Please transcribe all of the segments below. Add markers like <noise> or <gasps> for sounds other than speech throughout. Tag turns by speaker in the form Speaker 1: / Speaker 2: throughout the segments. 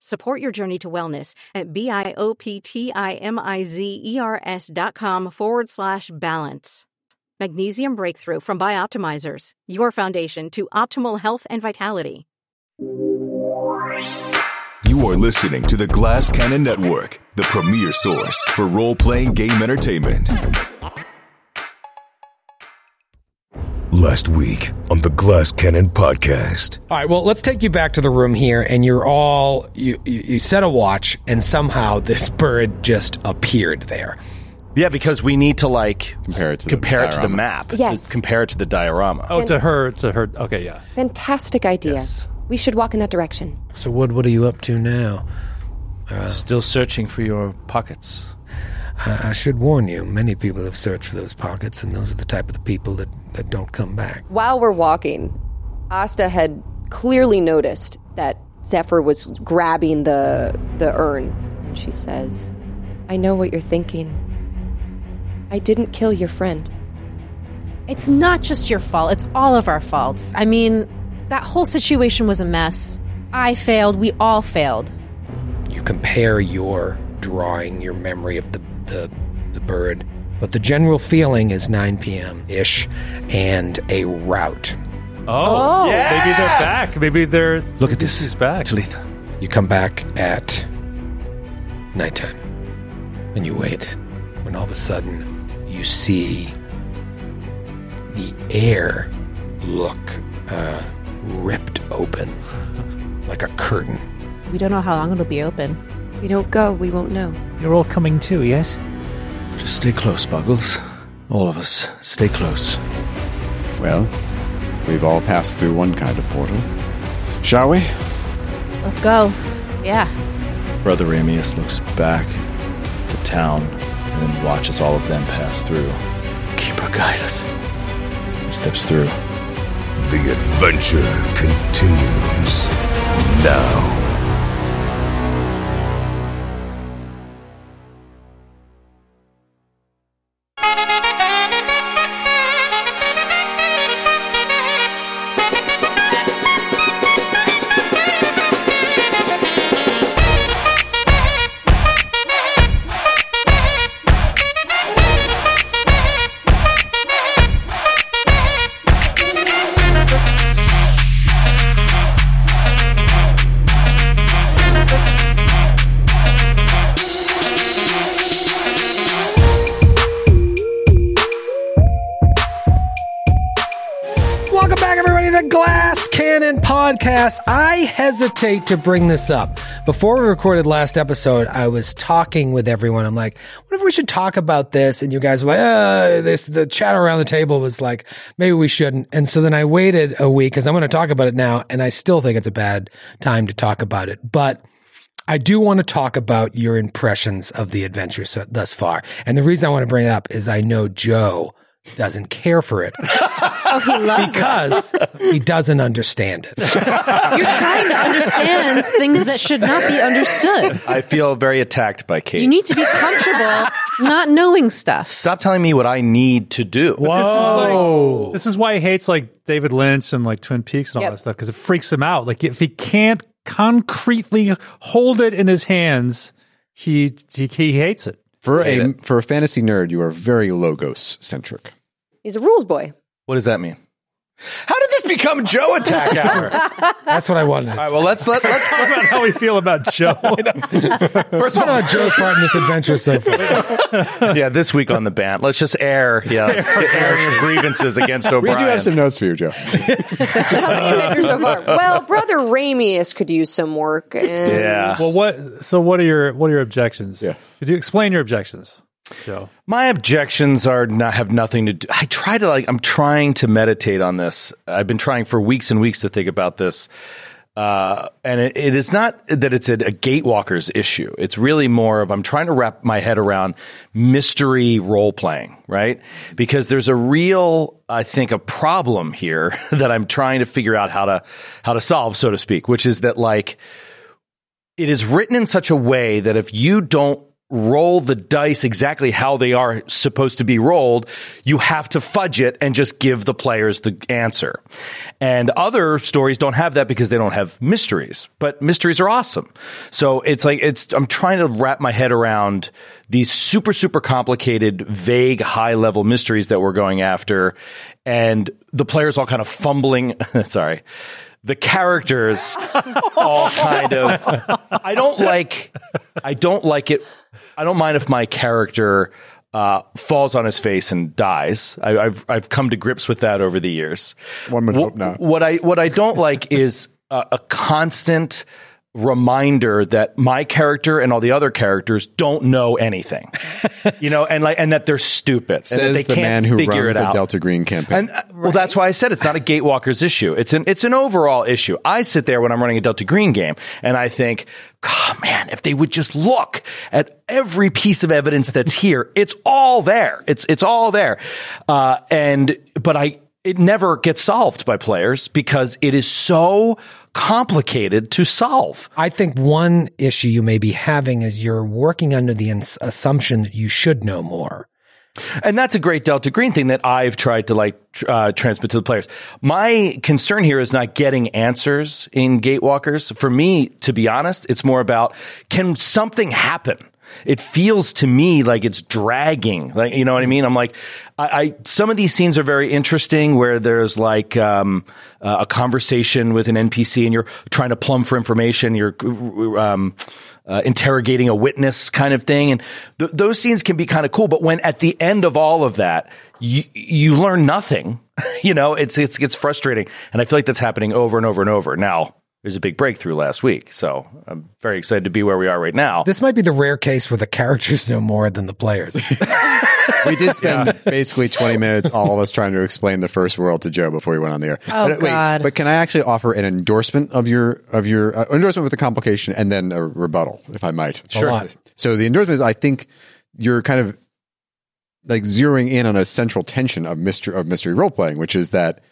Speaker 1: Support your journey to wellness at B-I-O-P-T-I-M-I-Z-E-R-S E dot com forward slash balance. Magnesium Breakthrough from Bioptimizers, your foundation to optimal health and vitality.
Speaker 2: You are listening to the Glass Cannon Network, the premier source for role-playing game entertainment. Last week on the Glass Cannon podcast.
Speaker 3: All right, well, let's take you back to the room here, and you're all you, you, you set a watch, and somehow this bird just appeared there.
Speaker 4: Yeah, because we need to like
Speaker 5: Compare it to the
Speaker 4: compare it to the
Speaker 5: diorama.
Speaker 4: map.
Speaker 6: Yes.
Speaker 4: compare it to the diorama.
Speaker 7: Oh, to her, to her. Okay, yeah.
Speaker 6: Fantastic idea.
Speaker 4: Yes.
Speaker 6: We should walk in that direction.
Speaker 3: So, what what are you up to now? Uh,
Speaker 4: Still searching for your pockets.
Speaker 3: I, I should warn you, many people have searched for those pockets, and those are the type of the people that, that don't come back.
Speaker 6: While we're walking, Asta had clearly noticed that Zephyr was grabbing the the urn, and she says, "I know what you're thinking. I didn't kill your friend.
Speaker 8: It's not just your fault, it's all of our faults. I mean, that whole situation was a mess. I failed, we all failed.
Speaker 3: You compare your drawing, your memory of the the, the bird, but the general feeling is 9 p.m. ish, and a route.
Speaker 7: Oh, maybe they're back. Maybe they're.
Speaker 4: Look at this.
Speaker 7: He's back.
Speaker 4: Talitha.
Speaker 3: You come back at nighttime and you wait when all of a sudden you see the air look uh, ripped open like a curtain.
Speaker 8: We don't know how long it'll be open.
Speaker 6: We don't go. We won't know."
Speaker 9: You're all coming too, yes?
Speaker 4: Just stay close, Buggles. All of us, stay close.
Speaker 5: Well, we've all passed through one kind of portal. Shall we?
Speaker 8: Let's go.
Speaker 6: <laughs>
Speaker 8: Yeah.
Speaker 4: Brother Amius looks back to town and then watches all of them pass through. Keeper guide us. He steps through.
Speaker 2: The adventure continues now.
Speaker 3: Welcome back, everybody, to the Glass Cannon Podcast. I hesitate to bring this up. Before we recorded last episode, I was talking with everyone. I'm like, what if we should talk about this? And you guys were like, uh, this, the chat around the table was like, maybe we shouldn't. And so then I waited a week because I'm going to talk about it now. And I still think it's a bad time to talk about it. But I do want to talk about your impressions of the adventure so, thus far. And the reason I want to bring it up is I know Joe doesn't care for it
Speaker 8: Oh, he loves it.
Speaker 3: because he doesn't
Speaker 10: <laughs>
Speaker 3: understand it.
Speaker 8: You're trying to understand things that should not be understood.
Speaker 4: I feel very attacked by Kate.
Speaker 8: You need to be comfortable not knowing stuff.
Speaker 4: Stop telling me what I need to do.
Speaker 7: Whoa. This is why he hates like David Lynch and like Twin Peaks and all
Speaker 6: Yep.
Speaker 7: that stuff because it freaks him out. Like if he can't concretely hold it in his hands, he he, he hates it.
Speaker 5: For a for a fantasy nerd, you are very logos centric.
Speaker 6: He's a rules boy.
Speaker 4: What does that mean? How did this
Speaker 10: become Joe Attack Hour. <laughs>
Speaker 9: <laughs>
Speaker 3: That's what I wanted. All
Speaker 10: right, well, let's let, let's
Speaker 7: <laughs> talk about how we feel about Joe.
Speaker 10: First
Speaker 3: of all, Joe's part in this adventure so
Speaker 10: <laughs>
Speaker 3: far.
Speaker 10: yeah, this week on the band, let's just air
Speaker 5: <laughs>
Speaker 10: yeah, let's get airing of grievances against
Speaker 5: We
Speaker 10: O'Brien.
Speaker 5: do have some notes for you, Joe.
Speaker 6: so far. <laughs> Well, brother Ramius could use some work. And
Speaker 10: yeah.
Speaker 7: well, what? So, what are your what are your objections?
Speaker 5: Yeah.
Speaker 7: Could you explain your objections, Joe?
Speaker 10: My objections are not have nothing to do. I try to like I'm trying to meditate on this. I've been trying for weeks and weeks to think about this. Uh, and it, it is not that it's a, a gatewalker's issue. It's really more of I'm trying to wrap my head around mystery role playing, right? Because there's a real, I think, a problem here <laughs> that I'm trying to figure out how to how to solve, so to speak. Which is that like it is written in such a way that if you don't roll the dice exactly how they are supposed to be rolled, you have to fudge it and just give the players the answer. And other stories don't have that because they don't have mysteries, but mysteries are awesome. So it's like, it's, I'm trying to wrap my head around these super, super complicated, vague, high level mysteries that we're going after. And the players all kind of fumbling. <laughs> sorry the characters all kind of <laughs> I don't like I don't like it I don't mind if my character uh, falls on his face and dies. I, I've I've come to grips with that over the years.
Speaker 5: One would hope not.
Speaker 10: What I what I don't
Speaker 5: <laughs>
Speaker 10: like is a, a constant reminder that my character and all the other characters don't know <laughs> anything, you know, and like and that they're stupid. and that
Speaker 5: Says
Speaker 10: they
Speaker 5: the
Speaker 10: can't
Speaker 5: man who
Speaker 10: figure
Speaker 5: runs
Speaker 10: it
Speaker 5: a
Speaker 10: out.
Speaker 5: Delta Green campaign.
Speaker 10: And uh, well, that's why I said it's not a gatewalker's issue. It's an it's an overall issue. I sit there when I'm running a Delta Green game, and I think, God, man, if they would just look at every piece of evidence that's here, <laughs> it's all there. It's it's all there. Uh, and but I it never gets solved by players because it is so complicated to solve.
Speaker 3: I think one issue you may be having is you're working under the ins- assumption that you should know more.
Speaker 10: And that's a great Delta Green thing that I've tried to like tr- uh, transmit to the players. My concern here is not getting answers in Gatewalkers. For me, to be honest, it's more about can something happen? It feels to me like it's dragging. Like you know what I mean? I'm like, I, I some of these scenes are very interesting where there's like um, uh, a conversation with an NPC and you're trying to plumb for information. You're um, uh, interrogating a witness kind of thing. And th- those scenes can be kind of cool. But when at the end of all of that, you, you learn nothing, <laughs> you know, it's, it's, it's frustrating. And I feel like that's happening over and over and over. Now, there's a big breakthrough last week. So I'm very excited to be where we are right now.
Speaker 3: This might be the rare case where the characters know more than the players.
Speaker 5: we
Speaker 10: <laughs>
Speaker 5: did spend basically 20 minutes, all of us trying to explain the first world to Joe before we went on the air.
Speaker 8: Oh,
Speaker 5: but, uh, wait,
Speaker 8: God.
Speaker 5: but can I actually offer an endorsement of your, of your uh, endorsement with a complication and then a rebuttal, if I might?
Speaker 3: Sure. lot.
Speaker 5: So the endorsement is, I think you're kind of like zeroing in on a central tension of mystery, of mystery role playing, which is that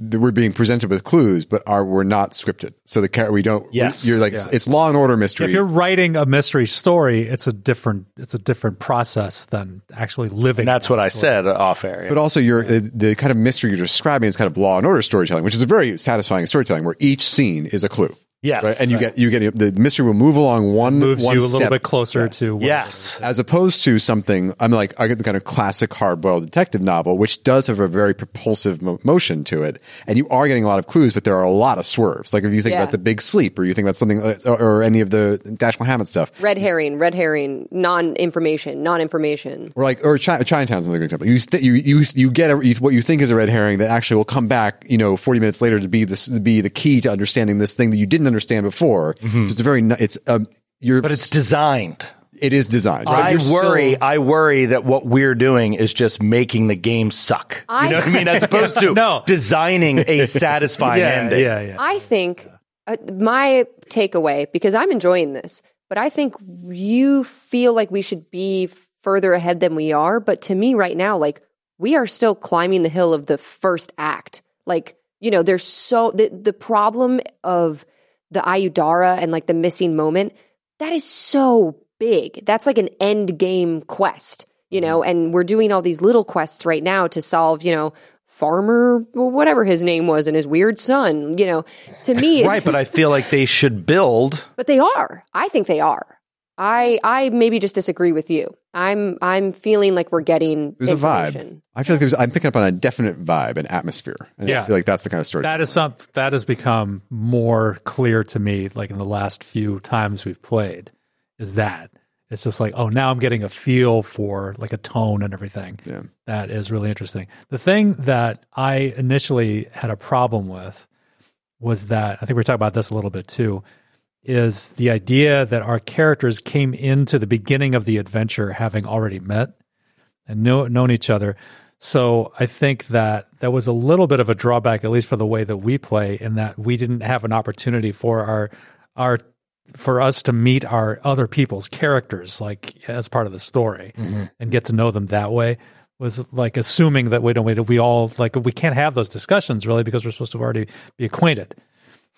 Speaker 5: th- we're being presented with clues, but are we're not scripted. So the character we don't.
Speaker 10: Yes.
Speaker 5: you're like it's, it's Law and Order mystery.
Speaker 7: If you're writing a mystery story, it's a different it's a different process than actually living.
Speaker 10: and that's what I said off air.
Speaker 5: But also, your the, the kind of mystery you're describing is kind of law and order storytelling, which is a very satisfying storytelling where each scene is a clue.
Speaker 10: Yes.
Speaker 5: right? and you get you get the mystery will move along one
Speaker 7: moves
Speaker 5: one
Speaker 7: you a little
Speaker 5: step,
Speaker 7: bit closer to what-
Speaker 10: yes.
Speaker 5: as opposed to something. I'm like I get the kind of classic hardboiled detective novel, which does have a very propulsive mo- motion to it, and you are getting a lot of clues, but there are a lot of swerves. Like if you think
Speaker 6: Yeah.
Speaker 5: about the Big Sleep, or you think about something, uh, or any of the Dash Mohammed stuff,
Speaker 6: Red herring, red herring, non information, non information.
Speaker 5: or like or Chi- Chinatown's another good example. You th- you you you get a, you, what you think is a red herring that actually will come back, you know, forty minutes later to be this to be the key to understanding this thing that you didn't understand before. So it's a very ni- it's um you're
Speaker 10: Mm-hmm. But it's designed.
Speaker 5: it is designed.
Speaker 10: I
Speaker 5: You're still-
Speaker 10: worry. I worry that what we're doing is just making the game suck.
Speaker 6: I-
Speaker 10: you know what I mean? As
Speaker 7: <laughs>
Speaker 10: opposed to
Speaker 7: No.
Speaker 10: designing
Speaker 7: <laughs>
Speaker 10: a satisfying
Speaker 7: Yeah,
Speaker 10: ending.
Speaker 7: yeah, yeah.
Speaker 6: I think uh, my takeaway, because I'm enjoying this, but I think you feel like we should be further ahead than we are. But to me, right now, like we are still climbing the hill of the first act. Like, you know, there's so the, the problem of the Ayudara and like the missing moment that is so big. That's like an end game quest, you know,
Speaker 5: Mm-hmm.
Speaker 6: and we're doing all these little quests right now to solve, you know, farmer whatever his name was and his weird son, you know. To me,
Speaker 5: <laughs>
Speaker 10: Right, but I feel like they should build.
Speaker 6: but they are. I think they are. I I maybe just disagree with you. I'm I'm feeling like we're getting
Speaker 5: There's a
Speaker 6: information.
Speaker 5: vibe. I feel like there's. I'm picking up on a definite vibe, an atmosphere. And
Speaker 7: Yeah.
Speaker 5: I feel like that's the kind of story.
Speaker 7: That is something that has become more clear to me, like in the last few times we've played, is that it's just like, oh, now I'm getting a feel for like a tone and everything.
Speaker 5: Yeah.
Speaker 7: That is really interesting. The thing that I initially had a problem with was that I think we were talking about this a little bit too, is the idea that our characters came into the beginning of the adventure having already met and know, known each other. So I think that that was a little bit of a drawback, at least for the way that we play, in that we didn't have an opportunity for our our for us to meet our other people's characters, like as part of the story, and get to know them that way. Was like assuming that we don't wait. We all like we can't have those discussions really because we're supposed to already be acquainted.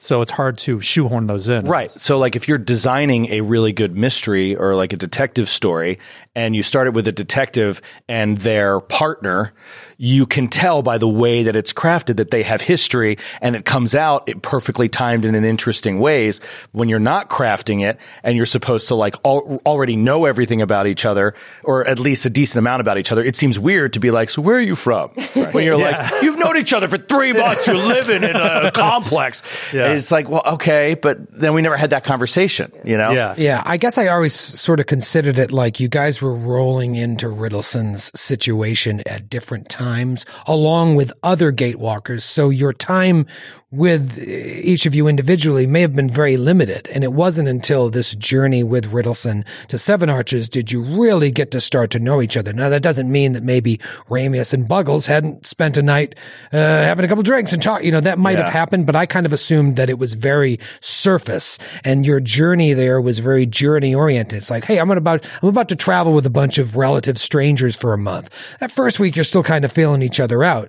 Speaker 7: So it's hard to shoehorn those in.
Speaker 10: Right. So, like, if you're designing a really good mystery or like a detective story, and you start it with a detective and their partner, you can tell by the way that it's crafted that they have history, and it comes out it perfectly timed and in interesting ways. When you're not crafting it, and you're supposed to like al- already know everything about each other, or at least a decent amount about each other, it seems weird to be like, "So where are you from?" <laughs> When
Speaker 3: <laughs>
Speaker 10: you're like, "You've known each other for <laughs> three months. You're living in a complex."
Speaker 7: Yeah.
Speaker 10: And it's like, well, okay, but then we never had that conversation, you know?
Speaker 7: Yeah.
Speaker 3: Yeah, I guess I always sort of considered it like you guys were rolling into Riddleson's situation at different times, along with other gatewalkers. So your time with each of you individually may have been very limited. And it wasn't until this journey with Riddleson to Seven Arches did you really get to start to know each other. Now, that doesn't mean that maybe Ramius and Buggles hadn't spent a night uh, having a couple drinks and talk. You know, that might have
Speaker 10: Yeah.
Speaker 3: happened happened, but I kind of assumed that it was very surface and your journey there was very journey oriented. It's like, hey, I'm about I'm about to travel with a bunch of relative strangers for a month. That first week you're still kind of feeling each other out.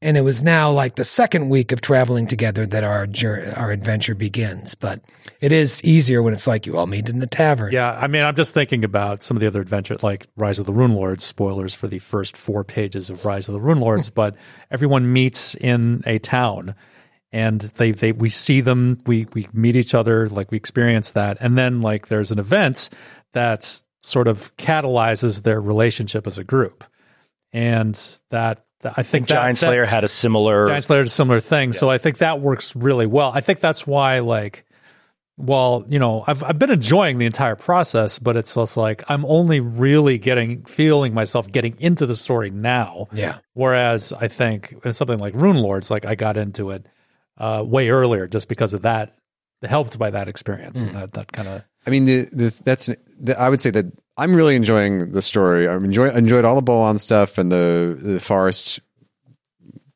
Speaker 3: And it was now like the second week of traveling together that our jour- our adventure begins. But it is easier when it's like you all meet in a tavern.
Speaker 7: Yeah, I mean, I'm just thinking about some of the other adventures, like Rise of the Rune Lords. Spoilers for the first four pages of Rise of the Rune Lords, but everyone meets in a town, and they they we see them, we we meet each other, like we experience that, and then like there's an event that sort of catalyzes their relationship as a group, and that that- I think that-
Speaker 10: Giant
Speaker 7: that-
Speaker 10: Slayer had a similar.
Speaker 7: Giant Slayer did a similar thing. So I think that works really well. I think that's why, like, well, you know, I've I've been enjoying the entire process, but it's just like I'm only really getting feeling myself getting into the story now.
Speaker 3: Yeah.
Speaker 7: Whereas I think in something like Rune Lords, like I got into it uh, way earlier just because of that, helped by that experience and that that kind of
Speaker 5: I mean, the, the, that's the, I would say that I'm really enjoying the story. I've enjoy, enjoyed all the Bolon stuff and the, the forest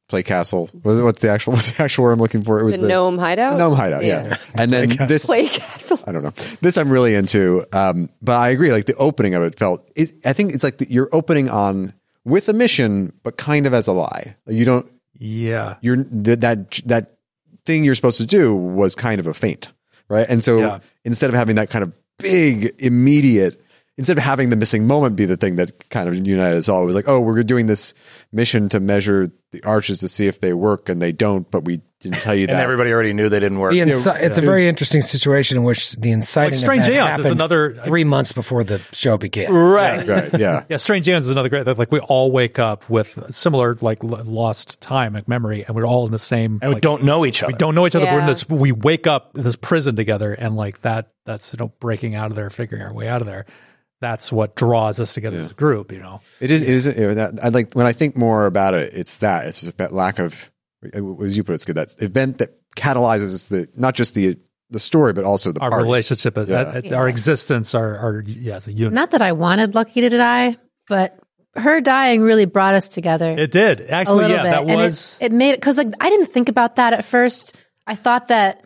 Speaker 5: play castle. What- What's the actual what's the actual word I'm looking for? It was
Speaker 6: The gnome hideout?
Speaker 5: The gnome hideout, yeah.
Speaker 6: Yeah.
Speaker 5: <laughs> And then this
Speaker 6: Play castle.
Speaker 5: I don't know. This I'm really into. Um, but I agree. Like the opening of it felt. It, I think it's like the, you're opening on with a mission, but kind of as a lie. Like, you don't.
Speaker 7: yeah.
Speaker 5: You're th- that that thing you're supposed to do was kind of a feint, right? And so
Speaker 7: Yeah.
Speaker 5: instead of having that kind of big immediate. Instead of having the missing moment be the thing that kind of united us all, it was like, oh, we're doing this mission to measure the arches to see if they work, and they don't, but we didn't tell you that.
Speaker 10: and everybody already knew they didn't work.
Speaker 3: The insi- it's a very interesting situation in which the inciting
Speaker 7: Like Strange
Speaker 3: event
Speaker 7: Aeons is
Speaker 3: happened
Speaker 7: another-
Speaker 3: three months before the show began.
Speaker 7: Right.
Speaker 5: right, yeah.
Speaker 7: Yeah, Strange Hands is another great. That like we all wake up with similar like l- lost time, like memory, and we're all in the same.
Speaker 10: and we
Speaker 7: like,
Speaker 10: don't know each other.
Speaker 7: we don't know each other. We're in
Speaker 6: Yeah.
Speaker 7: this. We wake up in this prison together, and like that. That's you know breaking out of there, figuring our way out of there. That's what draws us together as a group. You know.
Speaker 5: It is. It is. It, that, I like when I think more about it. It's that. It's just that lack of, uh, as you put it, it's good. That event that catalyzes the not just the the story, but also the
Speaker 7: Our
Speaker 5: party.
Speaker 7: relationship, uh,
Speaker 5: Yeah.
Speaker 7: uh, our existence, our our yeah, as a unit.
Speaker 11: Not that I wanted Lucky to die, but her dying really brought us together.
Speaker 7: it did
Speaker 11: a
Speaker 7: actually.
Speaker 11: little
Speaker 7: Yeah,
Speaker 11: bit.
Speaker 7: that
Speaker 11: And it-
Speaker 7: was.
Speaker 11: it, made because like I didn't think about that at first. I thought that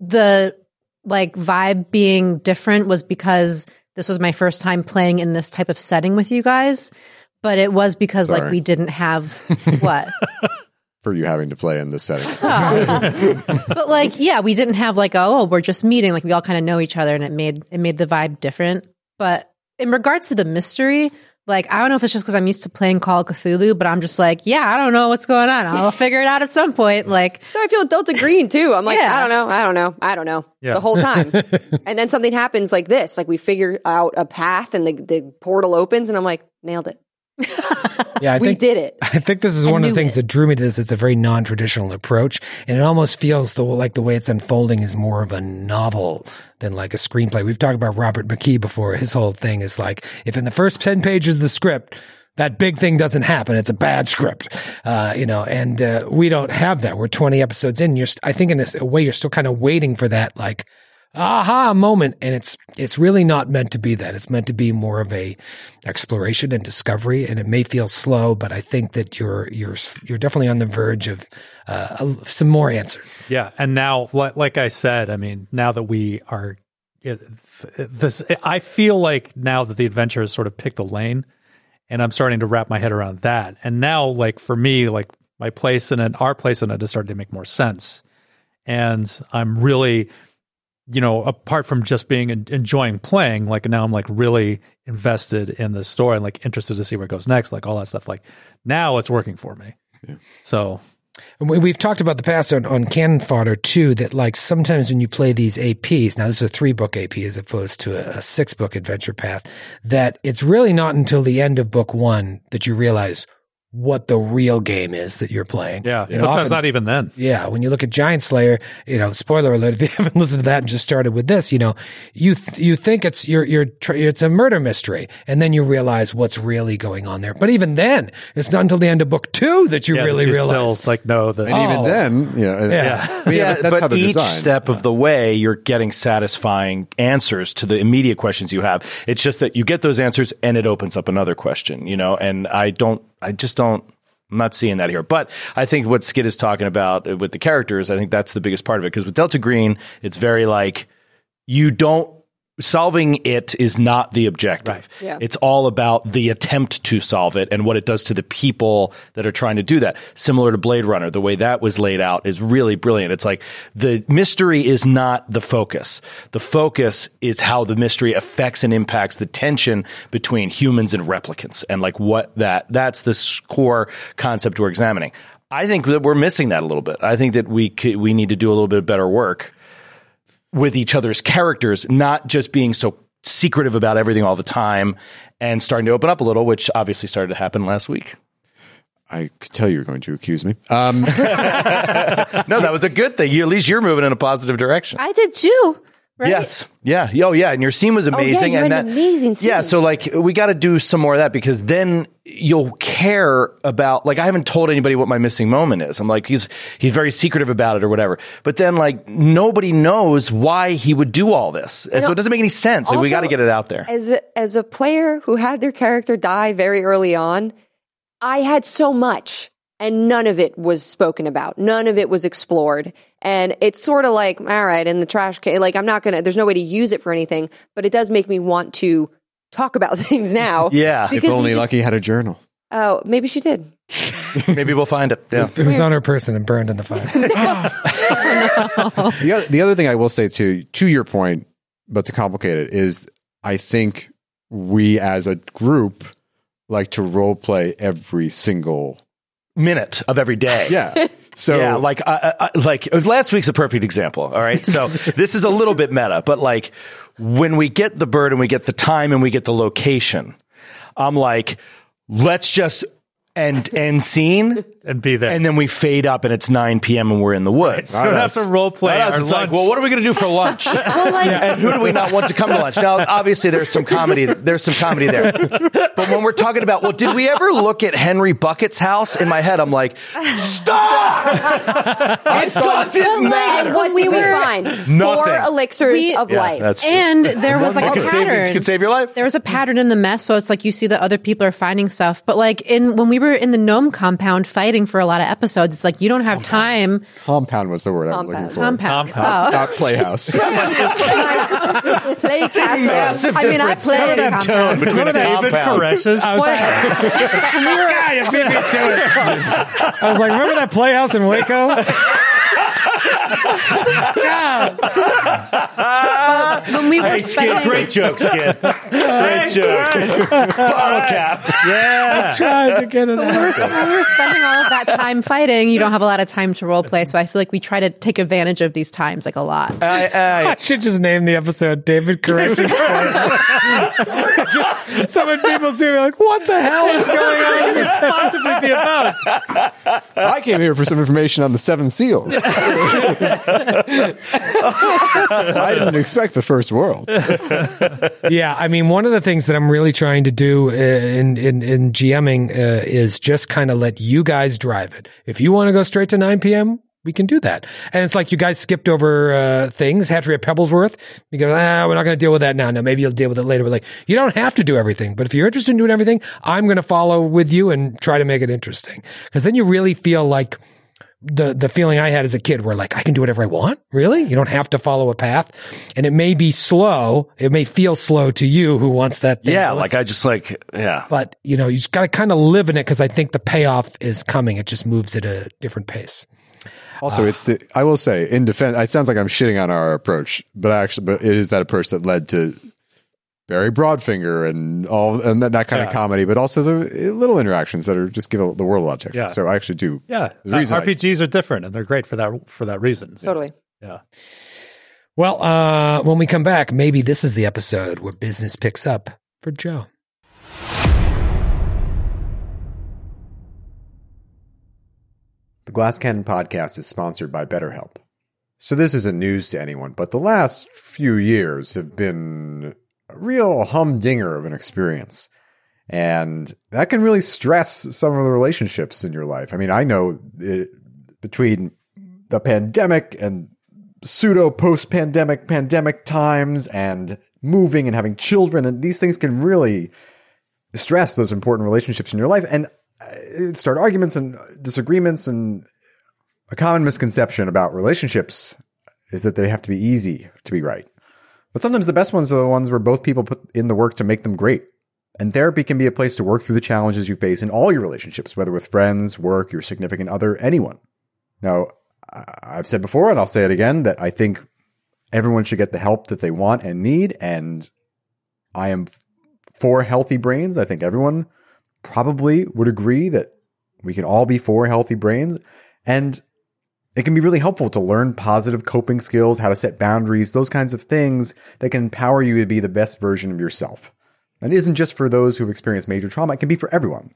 Speaker 11: the like vibe being different was because this was my first time playing in this type of setting with you guys. But it was because
Speaker 5: Sorry.
Speaker 11: like we didn't have <laughs> what.
Speaker 5: <laughs> for you having to play in this setting.
Speaker 11: <laughs> but like yeah we didn't have like oh we're just meeting like we all kind of know each other and it made it made the vibe different but in regards to the mystery Like, I don't know if it's just because I'm used to playing Call of Cthulhu, but I'm just like, yeah, I don't know what's going on. I'll <laughs> figure it out at some point. Like,
Speaker 6: so I feel Delta Green too. I'm like, I don't know, I don't know, I don't know
Speaker 11: Yeah.
Speaker 6: the whole
Speaker 5: <laughs>
Speaker 6: time. and then something happens like this, like we figure out a path and the, the portal opens, and I'm like, nailed it.
Speaker 3: Yeah, I
Speaker 6: we
Speaker 3: think
Speaker 6: did it.
Speaker 3: I think this is
Speaker 6: I
Speaker 3: one of
Speaker 6: knew
Speaker 3: the things that drew me to this. It's a very non-traditional approach, and it almost feels the, like the way it's unfolding is more of a novel than like a screenplay. We've talked about Robert McKee before. His whole thing is like, if in the first ten pages of the script that big thing doesn't happen, it's a bad script, uh, you know. And uh, we don't have that. We're twenty episodes in. You're, st- I think, in a s- a way, you're still kind of waiting for that, like aha moment and it's it's really not meant to be that it's meant to be more of a exploration and discovery and it may feel slow but i think that you're you're s- you're definitely on the verge of uh, a- some more answers
Speaker 7: Yeah, and now, li- like I said, I mean, now that we are it, th- this, I feel like now that the adventure has sort of picked a lane, and I'm starting to wrap my head around that. And now, like for me, like my place in it, our place in it, is starting to make more sense. And I'm really, you know, apart from just being en- enjoying playing, like now I'm like really invested in the story and like interested to see where it goes next, like all that stuff. Like now it's working for me. So
Speaker 3: And we, we've talked about the past on, on Cannon Fodder too, that like sometimes when you play these APs, now this is a three book AP as opposed to a, a six book adventure path, that it's really not until the end of book one that you realize what the real game is that you're playing.
Speaker 7: yeah,
Speaker 3: And
Speaker 7: uh, sometimes
Speaker 3: often-
Speaker 7: not even then.
Speaker 3: Yeah, when you look at Giant Slayer, you know, spoiler alert, <laughs> if you haven't listened to that and just started with this, you know, you th- you think it's you're you're tr- it's a murder mystery, and then you realize what's really going on there. But even then, it's not until the end of book two that you
Speaker 7: Yeah,
Speaker 3: really
Speaker 7: that you
Speaker 3: realize.
Speaker 7: still, like know that.
Speaker 5: And even then, yeah,
Speaker 7: Yeah.
Speaker 5: I mean,
Speaker 10: Oh. yeah,
Speaker 5: that's
Speaker 10: but
Speaker 5: how they're
Speaker 10: each
Speaker 5: designed.
Speaker 10: step of the way, you're getting satisfying answers to the immediate questions you have. It's just that you get those answers, and it opens up another question, you know. And I don't, I just don't. I'm not seeing that here, but I think what Skid is talking about uh, with the characters, I think that's the biggest part of it. Because with Delta Green, it's very like you don't solving it is not the objective.
Speaker 12: Yeah.
Speaker 10: It's all about the attempt to solve it and what it does to the people that are trying to do that. Similar to Blade Runner, the way that was laid out is really brilliant. It's like the mystery is not the focus. The focus is how the mystery affects and impacts the tension between humans and replicants and like what that that's the s- core concept we're examining. I think that we're missing that a little bit. I think that we could, we need to do a little bit better work with each other's characters, not just being so secretive about everything all the time and starting to open up a little, which obviously started to happen last week.
Speaker 5: I could tell you were going to accuse me.
Speaker 10: <laughs>
Speaker 5: Um,
Speaker 10: No, that was a good thing. You at least you're moving in a positive direction.
Speaker 11: I did too. Right?
Speaker 10: Yes. Yeah. Oh, yeah. And your scene was
Speaker 6: Oh, yeah,
Speaker 10: amazing.
Speaker 6: you
Speaker 10: and
Speaker 6: had an
Speaker 10: that,
Speaker 6: amazing
Speaker 10: Yeah. So, like, we got to do some more of that because then you'll care about. Like, I haven't told anybody what my missing moment is. I'm like, he's he's very secretive about it or whatever. But then, like, nobody knows why he would do all this, and so it doesn't make any sense. like, we
Speaker 6: Also,
Speaker 10: got to get it out there.
Speaker 6: As a, as a player who had their character die very early on, I had so much and none of it was spoken about. None of it was explored. And it's sort of like, all right, in the trash can, like I'm not going to, there's no way to use it for anything, but it does make me want to talk about <laughs> things now.
Speaker 5: if
Speaker 6: Because you
Speaker 5: only
Speaker 6: just-
Speaker 5: Lucky had a journal.
Speaker 6: Oh, maybe she did.
Speaker 10: <laughs> Maybe we'll find it. Yeah.
Speaker 3: It was on her person and burned in
Speaker 7: <laughs>
Speaker 3: the fire.
Speaker 11: Oh.
Speaker 5: the, other, the other thing I will say to to your point, but to complicate it, is I think we as a group like to role play every single
Speaker 10: minute of every
Speaker 7: <laughs>
Speaker 10: day.
Speaker 5: Yeah. So
Speaker 10: yeah, like I, I, I- like uh, last week's a perfect example. All right,
Speaker 7: <laughs>
Speaker 10: so this is a little bit meta, but like when we get the bird and we get the time and we get the location, I'm like, let's just end end scene
Speaker 7: <laughs> and be there,
Speaker 10: and then we fade up and it's 9 p.m. and we're in the woods.
Speaker 7: <laughs> So we don't have to role play
Speaker 10: Not us.
Speaker 7: our
Speaker 10: It's like,
Speaker 7: lunch.
Speaker 10: well, what are we going to do
Speaker 7: <laughs>
Speaker 10: for <laughs> lunch?
Speaker 7: Well, like-
Speaker 10: and who do we not want to come to lunch? Now, obviously, there's some comedy. There's some comedy there. But when we're talking about, well, did we ever look at Henry Bucket's house? In my head, I'm like, <laughs> stop! it doesn't matter.
Speaker 6: What we would find? Four
Speaker 10: Nothing.
Speaker 6: elixirs of
Speaker 10: Yeah,
Speaker 6: life.
Speaker 10: that's true.
Speaker 11: And there was like
Speaker 10: It
Speaker 11: a
Speaker 10: could save- it
Speaker 11: pattern.
Speaker 10: could save your life.
Speaker 11: There was a pattern in the mess, so it's like you see that other people are finding stuff. But like in when we were in the gnome compound fighting for a lot of episodes, it's like you don't have time.
Speaker 5: Compound was the word I was looking for.
Speaker 11: Compound.
Speaker 5: Not,
Speaker 11: Oh.
Speaker 5: not
Speaker 11: <laughs>
Speaker 5: playhouse.
Speaker 6: play castle.
Speaker 5: massive
Speaker 6: I mean, I
Speaker 5: difference.
Speaker 6: played
Speaker 5: None of that tone
Speaker 6: compound.
Speaker 5: between None of a David
Speaker 11: <laughs>
Speaker 5: compound. Koresh's
Speaker 3: I was-
Speaker 6: God,
Speaker 10: <laughs>
Speaker 3: you beat me to it. <laughs> I was like, remember that playhouse in Waco?
Speaker 11: But when we were
Speaker 10: Thanks, kid.
Speaker 11: spending-
Speaker 10: Great jokes, <laughs> kid. Great joke. Bottle cap. Yeah.
Speaker 3: tried to get it
Speaker 11: But when we, were, when we were spending all of that time fighting, you don't have a lot of time to role play. So I feel like we try to take advantage of these times like a lot.
Speaker 3: <laughs> I should just name the episode David Corrections. <laughs> just so many people see me like, what the hell is going on? in this episode?"
Speaker 5: I came here for some information on the Seven Seals. I didn't expect the first world.
Speaker 3: yeah, I mean, one of the things that I'm really trying to do uh, in in in GMing uh, is just kind of let you guys drive it. If you want to go straight to 9 p.m., we can do that. And it's like you guys skipped over uh, things. Hatchery at Pebblesworth. You go, ah, we're not going to deal with that now. No, maybe you'll deal with it later. But like, you don't have to do everything. But if you're interested in doing everything, I'm going to follow with you and try to make it interesting. Because then you really feel like the the feeling I had as a kid where like I can do whatever I want. Really? You don't have to follow a path. And it may be slow. It may feel slow to you who wants that thing.
Speaker 10: Yeah, like I just like yeah.
Speaker 3: but you know, you just gotta kinda live in it because I think the payoff is coming. It just moves at a different pace.
Speaker 5: Also, it's the I will say in defense. It sounds like I'm shitting on our approach, but I actually, but it is that approach that led to Barry Broadfinger and all and that, that kind of
Speaker 7: Yeah.
Speaker 5: comedy, but also the little interactions that are just give the world a lot of texture.
Speaker 7: Yeah.
Speaker 5: So I actually do.
Speaker 7: <laughs> Yeah,
Speaker 5: The reason
Speaker 7: uh,
Speaker 5: I-
Speaker 7: RPGs are different, and they're great for that for that reason. So,
Speaker 6: Totally.
Speaker 7: Yeah,
Speaker 3: Well, uh when we come back, maybe this is the episode where business picks up for Joe.
Speaker 5: The Glass Cannon podcast is sponsored by BetterHelp. So this isn't news to anyone, but the last few years have been a real humdinger of an experience. And that can really stress some of the relationships in your life. I mean, I know it, between the pandemic and pseudo post pandemic pandemic times and moving and having children and these things can really stress those important relationships in your life and uh, start arguments and disagreements and a common misconception about relationships is that they have to be easy to be right. But sometimes the best ones are the ones where both people put in the work to make them great. And therapy can be a place to work through the challenges you face in all your relationships, whether with friends, work, your significant other, anyone. Now, I- I've said before, and I'll say it again, that I think everyone should get the help that they want and need. And I am f- for healthy brains. I think everyone probably would agree that we can all be for healthy brains. And it can be really helpful to learn positive coping skills, how to set boundaries, those kinds of things that can empower you to be the best version of yourself. And it isn't just for those who've experienced major trauma, it can be for everyone.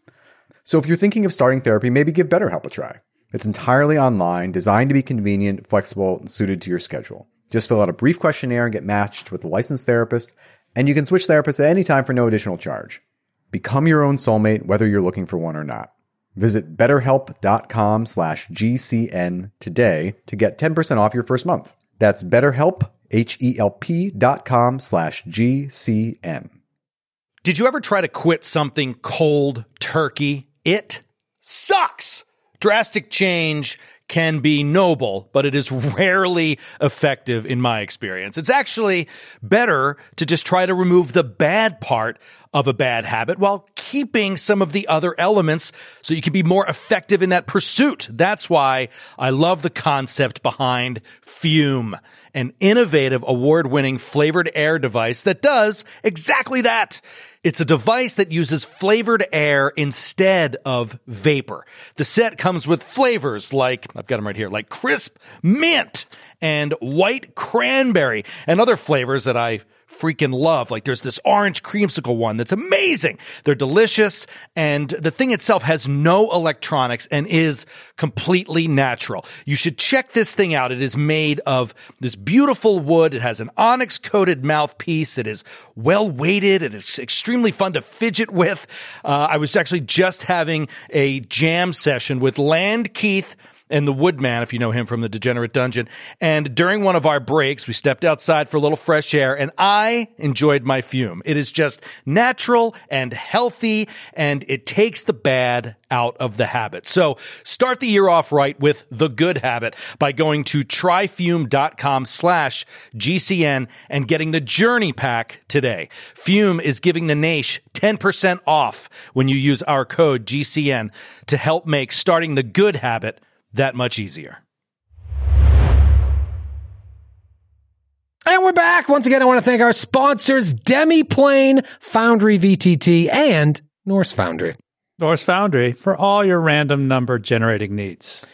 Speaker 5: So if you're thinking of starting therapy, maybe give BetterHelp a try. It's entirely online, designed to be convenient, flexible, and suited to your schedule. Just fill out a brief questionnaire and get matched with a licensed therapist, and you can switch therapists at any time for no additional charge. Become your own soulmate, whether you're looking for one or not. Visit betterhelp.com slash GCN today to get 10% off your first month. That's betterhelp, H-E-L-P dot com slash GCN.
Speaker 10: Did you ever try to quit something cold turkey? It sucks. Drastic change can be noble, but it is rarely effective in my experience. It's actually better to just try to remove the bad part of a bad habit while keeping some of the other elements so you can be more effective in that pursuit. That's why I love the concept behind Fume, an innovative award winning flavored air device that does exactly that. It's a device that uses flavored air instead of vapor. The set comes with flavors like, I've got them right here, like crisp mint and white cranberry and other flavors that I freaking love. Like there's this orange creamsicle one that's amazing. They're delicious and the thing itself has no electronics and is completely natural. You should check this thing out. It is made of this beautiful wood. It has an onyx coated mouthpiece. It is well weighted. It is extremely fun to fidget with. Uh, I was actually just having a jam session with Land Keith and the Woodman, if you know him from the Degenerate Dungeon. And during one of our breaks, we stepped outside for a little fresh air, and I enjoyed my fume. It is just natural and healthy, and it takes the bad out of the habit. So start the year off right with the good habit by going to tryfume.com slash GCN and getting the journey pack today. Fume is giving the Naish 10% off when you use our code GCN to help make starting the good habit that much easier.
Speaker 3: And we're back. Once again, I want to thank our sponsors, Demiplane, Foundry VTT, and Norse Foundry.
Speaker 7: Norse Foundry for all your random number generating needs.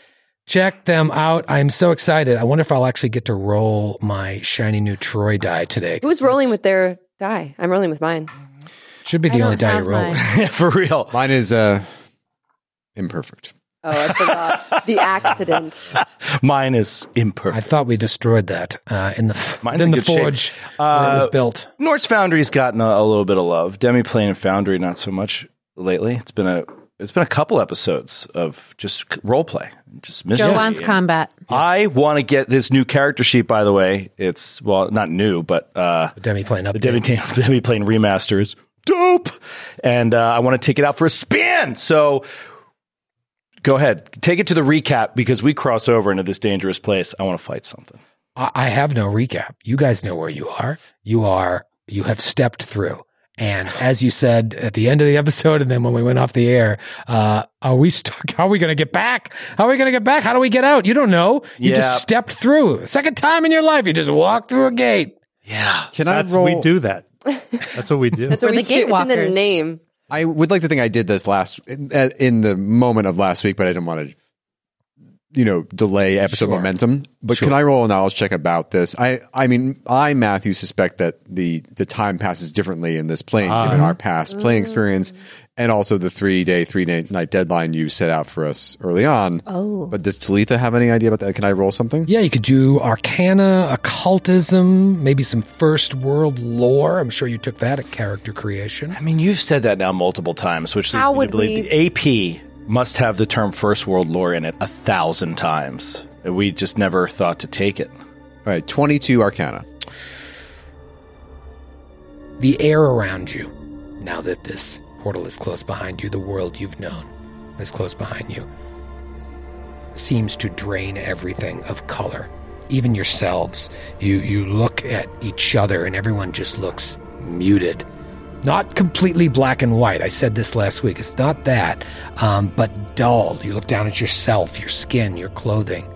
Speaker 3: Check them out. I'm so excited. I wonder if I'll actually get to roll my shiny new Troy die today.
Speaker 6: Who's rolling with their die? I'm rolling with mine.
Speaker 3: Should be the
Speaker 6: I
Speaker 3: only
Speaker 6: don't
Speaker 3: die you
Speaker 6: have
Speaker 3: roll. <laughs>
Speaker 6: mine.
Speaker 10: Yeah, for real.
Speaker 5: Mine is uh, imperfect.
Speaker 6: Oh, I forgot the accident.
Speaker 10: Mine is imperfect.
Speaker 3: I thought we destroyed that uh, in the
Speaker 10: Mine's
Speaker 3: in
Speaker 10: in
Speaker 3: the
Speaker 10: good shape.
Speaker 3: forge where it was
Speaker 10: Uh,
Speaker 3: built.
Speaker 10: Norse Foundry's gotten a, a little bit of love. Demiplane and Foundry not so much lately. It's been a it's been a couple episodes of just c- role play, just mystery.
Speaker 11: Joe wants
Speaker 10: and-
Speaker 11: combat.
Speaker 10: I want to get this new character sheet. By the way, it's well not new, but uh,
Speaker 3: The Demiplane up.
Speaker 10: the Demiplane, <laughs> Demiplane remaster is dope, and uh, I want to take it out for a spin. So go ahead, take it to the recap because we cross over into this dangerous place. I want to fight something.
Speaker 3: I, I have no recap. You guys know where you are. You are you have stepped through.
Speaker 7: <laughs>
Speaker 3: And as you said at the end of the episode, and then when we went off the air, uh, are we stuck? How are we going to get back? How are we going to get back? How do we get out? You don't know. You
Speaker 10: Yeah.
Speaker 3: just stepped through. Second time in your life, you just walked through a gate.
Speaker 10: Yeah,
Speaker 5: Can
Speaker 7: That's
Speaker 5: I roll?
Speaker 7: we do that. That's what we do.
Speaker 6: That's what
Speaker 11: We're
Speaker 6: we
Speaker 11: the
Speaker 6: do. It's in the
Speaker 11: gatewalkers.
Speaker 6: name.
Speaker 5: I would like to think I did this last in, uh, in the moment of last week, but I didn't want to, you know, delay episode
Speaker 3: Sure.
Speaker 5: momentum. But can I roll a knowledge check about this? I, I mean, I Matthew suspect that the the time passes differently in this plane
Speaker 3: Ah.
Speaker 5: given our past playing experience, and also the three day, three day, night deadline you set out for us early on.
Speaker 11: Oh.
Speaker 5: But does Talitha have any idea about that? Can I roll something?
Speaker 3: Yeah, you could do arcana, occultism, maybe some first world lore. I'm sure you took that at character creation.
Speaker 10: I mean, you've said that now multiple times, which leads
Speaker 11: How
Speaker 10: me
Speaker 11: would
Speaker 10: to believe the AP must have the term first world lore in it a thousand times. And We just never thought to take it.
Speaker 5: All right, twenty two Arcana.
Speaker 3: the air around you. Now that this portal is close behind you, the world you've known is close behind you, seems to drain everything of color, even yourselves. You you look at each other, and everyone just looks muted. Not completely black and white. I said this last week. It's not that, um, but dulled. You look down at yourself, your skin, your clothing.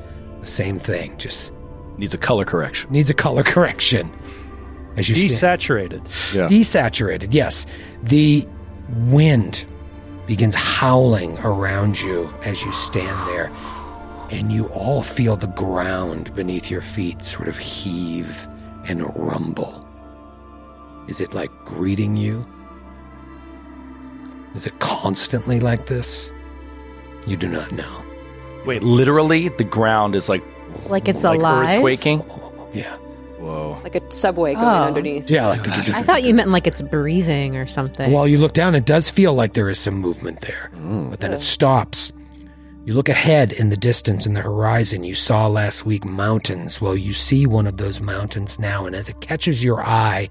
Speaker 3: The same thing. Just
Speaker 10: Needs a color correction.
Speaker 3: needs a color correction. As you stand-
Speaker 7: Desaturated.
Speaker 5: Yeah.
Speaker 3: desaturated. Yes, the wind begins howling around you as you stand there, and you all feel the ground beneath your feet sort of heave and rumble. Is it like greeting you? Is it constantly like this? You do not know.
Speaker 10: Wait, literally, the ground is like
Speaker 11: Like it's
Speaker 10: like
Speaker 11: alive.
Speaker 10: earthquaking.
Speaker 3: Yeah.
Speaker 10: Whoa!
Speaker 6: Like a subway going
Speaker 11: Oh.
Speaker 6: underneath.
Speaker 3: Yeah, like
Speaker 11: I thought you meant like it's breathing or something.
Speaker 3: While you look down, it does feel like there is some movement there, but then it stops. You look ahead in the distance in the horizon. You saw last week mountains. Well, you see one of those mountains now, and as it catches your eye,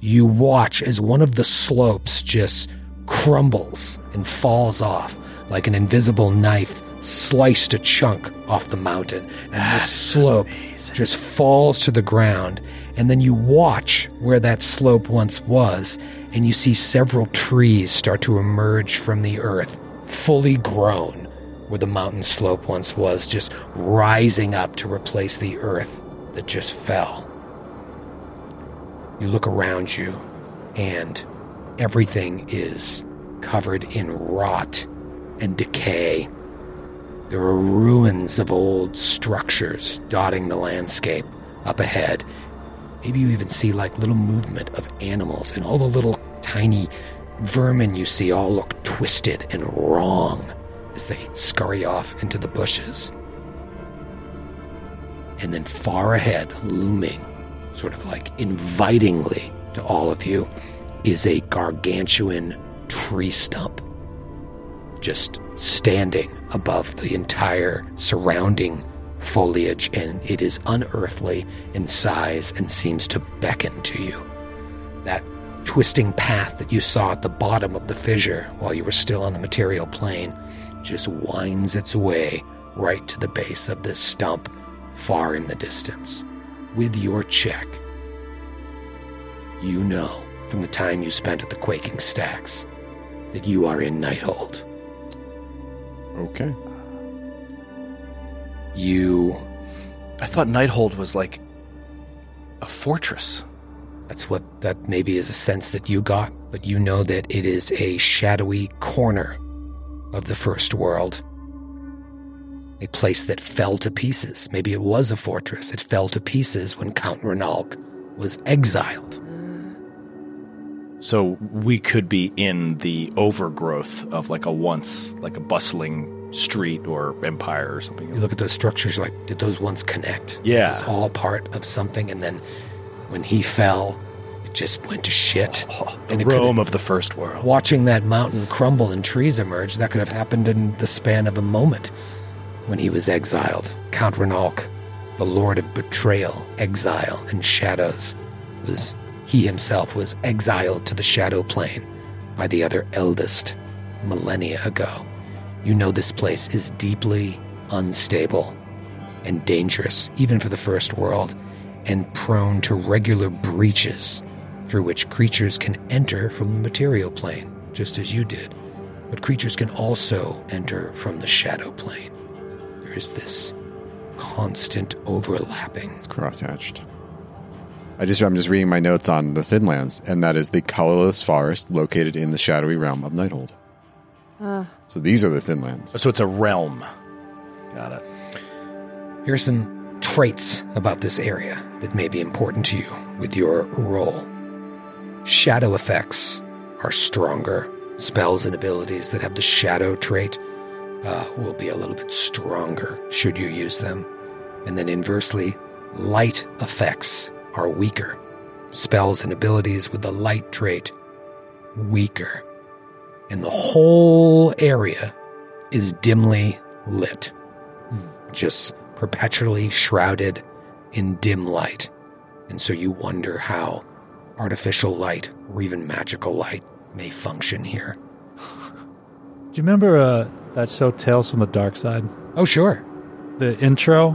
Speaker 3: you watch as one of the slopes just crumbles and falls off like an invisible knife sliced a chunk off the mountain. And this slope just falls to the ground. And then you watch where that slope once was, and you see several trees start to emerge from the earth, fully grown, where the mountain slope once was, just rising up to replace the earth that just fell. You look around you, and everything is covered in rot and decay. There are ruins of old structures dotting the landscape up ahead. Maybe you even see like little movement of animals, and all the little tiny vermin you see all look twisted and wrong as they scurry off into the bushes. And then far ahead, looming, sort of like invitingly to all of you, is a gargantuan tree stump just standing above the entire surrounding foliage, and it is unearthly in size and seems to beckon to you. That twisting path that you saw at the bottom of the fissure while you were still on the material plane just winds its way right to the base of this stump far in the distance. With your check, you know from the time you spent at the Quaking Stacks that you are in Nighthold.
Speaker 5: Okay.
Speaker 3: You
Speaker 10: I thought Nighthold was like a fortress.
Speaker 3: That's what that maybe is a sense that you got, but you know that it is a shadowy corner of the first world. A place that fell to pieces. Maybe it was a fortress. It fell to pieces when Count Renalk was exiled.
Speaker 10: So we could be in the overgrowth of like a once, like a bustling street or empire or something.
Speaker 3: You look at those structures, you're like, did those ones connect?
Speaker 10: Yeah.
Speaker 3: It's all part of something. And then when he fell, it just went to shit.
Speaker 10: Oh, the
Speaker 3: and it
Speaker 10: Rome
Speaker 3: could've-
Speaker 10: of the first world.
Speaker 3: Watching that mountain crumble and trees emerge, that could have happened in the span of a moment when he was exiled. Count Renalk, the lord of betrayal, exile, and shadows, was he himself was exiled to the shadow plane by the other eldest millennia ago. You know this place is deeply unstable and dangerous, even for the first world, and prone to regular breaches through which creatures can enter from the material plane, just as you did. But creatures can also enter from the shadow plane. There is this constant overlapping. It's
Speaker 5: crosshatched. I just I'm just reading my notes on the Thinlands, and that is the colorless forest located in the shadowy realm of Nighthold.
Speaker 6: Uh,
Speaker 5: So these are the Thinlands.
Speaker 10: So it's a realm. Got it.
Speaker 3: Here are some traits about this area that may be important to you with your role. Shadow effects are stronger. Spells and abilities that have the shadow trait uh, will be a little bit stronger should you use them. And then inversely, light effects are weaker. Spells and abilities with the light trait weaker. And the whole area is dimly lit just perpetually shrouded in dim light. And so you wonder how artificial light or even magical light may function here.
Speaker 7: Do you remember uh, that show Tales from the Dark Side?
Speaker 3: Oh, sure.
Speaker 7: The intro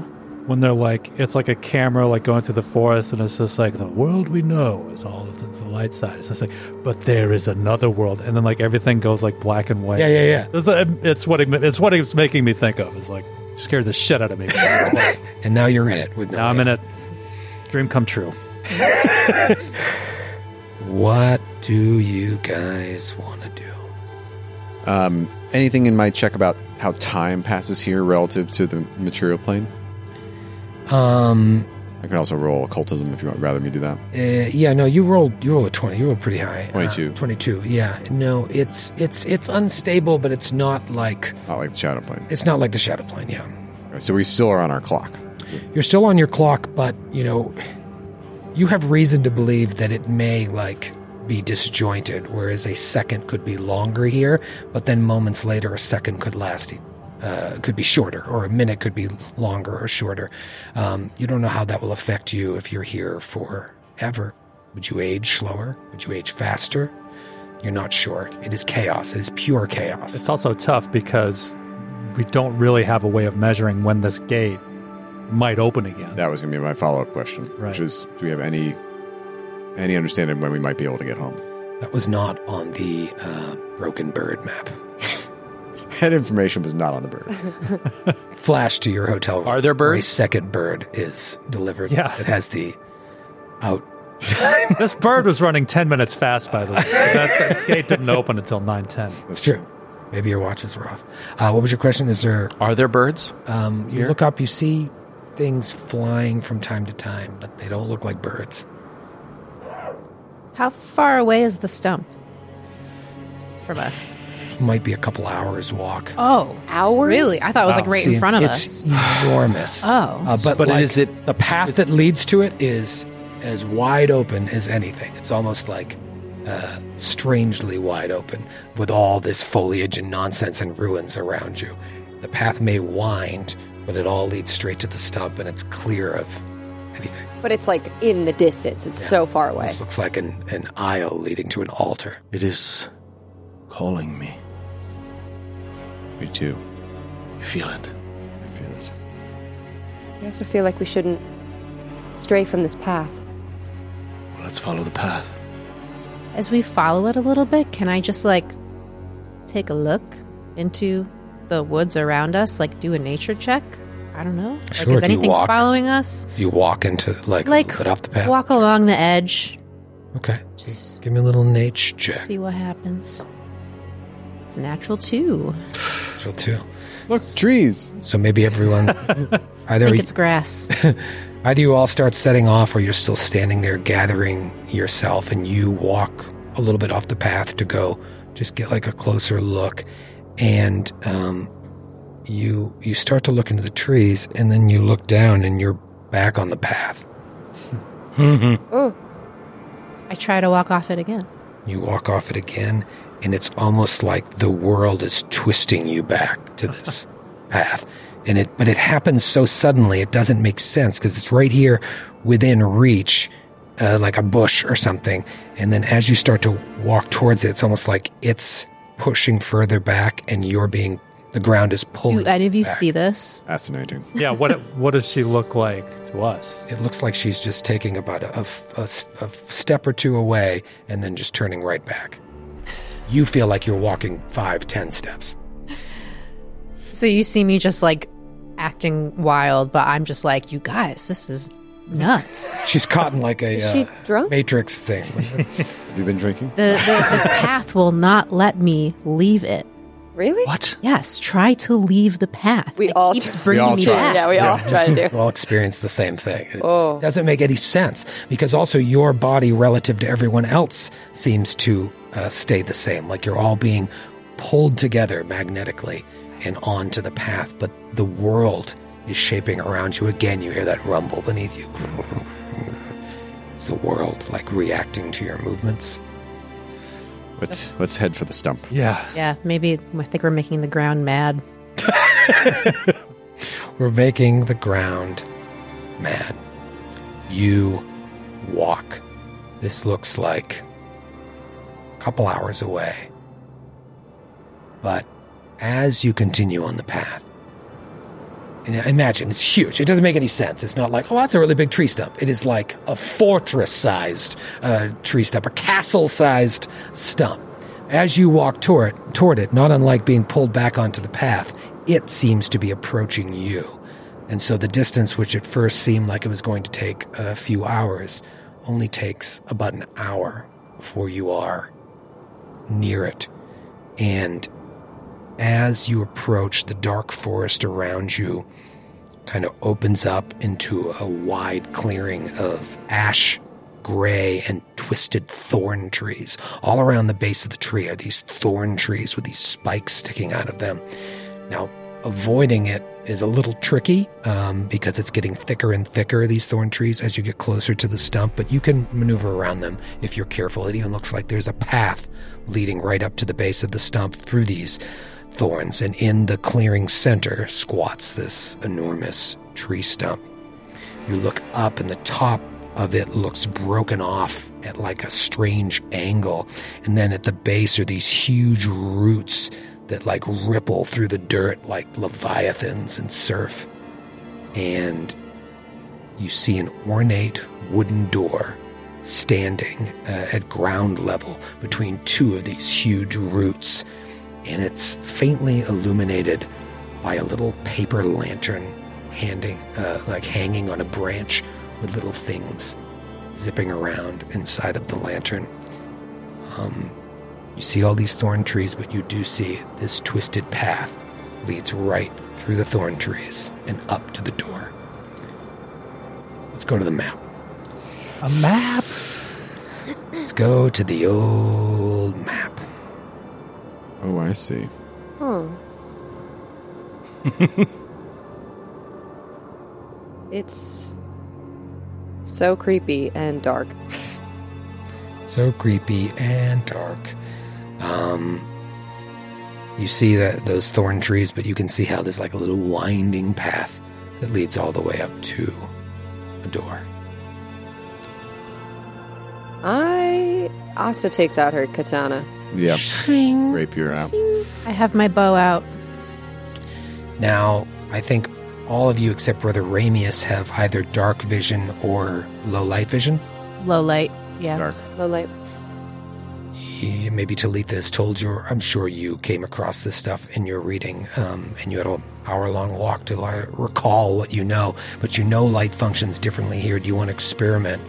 Speaker 7: when they're like, it's like a camera like going through the forest, and it's just like the world we know is all the, the light side. It's just like, but there is another world, and then like everything goes like black and white.
Speaker 3: Yeah, yeah, yeah.
Speaker 7: It's, uh, it's what it, it's what it's making me think of. It's like scared the shit out of me.
Speaker 3: <laughs> and now you're in it. With
Speaker 7: now I'm in it. Dream come
Speaker 3: <laughs>
Speaker 7: true.
Speaker 3: What do you guys want to do?
Speaker 5: Um, anything in my check about how time passes here relative to the material plane?
Speaker 3: Um,
Speaker 5: I could also roll occultism if you would rather me do that.
Speaker 3: Uh, yeah, no, you rolled you rolled a twenty. You rolled pretty high.
Speaker 5: 22.
Speaker 3: Twenty two. Yeah. No, it's it's it's unstable, but it's not like
Speaker 5: Not like the shadow plane.
Speaker 3: it's not like the shadow plane. Yeah.
Speaker 5: Okay, so we still are on our clock.
Speaker 3: You're still on your clock, but you know, you have reason to believe that it may like be disjointed, whereas a second could be longer here, but then moments later, a second could last. Uh, could be shorter, or a minute could be longer or shorter. Um, you don't know how that will affect you if you're here forever. Would you age slower? Would you age faster? You're not sure. It is chaos. It is pure chaos.
Speaker 7: It's also tough because we don't really have a way of measuring when this gate might open
Speaker 3: <laughs>
Speaker 7: again.
Speaker 5: That was going to be my follow up question,
Speaker 7: Right.
Speaker 5: which is do we have any any understanding when we might be able to get home?
Speaker 3: That was not on the uh, broken bird map.
Speaker 5: <laughs> That information was not on the bird.
Speaker 3: flash to your hotel room. Are there
Speaker 10: birds?
Speaker 3: A second bird is delivered.
Speaker 7: Yeah.
Speaker 3: It has the out.
Speaker 7: this bird was running 10 minutes fast, by the way. 'cause That, that gate didn't open until 9.10.
Speaker 3: That's true. Maybe your watches were off. Uh, what was your question? Is there.
Speaker 10: Are there birds?
Speaker 3: Um, you
Speaker 10: Here?
Speaker 3: look up, you see things flying from time to time, but they don't look like birds.
Speaker 11: <laughs> How far away is the stump from us?
Speaker 3: Might be a couple hours walk.
Speaker 11: Oh,
Speaker 6: hours?
Speaker 11: Really? I thought it was like
Speaker 3: Wow.
Speaker 11: right
Speaker 3: See,
Speaker 11: in front of
Speaker 3: it's
Speaker 11: us. <sighs>
Speaker 3: Enormous.
Speaker 11: Oh.
Speaker 3: Uh, but
Speaker 10: But
Speaker 3: like,
Speaker 10: is it-
Speaker 3: the path that leads to it is as wide open as anything. It's almost like uh, strangely wide open with all this foliage and nonsense and ruins around you. The path may wind, but it all leads straight to the stump, and it's clear of anything.
Speaker 6: but it's like in the distance. It's so far away.
Speaker 3: This looks like an, an aisle leading to an altar.
Speaker 10: It is calling me.
Speaker 5: Me too.
Speaker 10: You feel it.
Speaker 5: I feel it.
Speaker 6: I also feel like we shouldn't stray from this path.
Speaker 10: Well, let's follow the path.
Speaker 11: As we follow it a little bit, can I just like take a look into the woods around us, like do a nature check?
Speaker 8: I don't know.
Speaker 3: Sure,
Speaker 8: like,
Speaker 3: if
Speaker 8: is
Speaker 3: you
Speaker 8: anything
Speaker 3: walk-
Speaker 8: following us?
Speaker 3: You walk into like,
Speaker 8: Like,
Speaker 3: like off the path.
Speaker 8: walk along the edge.
Speaker 3: Okay. Give me a little nature check.
Speaker 8: See what happens. It's a natural two.
Speaker 3: Feel too.
Speaker 5: Look,
Speaker 3: <laughs>
Speaker 5: trees.
Speaker 3: So maybe everyone either
Speaker 8: I think it's
Speaker 3: <laughs>
Speaker 8: grass.
Speaker 3: either you all start setting off or you're still standing there gathering yourself and you walk a little bit off the path to go just get like a closer look and um, you you start to look into the trees and then you look down and you're back on the path.
Speaker 6: Oh,
Speaker 8: I try to walk off it again.
Speaker 3: You walk off it again, and it's almost like the world is twisting you back
Speaker 8: <laughs>
Speaker 3: to this path. And it, but it happens so suddenly, it doesn't make sense because it's right here within reach, uh, like a bush or something. And then as you start to walk towards it, it's almost like it's pushing further back, and you're being the ground is pulling.
Speaker 8: Do any of you
Speaker 3: back.
Speaker 8: see this?
Speaker 5: Fascinating.
Speaker 7: Yeah. What What does she look like to us?
Speaker 3: It looks like she's just taking about a, a f- a s- a step or two away and then just turning right back. You feel like you're walking five, ten steps.
Speaker 11: So you see me just like acting wild, but I'm just like, you guys, this is nuts.
Speaker 3: She's caught in like a uh,
Speaker 6: is she drunk?
Speaker 3: Matrix thing.
Speaker 5: <laughs> Have you been drinking?
Speaker 8: The,
Speaker 6: <laughs>
Speaker 8: the, the path will not let me leave it.
Speaker 6: Really?
Speaker 10: What?
Speaker 8: Yes, try to leave the path.
Speaker 6: We
Speaker 8: it
Speaker 6: all
Speaker 8: keeps
Speaker 6: try-
Speaker 8: bringing
Speaker 5: We all
Speaker 8: me
Speaker 5: try.
Speaker 8: back.
Speaker 6: Yeah, we all try to do.
Speaker 3: <laughs> We'll experience the same thing. It's-
Speaker 6: Oh.
Speaker 3: It doesn't make any sense because also your body relative to everyone else seems to uh, stay the same. Like you're all being pulled together magnetically and onto the path, but the world is shaping around you again. You hear that rumble beneath you. <laughs> It's the world like reacting to your movements.
Speaker 5: Let's let's head for the stump.
Speaker 7: Yeah.
Speaker 11: <laughs> Yeah, maybe I think we're making the ground mad.
Speaker 3: We're making the ground mad. You walk. This looks like a couple hours away. But as you continue on the path, and imagine it's huge. It doesn't make any sense. It's not like, oh, that's a really big tree stump. It is like a fortress sized uh, tree stump, a castle sized stump. As you walk toward, toward it, not unlike being pulled back onto the path, it seems to be approaching you. And so the distance, which at first seemed like it was going to take a few hours, only takes about an hour before you are near it. And as you approach, the dark forest around you kind of opens up into a wide clearing of ash, gray, and twisted thorn trees. All around the base of the tree are these thorn trees with these spikes sticking out of them. Now, avoiding it is a little tricky um, because it's getting thicker and thicker, these thorn trees, as you get closer to the stump, but you can maneuver around them if you're careful. It even looks like there's a path leading right up to the base of the stump through these thorns, and in the clearing center squats this enormous tree stump. You look up, and the top of it looks broken off at like a strange angle. And then at the base are these huge roots that like ripple through the dirt like leviathans in surf. And you see an ornate wooden door standing uh, at ground level between two of these huge roots. And it's faintly illuminated by a little paper lantern handing uh, like hanging on a branch with little things zipping around inside of the lantern um, you see all these thorn trees but you do see this twisted path leads right through the thorn trees and up to the door let's go to the map
Speaker 7: A map.
Speaker 3: let's go to the old map
Speaker 5: Oh, I see.
Speaker 6: Huh. <laughs> it's so creepy and dark.
Speaker 3: so creepy and dark. Um, you see that those thorn trees, but you can see how there's like a little winding path that leads all the way up to a door.
Speaker 6: I Asta takes out her katana.
Speaker 5: Yeah.
Speaker 3: Shing.
Speaker 5: Rapier out.
Speaker 8: I have my bow out.
Speaker 3: Now, I think all of you except Brother Ramius have either dark vision or low light vision.
Speaker 8: Low light. Yeah.
Speaker 5: Dark.
Speaker 6: Low light.
Speaker 3: he, maybe Talitha has told you, or I'm sure you came across this stuff in your reading, um, and you had an hour long walk to li- recall what you know, but you know light functions differently here. Do you want to experiment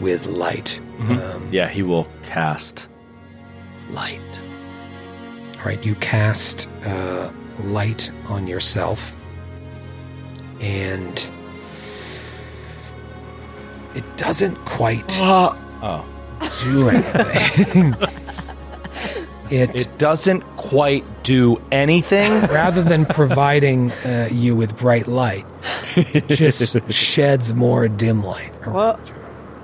Speaker 3: with light? Um,
Speaker 10: yeah, he will cast light.
Speaker 3: all right, you cast uh, light on yourself, and it doesn't quite
Speaker 10: oh.
Speaker 3: do anything. it
Speaker 10: It doesn't quite do anything.
Speaker 3: rather than providing uh, you with bright light, just sheds more dim light.
Speaker 6: What?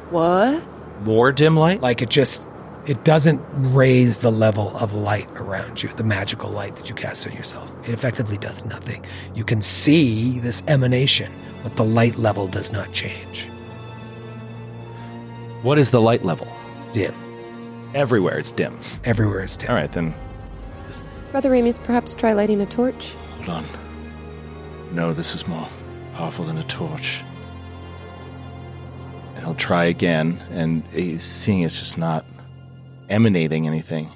Speaker 6: What?
Speaker 10: More dim light?
Speaker 3: Like it just, it doesn't raise the level of light around you, the magical light that you cast on yourself. It effectively does nothing. You can see this emanation, but the light level does not change.
Speaker 10: What is the light level?
Speaker 3: Dim.
Speaker 10: Everywhere it's dim.
Speaker 3: Everywhere is dim.
Speaker 10: All right, then.
Speaker 6: Brother Amy's perhaps try lighting a torch.
Speaker 10: Hold on. No, this is more powerful than a torch. And he'll try again, and he's seeing it's just not emanating anything.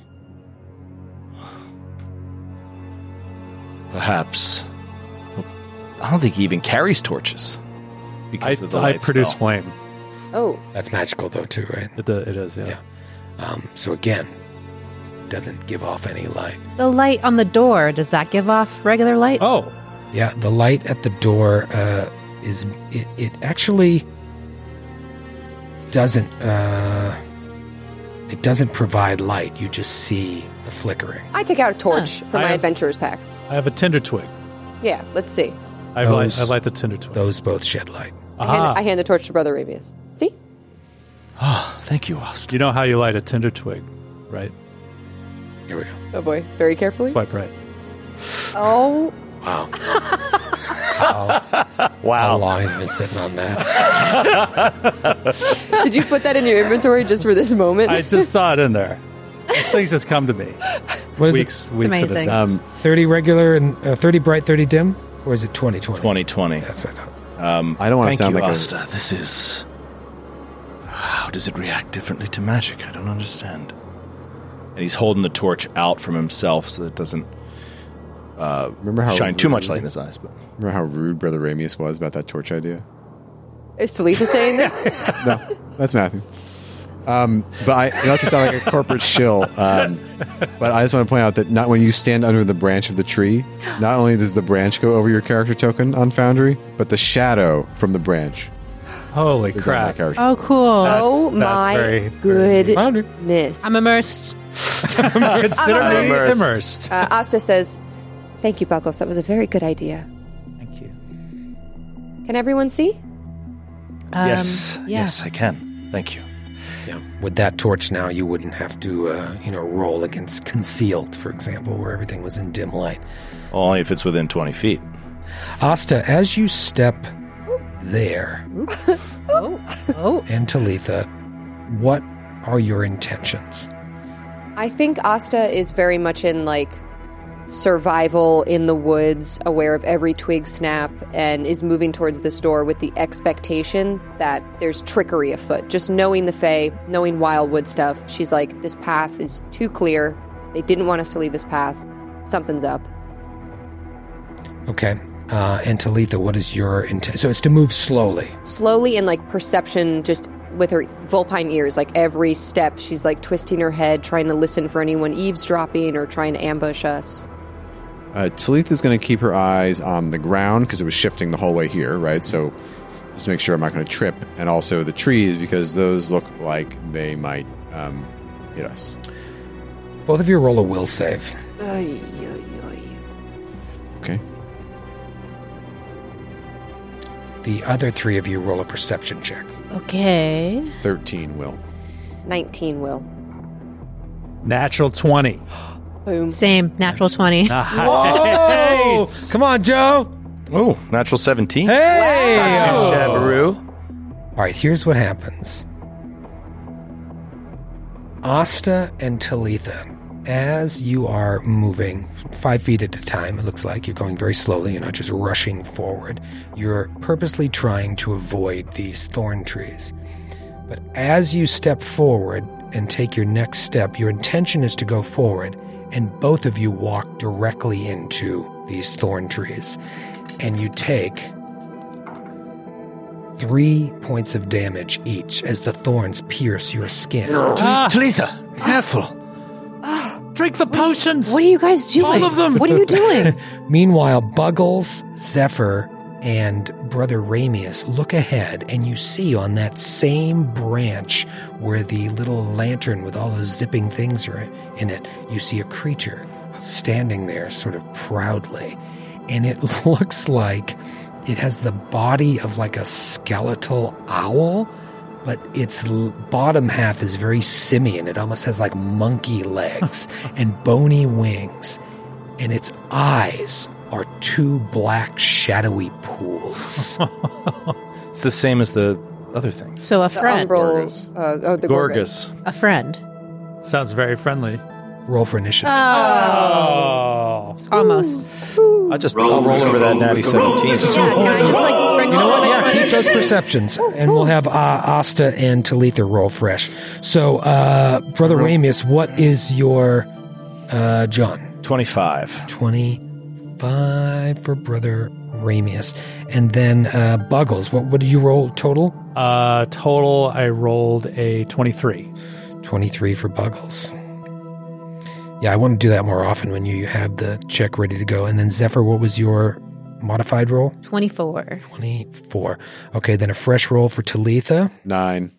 Speaker 10: Perhaps. Well, I don't think he even carries torches.
Speaker 7: I,
Speaker 10: Because of the
Speaker 7: I
Speaker 10: light
Speaker 7: produce
Speaker 10: spell.
Speaker 7: flame.
Speaker 6: Oh,
Speaker 3: That's magical though, too, right?
Speaker 7: It, do- it is, yeah.
Speaker 3: Yeah. Um, so again, doesn't give off any light.
Speaker 11: The light on the door, does that give off regular light?
Speaker 7: Oh,
Speaker 3: Yeah, the light at the door uh, is it, it actually doesn't uh, it doesn't provide light. You just see the flickering.
Speaker 6: I take out a torch for
Speaker 7: I
Speaker 6: my
Speaker 7: have-
Speaker 6: adventurers pack.
Speaker 7: I have a tinder twig.
Speaker 6: Yeah, let's see.
Speaker 7: I light, I
Speaker 3: Those-
Speaker 7: light the tinder twig.
Speaker 3: Those both shed light.
Speaker 6: I hand,
Speaker 7: Aha.
Speaker 6: I hand the torch to Brother Amius. See?
Speaker 10: Ah, thank you, Austin.
Speaker 7: you know how you light a tinder twig, right?
Speaker 3: Here we go.
Speaker 6: Oh boy, very carefully.
Speaker 7: Swipe right.
Speaker 6: Oh,
Speaker 3: Wow. how, how long have you been sitting on that?
Speaker 6: <laughs> did you put that in your inventory just for this moment?
Speaker 7: <laughs> I just saw it in there. These things just come to me.
Speaker 3: What is
Speaker 7: weeks, weeks in
Speaker 11: amazing.
Speaker 10: Um,
Speaker 7: advance.
Speaker 3: it? Thirty regular and uh, thirty bright, thirty dim, or is it 20, 20?
Speaker 10: 2020.
Speaker 3: That's what I thought.
Speaker 10: Um,
Speaker 5: I don't wanna
Speaker 10: thank
Speaker 5: sound
Speaker 10: you,
Speaker 5: like a-
Speaker 10: Asta. This is. How does it react differently to magic? I don't understand. And he's holding the torch out from himself so it doesn't uh,
Speaker 5: Remember how
Speaker 10: shine too
Speaker 5: rude-
Speaker 10: much light in his eyes. But
Speaker 5: Remember how rude Brother Ramius was about that torch idea?
Speaker 6: <laughs> Is Talitha saying this?
Speaker 5: No, that's Matthew. Um, but I, not to sound like a corporate shill, um, but I just want to point out that not when you stand under the branch of the tree, not only does the branch go over your character token on Foundry, but the shadow from the branch
Speaker 7: Holy
Speaker 5: is on that
Speaker 7: crap.
Speaker 5: character.
Speaker 11: Oh, cool.
Speaker 7: That's-
Speaker 6: oh
Speaker 7: that's
Speaker 6: my
Speaker 7: very- very-
Speaker 6: goodness.
Speaker 11: I'm immersed. <laughs>
Speaker 7: Considerably
Speaker 6: immersed.
Speaker 7: immersed.
Speaker 6: uh, Asta says, Thank you, Balkos. That was a very good idea.
Speaker 9: Thank you.
Speaker 6: Can everyone see?
Speaker 11: Um,
Speaker 10: yes,
Speaker 11: yeah.
Speaker 10: yes, I can. Thank you.
Speaker 3: Yeah. With that torch now, you wouldn't have to, uh, you know, roll against concealed, for example, where everything was in dim light.
Speaker 10: Only if it's within 20 feet.
Speaker 3: Asta, as you step there,
Speaker 6: <laughs>
Speaker 11: Oh, oh.
Speaker 3: and Talitha, what are your intentions?
Speaker 6: I think Asta is very much in like survival in the woods, aware of every twig snap, and is moving towards this door with the expectation that there's trickery afoot. Just knowing the Fae, knowing wildwood stuff, she's like, this path is too clear. They didn't want us to leave this path. Something's up.
Speaker 3: Okay. Uh, and Talitha, what is your intent? So it's to move slowly.
Speaker 6: Slowly and like perception, just with her vulpine ears, like every step, she's like twisting her head, trying to listen for anyone eavesdropping or trying to ambush us.
Speaker 5: Uh, Talitha's going to keep her eyes on the ground because it was shifting the whole way here, right? So just make sure I'm not going to trip, and also the trees because those look like they might um, hit us.
Speaker 3: Both of you roll a will save.
Speaker 5: Okay.
Speaker 3: The other three of you roll a perception check.
Speaker 11: Okay.
Speaker 5: 13 will.
Speaker 6: 19 will.
Speaker 7: Natural 20.
Speaker 6: Boom.
Speaker 11: Same. Natural 20.
Speaker 7: Nice.
Speaker 3: Come on, Joe.
Speaker 10: Oh, natural 17.
Speaker 3: Hey.
Speaker 10: Two Shabaroo.
Speaker 3: All right, here's what happens. Asta and Talitha, as you are moving five feet at a time, it looks like you're going very slowly, you're not just rushing forward. You're purposely trying to avoid these thorn trees. But as you step forward and take your next step, your intention is to go forward, and both of you walk directly into these thorn trees. And you take three points of damage each as the thorns pierce your skin.
Speaker 9: Talitha, careful.
Speaker 7: Drink the potions.
Speaker 11: What are you guys doing?
Speaker 7: All of them.
Speaker 11: What are you doing?
Speaker 3: <laughs>
Speaker 7: <laughs>
Speaker 3: Meanwhile, Buggles, Zephyr, and Brother Ramius look ahead, and you see on that same branch where the little lantern with all those zipping things are in it, you see a creature standing there sort of proudly. And it <laughs> looks like it has the body of like a skeletal owl, but its l- bottom half is very simian. It almost has like monkey legs and bony wings and its eyes are two black shadowy pools.
Speaker 10: <laughs> It's the same as the other things.
Speaker 11: So a
Speaker 6: The
Speaker 11: friend.
Speaker 6: Umbral. Uh, oh, the Gorgas.
Speaker 10: Gorgas.
Speaker 11: A friend.
Speaker 7: Sounds very friendly.
Speaker 3: Roll for initiative.
Speaker 7: Oh.
Speaker 11: Almost.
Speaker 10: I just I'll roll over that natty seventeen.
Speaker 6: Yeah, can I just like bring all my
Speaker 3: yeah, keep those perceptions, and we'll have uh, Asta and Talitha roll fresh. So, uh, Brother Ramius, what is your uh, John?
Speaker 10: Twenty-five.
Speaker 3: 25 for Brother Ramius. And then uh, Buggles, what, what did you roll total?
Speaker 7: Uh, total, I rolled a 23.
Speaker 3: 23 for Buggles. Yeah, I want to do that more often when you have the check ready to go. And then Zephyr, what was your modified roll?
Speaker 11: 24.
Speaker 3: 24. Okay, then a fresh roll for Talitha.
Speaker 5: Nine.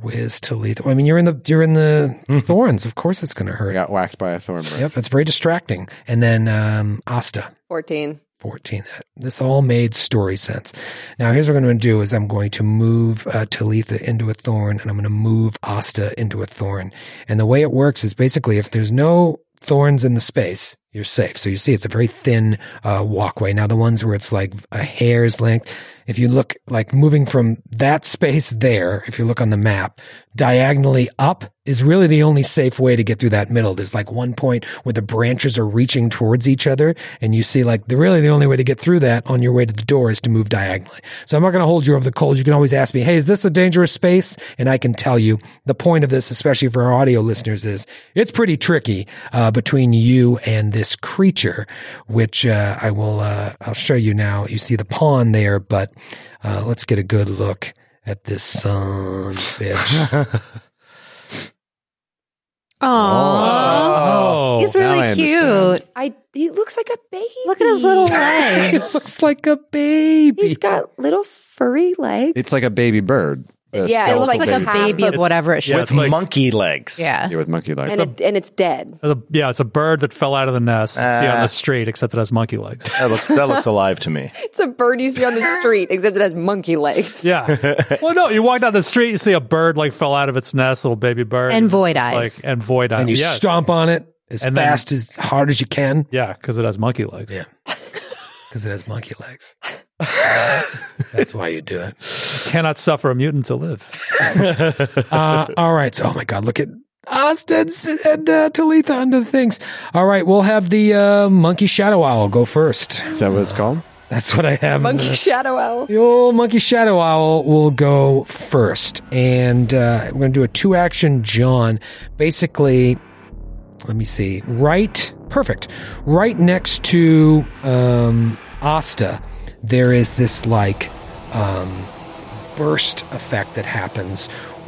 Speaker 3: Whiz Talitha. I mean, you're in the you're in the thorns. Of course it's going to
Speaker 5: I
Speaker 3: hurt.
Speaker 5: got whacked by a thorn branch.
Speaker 3: Yep, that's very distracting. And then um Asta.
Speaker 6: 14.
Speaker 3: 14. That- This all made story sense. Now, here's what I'm going to do is I'm going to move uh, Talitha into a thorn and I'm going to move Asta into a thorn. And the way it works is basically if there's no thorns in the space, you're safe. So you see it's a very thin uh, walkway. Now, the ones where it's like a hair's length, if you look like moving from that space there, if you look on the map, diagonally up is really the only safe way to get through that middle. There's like one point where the branches are reaching towards each other, and you see like the really the only way to get through that on your way to the door is to move diagonally. So I'm not going to hold you over the coals. You can always ask me, hey, is this a dangerous space? And I can tell you the point of this, especially for our audio listeners, is it's pretty tricky uh, between you and this creature, which uh, I will uh, I'll show you now. You see the pawn there, but uh, let's get a good look at this son of a bitch.
Speaker 7: <laughs>
Speaker 11: Aww.
Speaker 7: Oh.
Speaker 11: He's
Speaker 5: now I
Speaker 11: really
Speaker 5: understand.
Speaker 11: cute.
Speaker 6: I he looks like a baby.
Speaker 11: Look at his little
Speaker 3: It
Speaker 11: legs.
Speaker 3: looks like a baby.
Speaker 6: He's got little furry legs.
Speaker 5: It's like a baby bird. A
Speaker 6: Yeah, it
Speaker 5: skeletal
Speaker 11: It looks like a baby of
Speaker 7: It's-
Speaker 11: whatever it should
Speaker 7: yeah,
Speaker 11: be.
Speaker 7: it's like-
Speaker 10: monkey legs.
Speaker 11: Yeah.
Speaker 5: Yeah, with monkey legs.
Speaker 6: and it, and it's dead.
Speaker 7: Uh, yeah, it's a bird that fell out of the nest you see on
Speaker 10: Ah.
Speaker 7: the street, except it has monkey legs.
Speaker 10: That looks that looks alive to me.
Speaker 6: It's a bird you see on the street, except it has monkey legs.
Speaker 3: <laughs>
Speaker 7: Yeah. well, no, you walk down the street, you see a bird like fell out of its nest, little baby bird,
Speaker 11: And
Speaker 7: it's
Speaker 11: void
Speaker 7: just
Speaker 11: eyes.
Speaker 7: like, and void eyes,
Speaker 3: and you
Speaker 7: uh, yes.
Speaker 3: stomp on it as
Speaker 7: And then-
Speaker 3: fast as hard as you can
Speaker 7: Yeah, because it has monkey legs.
Speaker 3: Yeah.
Speaker 7: <laughs>
Speaker 3: because it has monkey legs. That's why you do it.
Speaker 7: Cannot suffer a mutant to live.
Speaker 3: <laughs> Uh, all right. So, oh my God, look at Austin and uh, Talitha under the things. All right, we'll have the uh, monkey shadow owl go first.
Speaker 5: Is that what it's called?
Speaker 3: That's what I have. in
Speaker 6: Monkey
Speaker 3: the-
Speaker 6: shadow owl.
Speaker 3: The old monkey shadow owl will go first, and uh, we're going to do a two action John. Basically, let me see. Right, perfect. Right next to um, Asta, there is this like um, burst effect that happens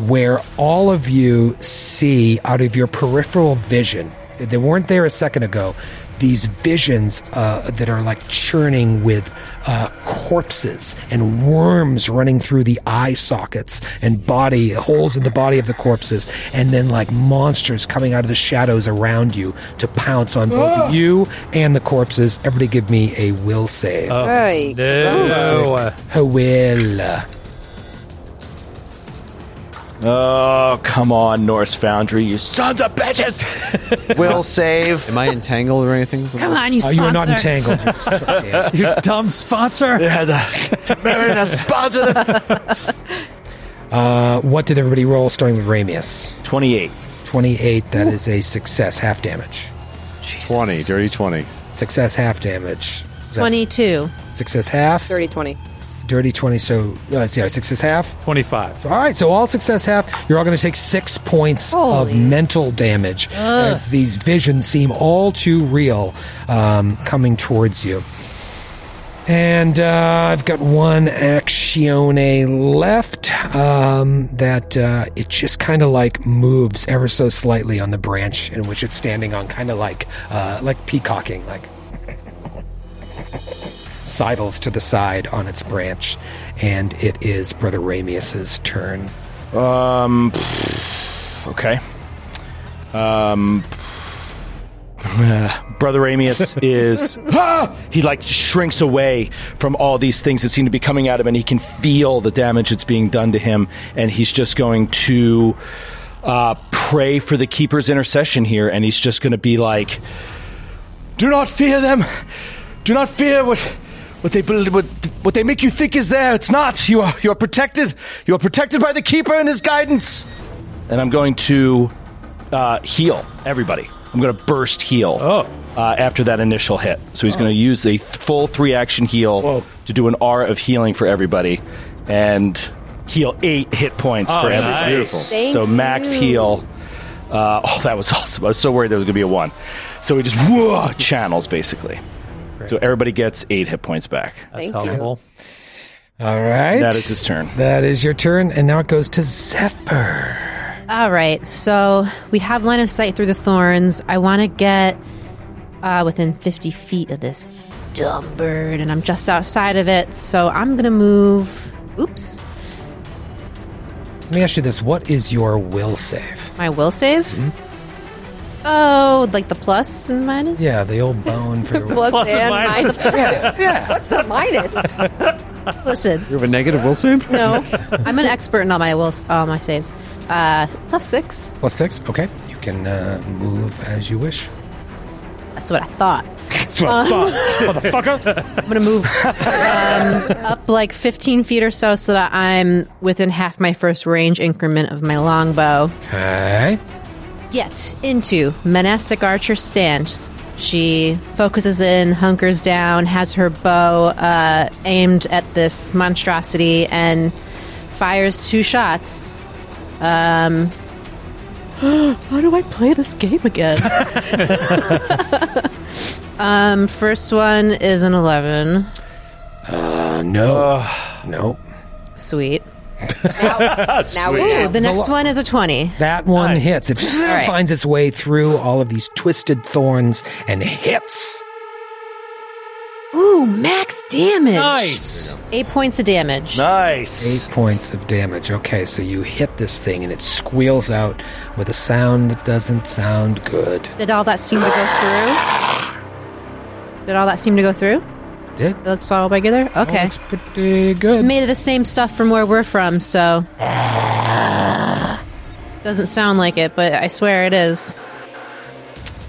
Speaker 3: where all of you see out of your peripheral vision, they weren't there a second ago, these visions uh, that are like churning with uh, corpses and worms running through the eye sockets and body holes in the body of the corpses, and then like monsters coming out of the shadows around you to pounce on both you and the corpses. Everybody, give me a will save.
Speaker 11: Oh,
Speaker 6: Right.
Speaker 7: No. uh,
Speaker 3: a will.
Speaker 10: Oh, come on, Norse Foundry, you sons of bitches! Will save.
Speaker 5: Am I entangled or anything?
Speaker 11: Come on, you
Speaker 3: Oh,
Speaker 11: sponsor.
Speaker 3: you are
Speaker 7: <laughs>
Speaker 3: not entangled. You're just- damn.
Speaker 7: You dumb sponsor.
Speaker 10: had
Speaker 7: <laughs>
Speaker 10: the temerity to sponsor this.
Speaker 3: Uh, what did everybody roll starting with Ramius?
Speaker 10: Twenty-eight.
Speaker 3: 28, that is a success, half damage.
Speaker 5: 20, dirty 20.
Speaker 3: Success, half damage. Zeph-
Speaker 11: 22.
Speaker 3: Success, half.
Speaker 6: 30 20.
Speaker 3: dirty 20. So, uh, sorry, six is half?
Speaker 7: 25.
Speaker 3: All right, so all success half. You're all going to take six points of mental damage
Speaker 7: Ugh.
Speaker 3: as these visions seem all too real um, coming towards you. And uh, I've got one actione left um, that uh, it just kind of like moves ever so slightly on the branch in which it's standing on, kind of like uh, like peacocking, like sidles to the side on its branch, and it is Brother Ramius's turn.
Speaker 10: Um. Okay. Um. <laughs> Brother Amius is. <laughs> Ah! He like shrinks away from all these things that seem to be coming at him, and he can feel the damage that's being done to him, and he's just going to uh, pray for the Keeper's intercession here, and he's just going to be like, "Do not fear them. Do not fear what what they bel- what, what they make you think is there. It's not. You are you are protected. You are protected by the keeper and his guidance." And I'm going to uh, heal everybody. I'm going to burst heal. Oh. Uh, after that initial hit, so
Speaker 7: Oh.
Speaker 10: he's going to use a th- full three action heal to do an R of healing for everybody, and heal eight hit points
Speaker 7: Oh,
Speaker 10: for everybody.
Speaker 7: nice. Beautiful. Thank
Speaker 10: so max
Speaker 7: you.
Speaker 10: heal. Uh, <laughs> oh, that was awesome! I was so worried there was going to be a one. So he just whoa, channels basically. So everybody gets eight hit points back.
Speaker 6: That's Thank you.
Speaker 10: helpful.
Speaker 3: All right.
Speaker 10: That is his turn.
Speaker 3: That is your turn, and now it goes to Zephyr.
Speaker 11: All right, so we have line of sight through the thorns. I want to get uh, within 50 feet of this dumb bird, and I'm just outside of it, so I'm going to move. Oops,
Speaker 3: Let me ask you this: What is your will save?
Speaker 11: my will save.
Speaker 3: Mhm.
Speaker 11: Oh, like the plus and
Speaker 3: <laughs>
Speaker 11: minus?
Speaker 3: Yeah, the old bone
Speaker 11: <laughs>
Speaker 3: for your
Speaker 11: Plus Plus and and minus. minus.
Speaker 6: Oh, <laughs> Yeah, yeah. What's the minus? Listen,
Speaker 5: You have a negative will save?
Speaker 11: no, <laughs> I'm an expert in all my wills, all my saves. Uh, plus six.
Speaker 3: Plus six. Okay, you can uh, move as you wish.
Speaker 11: That's what I thought. Um,
Speaker 3: That's what
Speaker 11: Uh.
Speaker 3: I thought,
Speaker 11: motherfucker. I'm gonna move um, up like 15 feet or so, so that I'm within half my first range increment of my longbow.
Speaker 3: Okay.
Speaker 11: Get into monastic archer stance. She focuses in, hunkers down, has her bow uh, aimed at this monstrosity, and fires two shots. Um, <gasps> how do I play this game again? <laughs> um, first one is an 11.
Speaker 3: Uh, no, no.
Speaker 11: Sweet.
Speaker 3: now we
Speaker 11: Ooh,
Speaker 3: know.
Speaker 11: the next one is a 20.
Speaker 3: That one hits. It
Speaker 11: All right.
Speaker 3: finds its way through all of these twisted thorns and hits.
Speaker 11: Ooh, max damage.
Speaker 3: Nice.
Speaker 11: Eight points of damage.
Speaker 10: Nice.
Speaker 3: Eight points of damage. Okay, so you hit this thing and it squeals out with a sound that doesn't sound good.
Speaker 11: Did all that seem to go through? Did all that seem to go through?
Speaker 3: Did.
Speaker 11: It looks all regular? Okay.
Speaker 3: looks pretty good.
Speaker 11: It's made of the same stuff from where we're from, so. Doesn't sound like it, but I swear it is.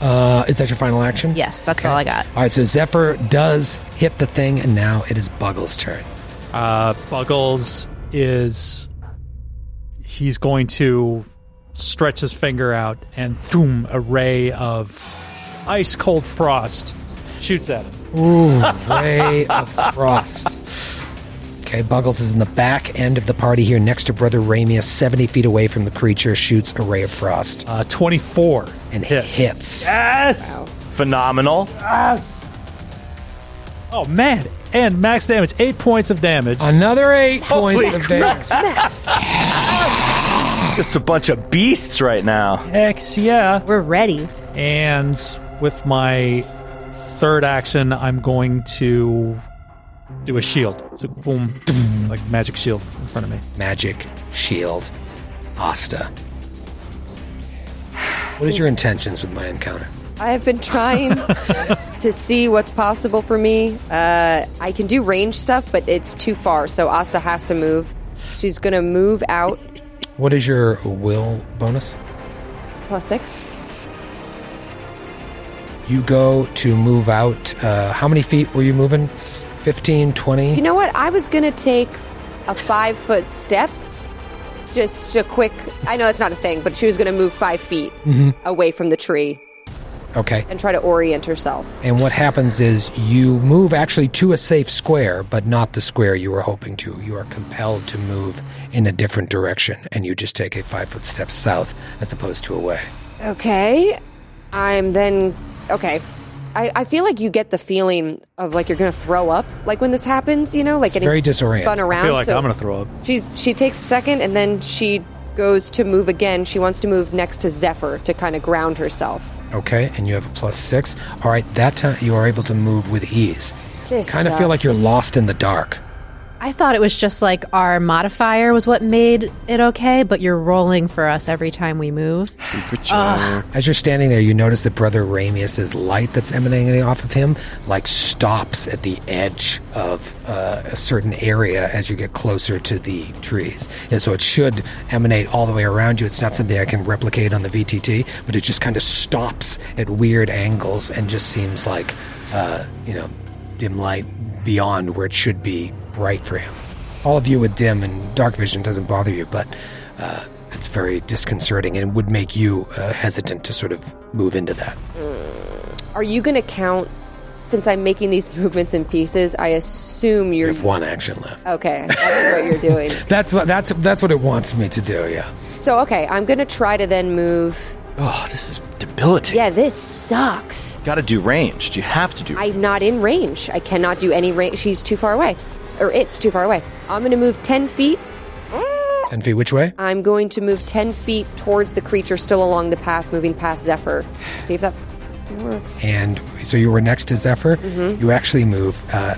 Speaker 3: Uh, is that your final action?
Speaker 11: Yes, that's all I got.
Speaker 3: All right, so Zephyr does hit the thing, and now it is Buggle's turn.
Speaker 7: Uh, Buggles is. He's going to stretch his finger out and thoom, a ray of ice cold frost shoots at him. <laughs>
Speaker 3: Ooh, Ray of Frost. Okay, Buggles is in the back end of the party here, next to Brother Ramius, 70 feet away from the creature, shoots a Ray of Frost.
Speaker 7: Uh, 24.
Speaker 3: And hits. hits.
Speaker 7: Yes!
Speaker 10: Phenomenal.
Speaker 7: Yes! Oh, man. And max damage, eight points of damage.
Speaker 3: Another eight
Speaker 10: points of damage. Just a bunch of beasts right now.
Speaker 7: Hex, yeah.
Speaker 11: We're ready.
Speaker 7: And with my third action, I'm going to do a shield. So boom, like magic shield in front of me.
Speaker 3: Magic shield. Asta. What is your intentions with my encounter?
Speaker 6: I have been
Speaker 11: <laughs>
Speaker 6: trying to see what's possible for me. Uh, I can do range stuff, but it's too far, so Asta has to move. She's gonna move out
Speaker 3: What is your will bonus?
Speaker 6: plus six.
Speaker 3: You go to move out. Uh, how many feet were you moving? 15, 20?
Speaker 6: You know what? I was gonna take a five foot step,
Speaker 7: Mm-hmm.
Speaker 6: just a quick. I know it's not a thing, but she was gonna move five feet
Speaker 3: Mhm.
Speaker 6: away from the tree.
Speaker 3: Okay.
Speaker 6: and try to orient herself.
Speaker 3: And what happens is you move actually to a safe square, but not the square you were hoping to. You are compelled to move in a different direction, and you just take a five foot step south as opposed to away.
Speaker 6: Okay. I'm then. Okay. I, I feel like you get the feeling of like you're going to throw up, like when this happens, you know, like getting
Speaker 7: very
Speaker 6: s-
Speaker 7: disorienting.
Speaker 6: spun around.
Speaker 7: I feel like
Speaker 6: so
Speaker 7: I'm going to throw up.
Speaker 6: She's she takes a second and then she goes to move again. She wants to move next to Zephyr to kind of ground herself.
Speaker 3: Okay, and you have a plus six. All right, that time you are able to move with ease.
Speaker 11: This
Speaker 3: Kind of feel like you're lost in the dark.
Speaker 11: I thought it was just like our modifier was what made it okay, but you're rolling for us every time we move. Ah.
Speaker 3: Uh, As you're standing there, you notice that Brother Ramius's light that's emanating off of him, like stops at the edge of uh, a certain area as you get closer to the trees, and so it should emanate all the way around you. It's not something I can replicate on the VTT, but it just kind of stops at weird angles and just seems like, uh, you know, dim light beyond where it should be bright for him. All of you with dim and dark vision doesn't bother you, but uh, it's very disconcerting and would make you uh, hesitant to sort of move into that.
Speaker 6: Are you going to count? Since I'm making these <laughs> movements in pieces, I assume you're.
Speaker 3: You have one action left.
Speaker 6: Okay, that's what you're <laughs> doing.
Speaker 3: That's what that's that's what it wants me to do. Yeah.
Speaker 6: So okay, I'm going to try to then move.
Speaker 10: Oh, this is debilitating.
Speaker 6: Yeah, this sucks.
Speaker 10: Got to do ranged. You have to do.
Speaker 6: I'm not in range. I cannot do any range. She's too far away. Or it's too far away. I'm going to move 10 feet.
Speaker 3: Ten feet which way?
Speaker 6: I'm going to move 10 feet towards the creature still along the path, moving past Zephyr. See if that works.
Speaker 3: And so you were next to Zephyr.
Speaker 6: Mhm.
Speaker 3: You actually move uh,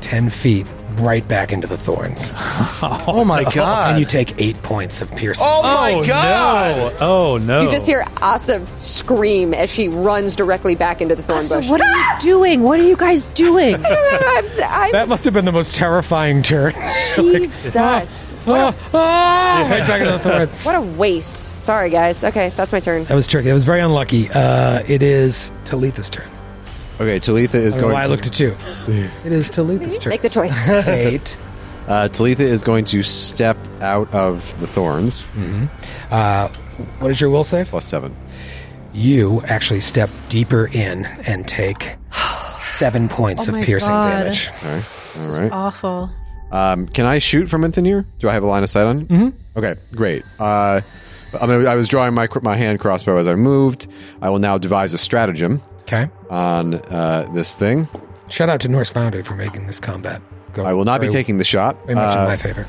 Speaker 3: ten feet right back into the thorns. <laughs> oh,
Speaker 10: my God.
Speaker 3: <laughs> And you take eight points of piercing.
Speaker 10: Oh, my Oh, God.
Speaker 7: No. Oh no.
Speaker 6: You just hear Asa scream as she runs directly back into the thorn
Speaker 11: Asa,
Speaker 6: bush.
Speaker 11: what are you doing? What are you
Speaker 6: <laughs>
Speaker 11: guys doing?
Speaker 6: I'm, s-
Speaker 3: <laughs>
Speaker 6: I'm-
Speaker 3: That must have been the most terrifying turn. <laughs>
Speaker 6: Jesus.
Speaker 3: What a, Ah! Right back into the thorn.
Speaker 6: <laughs> what a waste. Sorry, guys. Okay, that's my turn.
Speaker 3: That was tricky. That was very unlucky. Uh, it is Talitha's turn.
Speaker 5: Okay, Talitha
Speaker 3: I
Speaker 5: is
Speaker 3: don't know
Speaker 5: going.
Speaker 3: why I
Speaker 5: to,
Speaker 3: looked at you.
Speaker 5: <laughs>
Speaker 3: It is Talitha's turn.
Speaker 6: Make the
Speaker 3: <laughs>
Speaker 6: choice.
Speaker 3: Eight.
Speaker 5: Uh, Talitha is going to step out of the thorns.
Speaker 3: Mm-hmm. Uh, what is your will save?
Speaker 5: Plus seven.
Speaker 3: You actually step deeper in and take seven
Speaker 11: <sighs>
Speaker 3: points
Speaker 11: Oh
Speaker 3: of
Speaker 11: my
Speaker 3: piercing
Speaker 11: God.
Speaker 3: damage.
Speaker 5: All right. All
Speaker 11: It's
Speaker 5: right.
Speaker 11: awful.
Speaker 5: Um, can I shoot from Inthanir? Do I have a line of sight on? Mm-hmm. Okay, great. Uh, I'm gonna, I was drawing my my hand crossbow as I moved. I will now devise a stratagem.
Speaker 3: Okay.
Speaker 5: On uh, this thing,
Speaker 3: Shout out to Norse Foundry for making this combat. Go
Speaker 5: I will not be
Speaker 3: very-
Speaker 5: taking the shot.
Speaker 3: Very much
Speaker 5: uh,
Speaker 3: in my favor.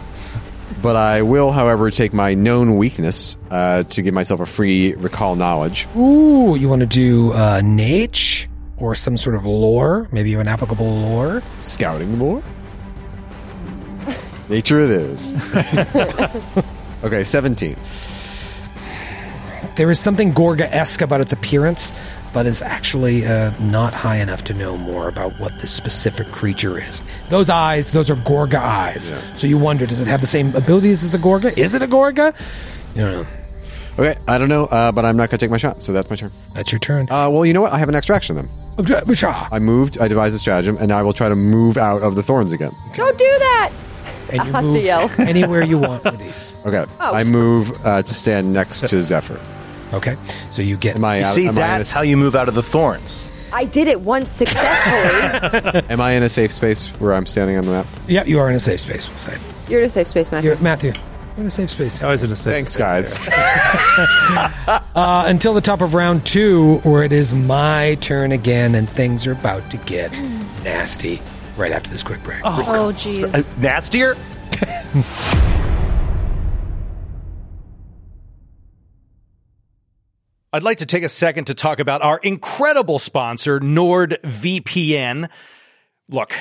Speaker 5: But I will, however, take my known weakness uh, to give myself a free recall knowledge.
Speaker 3: Ooh, you want to do uh, Nage or some sort of lore? Maybe an applicable lore?
Speaker 5: Scouting lore? Nature it is. <laughs> okay, 17.
Speaker 3: There is something Gorga esque about its appearance, but is actually uh, not high enough to know more about what this specific creature is. Those eyes, those are Gorga eyes. So you wonder does it have the same abilities as a Gorga? Is it a Gorga? You don't know.
Speaker 5: Okay, I don't know, uh, but I'm not going to take my shot, so that's my turn.
Speaker 3: That's your turn. uh?
Speaker 5: Uh, well, you know what? I have an extra action then.
Speaker 3: I
Speaker 5: moved, I devised a stratagem, and I will try to move out of the thorns again.
Speaker 6: Go do that!
Speaker 3: And you
Speaker 6: <laughs> Asa
Speaker 3: move
Speaker 6: yells.
Speaker 3: anywhere you want with these.
Speaker 5: Okay,
Speaker 6: Oh,
Speaker 5: I move uh, to stand
Speaker 3: <laughs>
Speaker 5: next to Zephyr.
Speaker 3: Okay, so you get.
Speaker 5: Am I
Speaker 10: You
Speaker 5: out-
Speaker 10: see,
Speaker 5: am I in a
Speaker 10: that's how you move out of the thorns.
Speaker 6: <laughs> I did it once
Speaker 3: <laughs>
Speaker 6: successfully.
Speaker 5: Am I in a safe space where I'm standing on the map?
Speaker 3: Yep, you are in a safe space, we'll say.
Speaker 6: You're in a safe space, Matthew.
Speaker 3: You're, Matthew, you're in a safe space.
Speaker 7: Always in a safe
Speaker 5: Thanks, guys. <laughs>
Speaker 3: Uh, until the top of round two, where it is my turn again, and things are about to get nasty right after this quick break.
Speaker 11: Oh, jeez.
Speaker 7: Uh,
Speaker 10: Nastier? I'd like to take a second to talk about our incredible sponsor, NordVPN. Look,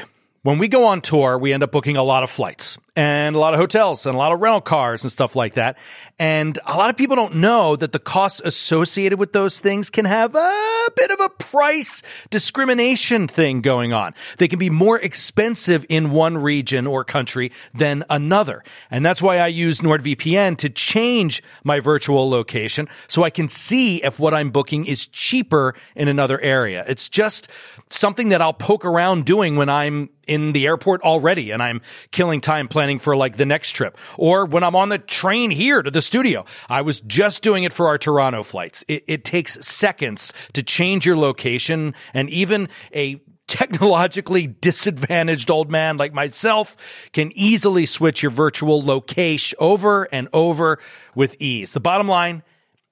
Speaker 10: when we go on tour, we end up booking a lot of flights and a lot of hotels and a lot of rental cars and stuff like that. And a lot of people don't know that the costs associated with those things can have a bit of a price discrimination thing going on. They can be more expensive in one region or country than another. And that's why I use NordVPN to change my virtual location so I can see if what I'm booking is cheaper in another area. It's just something that I'll poke around doing when I'm in the airport already and I'm killing time planning for like the next trip. Or when I'm on the train here to the studio, I was just doing it for our Toronto flights. It, it takes seconds to change your location and even a technologically disadvantaged old man like myself can easily switch your virtual location over and over with ease. The bottom line,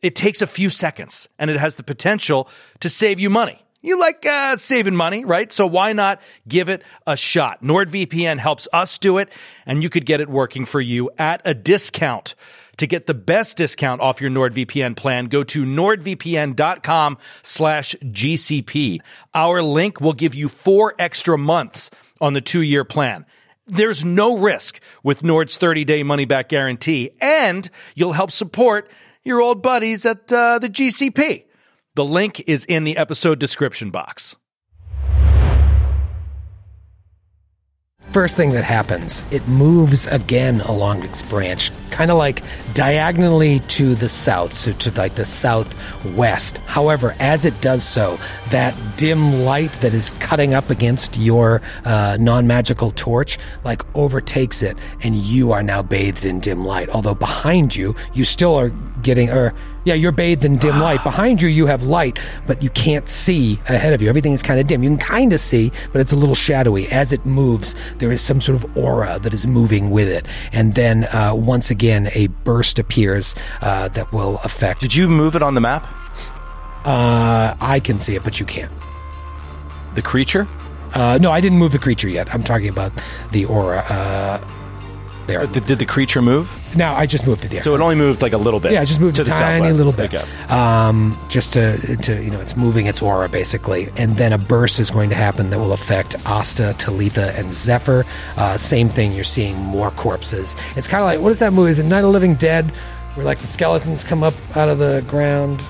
Speaker 10: it takes a few seconds and it has the potential to save you money. You like uh, saving money, right? So why not give it a shot? NordVPN helps us do it, and you could get it working for you at a discount. To get the best discount off your NordVPN plan, go to nordvpn.com slash GCP. Our link will give you four extra months on the two-year plan. There's no risk with Nord's 30-day money-back guarantee, and you'll help support your old buddies at uh, the GCP. The link is in the episode description box.
Speaker 3: First thing that happens, it moves again along its branch, kind of like diagonally to the south, so to like the southwest. However, as it does so, that dim light that is cutting up against your uh, non magical torch like overtakes it, and you are now bathed in dim light. Although behind you, you still are getting, or yeah, you're bathed in dim light. Behind you, you have light, but you can't see ahead of you. Everything is kind of dim. You can kind of see, but it's a little shadowy. As it moves, there is some sort of aura that is moving with it. And then uh, once again, a burst appears uh, that will affect.
Speaker 10: Did you move it on the map?
Speaker 3: Uh, I can see it, but you can't.
Speaker 10: The creature?
Speaker 3: Uh, no, I didn't move the creature yet. I'm talking about the aura. Uh, there.
Speaker 10: Did, did the creature move?
Speaker 3: No, I just moved it there.
Speaker 10: So it only moved like a little bit.
Speaker 3: Yeah, I just moved
Speaker 10: to
Speaker 3: a
Speaker 10: the
Speaker 3: tiny
Speaker 10: southwest.
Speaker 3: little bit.
Speaker 10: Okay.
Speaker 3: Um, just to, to, you know, it's moving its aura basically. And then a burst is going to happen that will affect Asta, Talitha, and Zephyr. Uh, same thing, you're seeing more corpses. It's kind of like, what is that movie? Is it Night of the Living Dead? Where like the skeletons come up out of the ground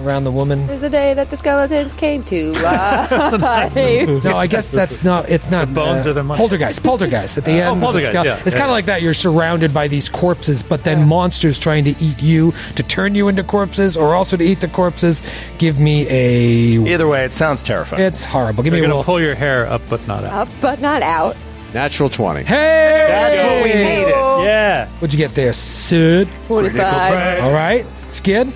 Speaker 3: around the woman?
Speaker 6: It was the day that the skeletons came to
Speaker 3: <laughs> That's
Speaker 6: <laughs> life.
Speaker 3: no, I guess that's not. It's not. The
Speaker 7: bones
Speaker 3: uh,
Speaker 7: are the money.
Speaker 3: Poltergeist. Poltergeist. At
Speaker 7: <laughs>
Speaker 3: the
Speaker 7: Oh,
Speaker 3: end, of the
Speaker 7: Poltergeist,
Speaker 3: skull-
Speaker 7: yeah,
Speaker 3: it's
Speaker 7: yeah.
Speaker 3: kind of like that. You're surrounded by these corpses, but then monsters trying to eat you to turn you into corpses, or also to eat the corpses. Give me a.
Speaker 10: Either way, it sounds terrifying.
Speaker 3: It's horrible. Give
Speaker 7: You're
Speaker 3: me a
Speaker 7: gonna
Speaker 3: roll.
Speaker 7: pull your hair up, but not out.
Speaker 6: Up but not out.
Speaker 5: Natural 20.
Speaker 3: Hey,
Speaker 10: That's what we needed.
Speaker 7: Yeah.
Speaker 3: what'd you get there, Sid?
Speaker 6: 45.
Speaker 3: All right, Skid.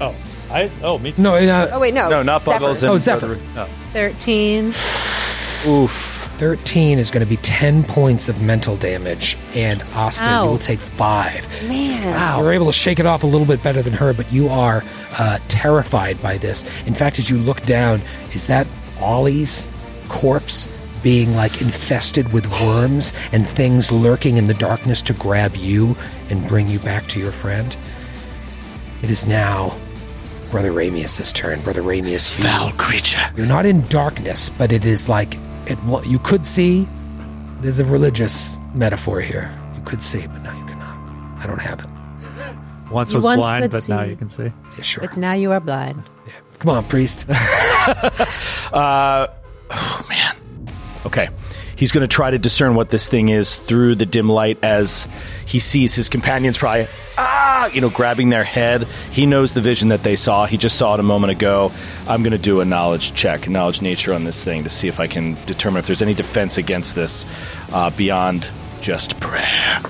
Speaker 7: Oh, I. Oh, me.
Speaker 3: No, uh,
Speaker 6: Oh, wait, no.
Speaker 10: No, not Buggles
Speaker 6: Zephyr.
Speaker 10: and
Speaker 3: Oh, Zephyr.
Speaker 10: No.
Speaker 11: 13.
Speaker 10: Oof.
Speaker 3: thirteen is going to be ten points of mental damage, and Austin,
Speaker 11: Ow.
Speaker 3: you will take five.
Speaker 6: Man.
Speaker 3: You're able to shake it off a little bit better than her, but you are uh, terrified by this. In fact, as you look down, is that Ollie's corpse being like infested with worms and things lurking in the darkness to grab you and bring you back to your friend? It is now Brother Ramius' turn. Brother Ramius, you-
Speaker 9: Foul creature.
Speaker 3: you're not in darkness, but it is like it. wa- You could see. There's a religious metaphor here. You could see, but now you cannot. I don't have it.
Speaker 7: Once
Speaker 11: You
Speaker 7: was
Speaker 11: once
Speaker 7: blind,
Speaker 11: could
Speaker 7: but now
Speaker 11: see.
Speaker 7: you can see.
Speaker 3: Yeah, sure.
Speaker 11: But now you are blind.
Speaker 3: Come on, priest.
Speaker 10: Uh, oh, man. Okay. He's going to try to discern what this thing is through the dim light as he sees his companions probably, ah, you know, grabbing their head. He knows the vision that they saw. He just saw it a moment ago. I'm going to do a knowledge check, knowledge nature on this thing to see if I can determine if there's any defense against this uh, beyond just prayer.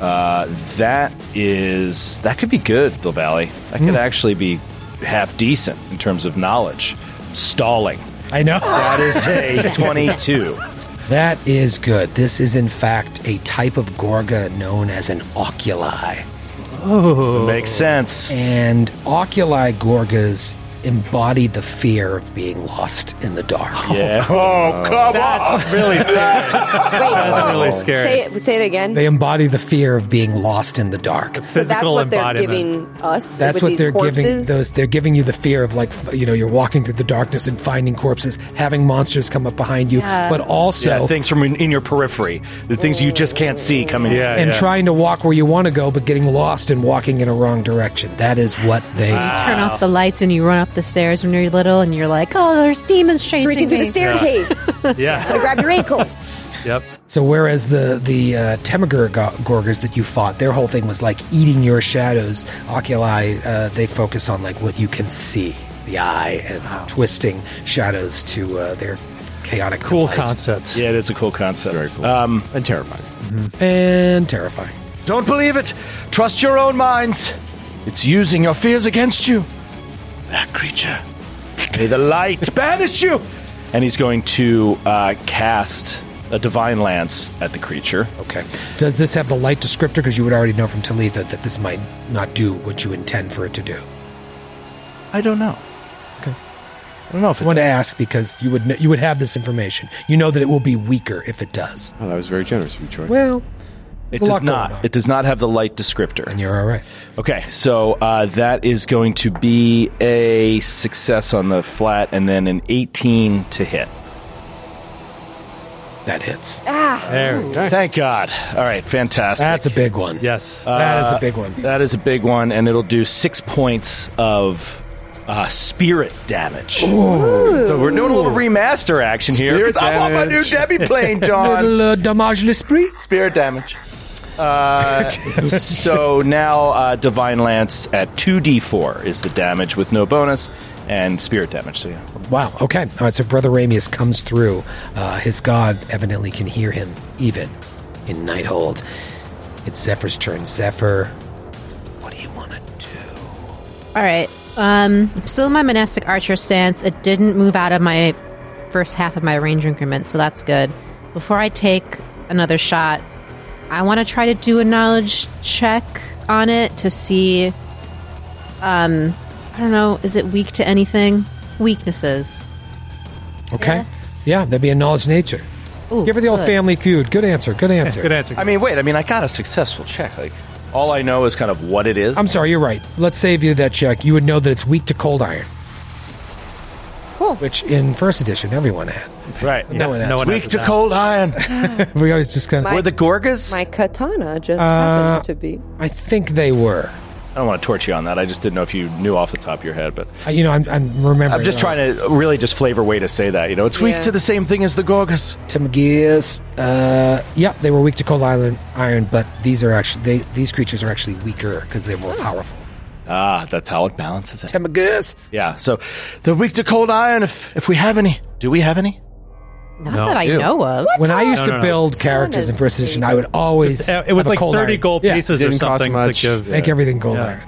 Speaker 10: Uh, that is that could be good, Del Valley. That
Speaker 3: Hmm.
Speaker 10: could actually be half decent in terms of knowledge. Stalling.
Speaker 3: I
Speaker 10: <laughs>
Speaker 3: know.
Speaker 10: That is
Speaker 3: <laughs>
Speaker 10: a 22.
Speaker 3: That is good. This is, in fact, a type of Gorga known as an oculi.
Speaker 10: Makes sense.
Speaker 3: And oculi Gorgas embody the fear of being lost in the dark.
Speaker 10: <laughs> Yeah. Oh, come
Speaker 7: That's really scary.
Speaker 6: Wait,
Speaker 7: That's really scary.
Speaker 6: say, it, say it again.
Speaker 3: They embody the fear of being lost in the dark.
Speaker 6: so that's
Speaker 7: Physical
Speaker 6: what they're
Speaker 7: embodiment.
Speaker 6: giving us
Speaker 3: That's
Speaker 6: with
Speaker 3: what
Speaker 6: these
Speaker 3: they're
Speaker 6: corpses.
Speaker 3: giving those they're giving you the fear of like f- you know you're walking through the darkness and finding corpses, having monsters come up behind you, but also
Speaker 10: Yeah, things from in, in your periphery, the things you just can't see coming.
Speaker 7: Yeah,
Speaker 3: and
Speaker 7: yeah.
Speaker 3: trying to walk where you want to go but getting lost and walking in a wrong direction. That is what they
Speaker 11: Turn off the lights and you run up the stairs when you're little and you're like, oh, there's demons chasing
Speaker 6: Reaching through
Speaker 11: me.
Speaker 6: the
Speaker 11: <laughs>
Speaker 6: staircase.
Speaker 7: yeah.
Speaker 6: Grab your ankles.
Speaker 7: Yep.
Speaker 3: So whereas the the uh, Temagur go- Gorgers that you fought, their whole thing was like eating your shadows. Oculi, uh, they focus on like what you can see, the eye, and twisting shadows to uh, their chaotic
Speaker 7: Cool
Speaker 3: delight.
Speaker 7: concept.
Speaker 10: Yeah, it is a cool concept. Very cool. Um, and terrifying.
Speaker 3: Mm-hmm. and terrifying.
Speaker 10: Don't believe it. Trust your own minds. It's using your fears against you. That creature. May the
Speaker 3: <laughs>
Speaker 10: light banish you. And he's going to uh, cast a divine lance at the creature.
Speaker 3: Okay. Does this have the light descriptor? Because you would already know from Talitha that this might not do what you intend for it to do.
Speaker 10: I don't know.
Speaker 3: Okay.
Speaker 10: I don't know if
Speaker 3: I want to ask because you would kn- you would have this information. You know that it will be weaker if it does.
Speaker 5: Oh, that was very generous of you, Troy.
Speaker 3: Well,
Speaker 10: It
Speaker 3: there's a
Speaker 10: does
Speaker 3: lot going on.
Speaker 10: not. It does not have the light descriptor. And
Speaker 3: you're all right.
Speaker 10: Okay, so uh, that is going to be a success on the flat, and then an 18 to hit.
Speaker 3: That hits.
Speaker 6: Ah.
Speaker 10: There we go. Thank God. All right, fantastic. Uh,
Speaker 3: That's a big one.
Speaker 7: Yes.
Speaker 3: That is a big one.
Speaker 10: That is a big one, and it'll do six points of uh, spirit damage. So we're doing a little remaster action here. 'cause I want my new Debbie
Speaker 3: <laughs>
Speaker 10: plane, John.
Speaker 3: Little uh, damage l'esprit.
Speaker 10: Spirit damage.
Speaker 3: <laughs>
Speaker 10: Uh, so now uh, Divine Lance at 2d4 is the damage with no bonus and spirit damage. So, yeah.
Speaker 3: Wow. Okay. All right. So Brother Ramius comes through. Uh, his god evidently can hear him, even in Nighthold. It's Zephyr's turn. Zephyr,
Speaker 11: All right. Um, I'm still in my monastic archer stance. It didn't move out of my first half of my range increment, so that's good. Before I take another shot, I want to try to do a knowledge check on it to see. Um, I don't know. Is it weak to anything? Weaknesses.
Speaker 3: Okay. Yeah, that'd be a knowledge nature.
Speaker 11: Ooh,
Speaker 3: Give her the old
Speaker 11: good.
Speaker 3: family feud. Good answer. Good answer.
Speaker 10: I mean, wait. I mean, I got a successful check. Like, all I know is kind of what it is.
Speaker 3: I'm sorry, you're right. Let's save you that check. You would know that it's weak to cold iron. Cool. Which in first edition everyone had.
Speaker 10: Right.
Speaker 3: No one asked.
Speaker 10: Weak to cold
Speaker 3: <laughs>
Speaker 10: iron.
Speaker 3: we always just kind of.
Speaker 10: Were the Gorgas?
Speaker 6: My katana just
Speaker 3: Uh,
Speaker 6: happens to be.
Speaker 3: I think they were.
Speaker 10: I don't want to torture you on that. I just didn't know if you knew off the top of your head, but
Speaker 3: Uh, you know, I'm, I'm remembering.
Speaker 10: I'm just trying to really just flavor way to say that. You know, it's weak
Speaker 3: Yeah.
Speaker 10: to the same thing as the Gorgas.
Speaker 3: Tamagias. Uh, yeah, they were weak to cold iron, iron, but these are actually they, these creatures are actually weaker because they're more powerful.
Speaker 10: Ah, that's how it balances out.
Speaker 3: Tamagus.
Speaker 10: Yeah. So they're weak to cold iron. If if we have any, do we have any?
Speaker 11: Not that I know of.
Speaker 3: Oh. When I used to build characters in first edition, I would always
Speaker 7: Just, uh, it was
Speaker 3: have a
Speaker 7: like
Speaker 3: cold
Speaker 7: 30
Speaker 3: iron.
Speaker 7: gold pieces or Didn't cost something to much. give-
Speaker 3: make
Speaker 7: Yeah.
Speaker 3: everything gold
Speaker 7: Yeah.
Speaker 3: iron.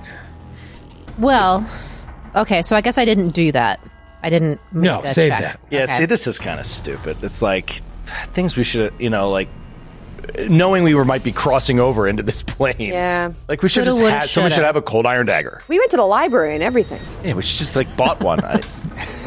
Speaker 11: Well, okay. So I guess I didn't do that. I didn't. Make
Speaker 3: No,
Speaker 11: a
Speaker 3: save
Speaker 11: check.
Speaker 3: that.
Speaker 10: Yeah.
Speaker 11: Okay.
Speaker 10: See, this is kind of stupid. It's like things we should, you know, like knowing we were might be crossing over into this plane.
Speaker 6: Yeah.
Speaker 10: Like we should
Speaker 6: Shoulda,
Speaker 10: just
Speaker 6: woulda,
Speaker 10: have, someone should
Speaker 6: shoulda.
Speaker 10: have a cold iron dagger.
Speaker 6: We went to the library and
Speaker 10: <laughs>
Speaker 6: everything.
Speaker 10: Yeah, we should just like bought one.
Speaker 3: <laughs>
Speaker 10: I,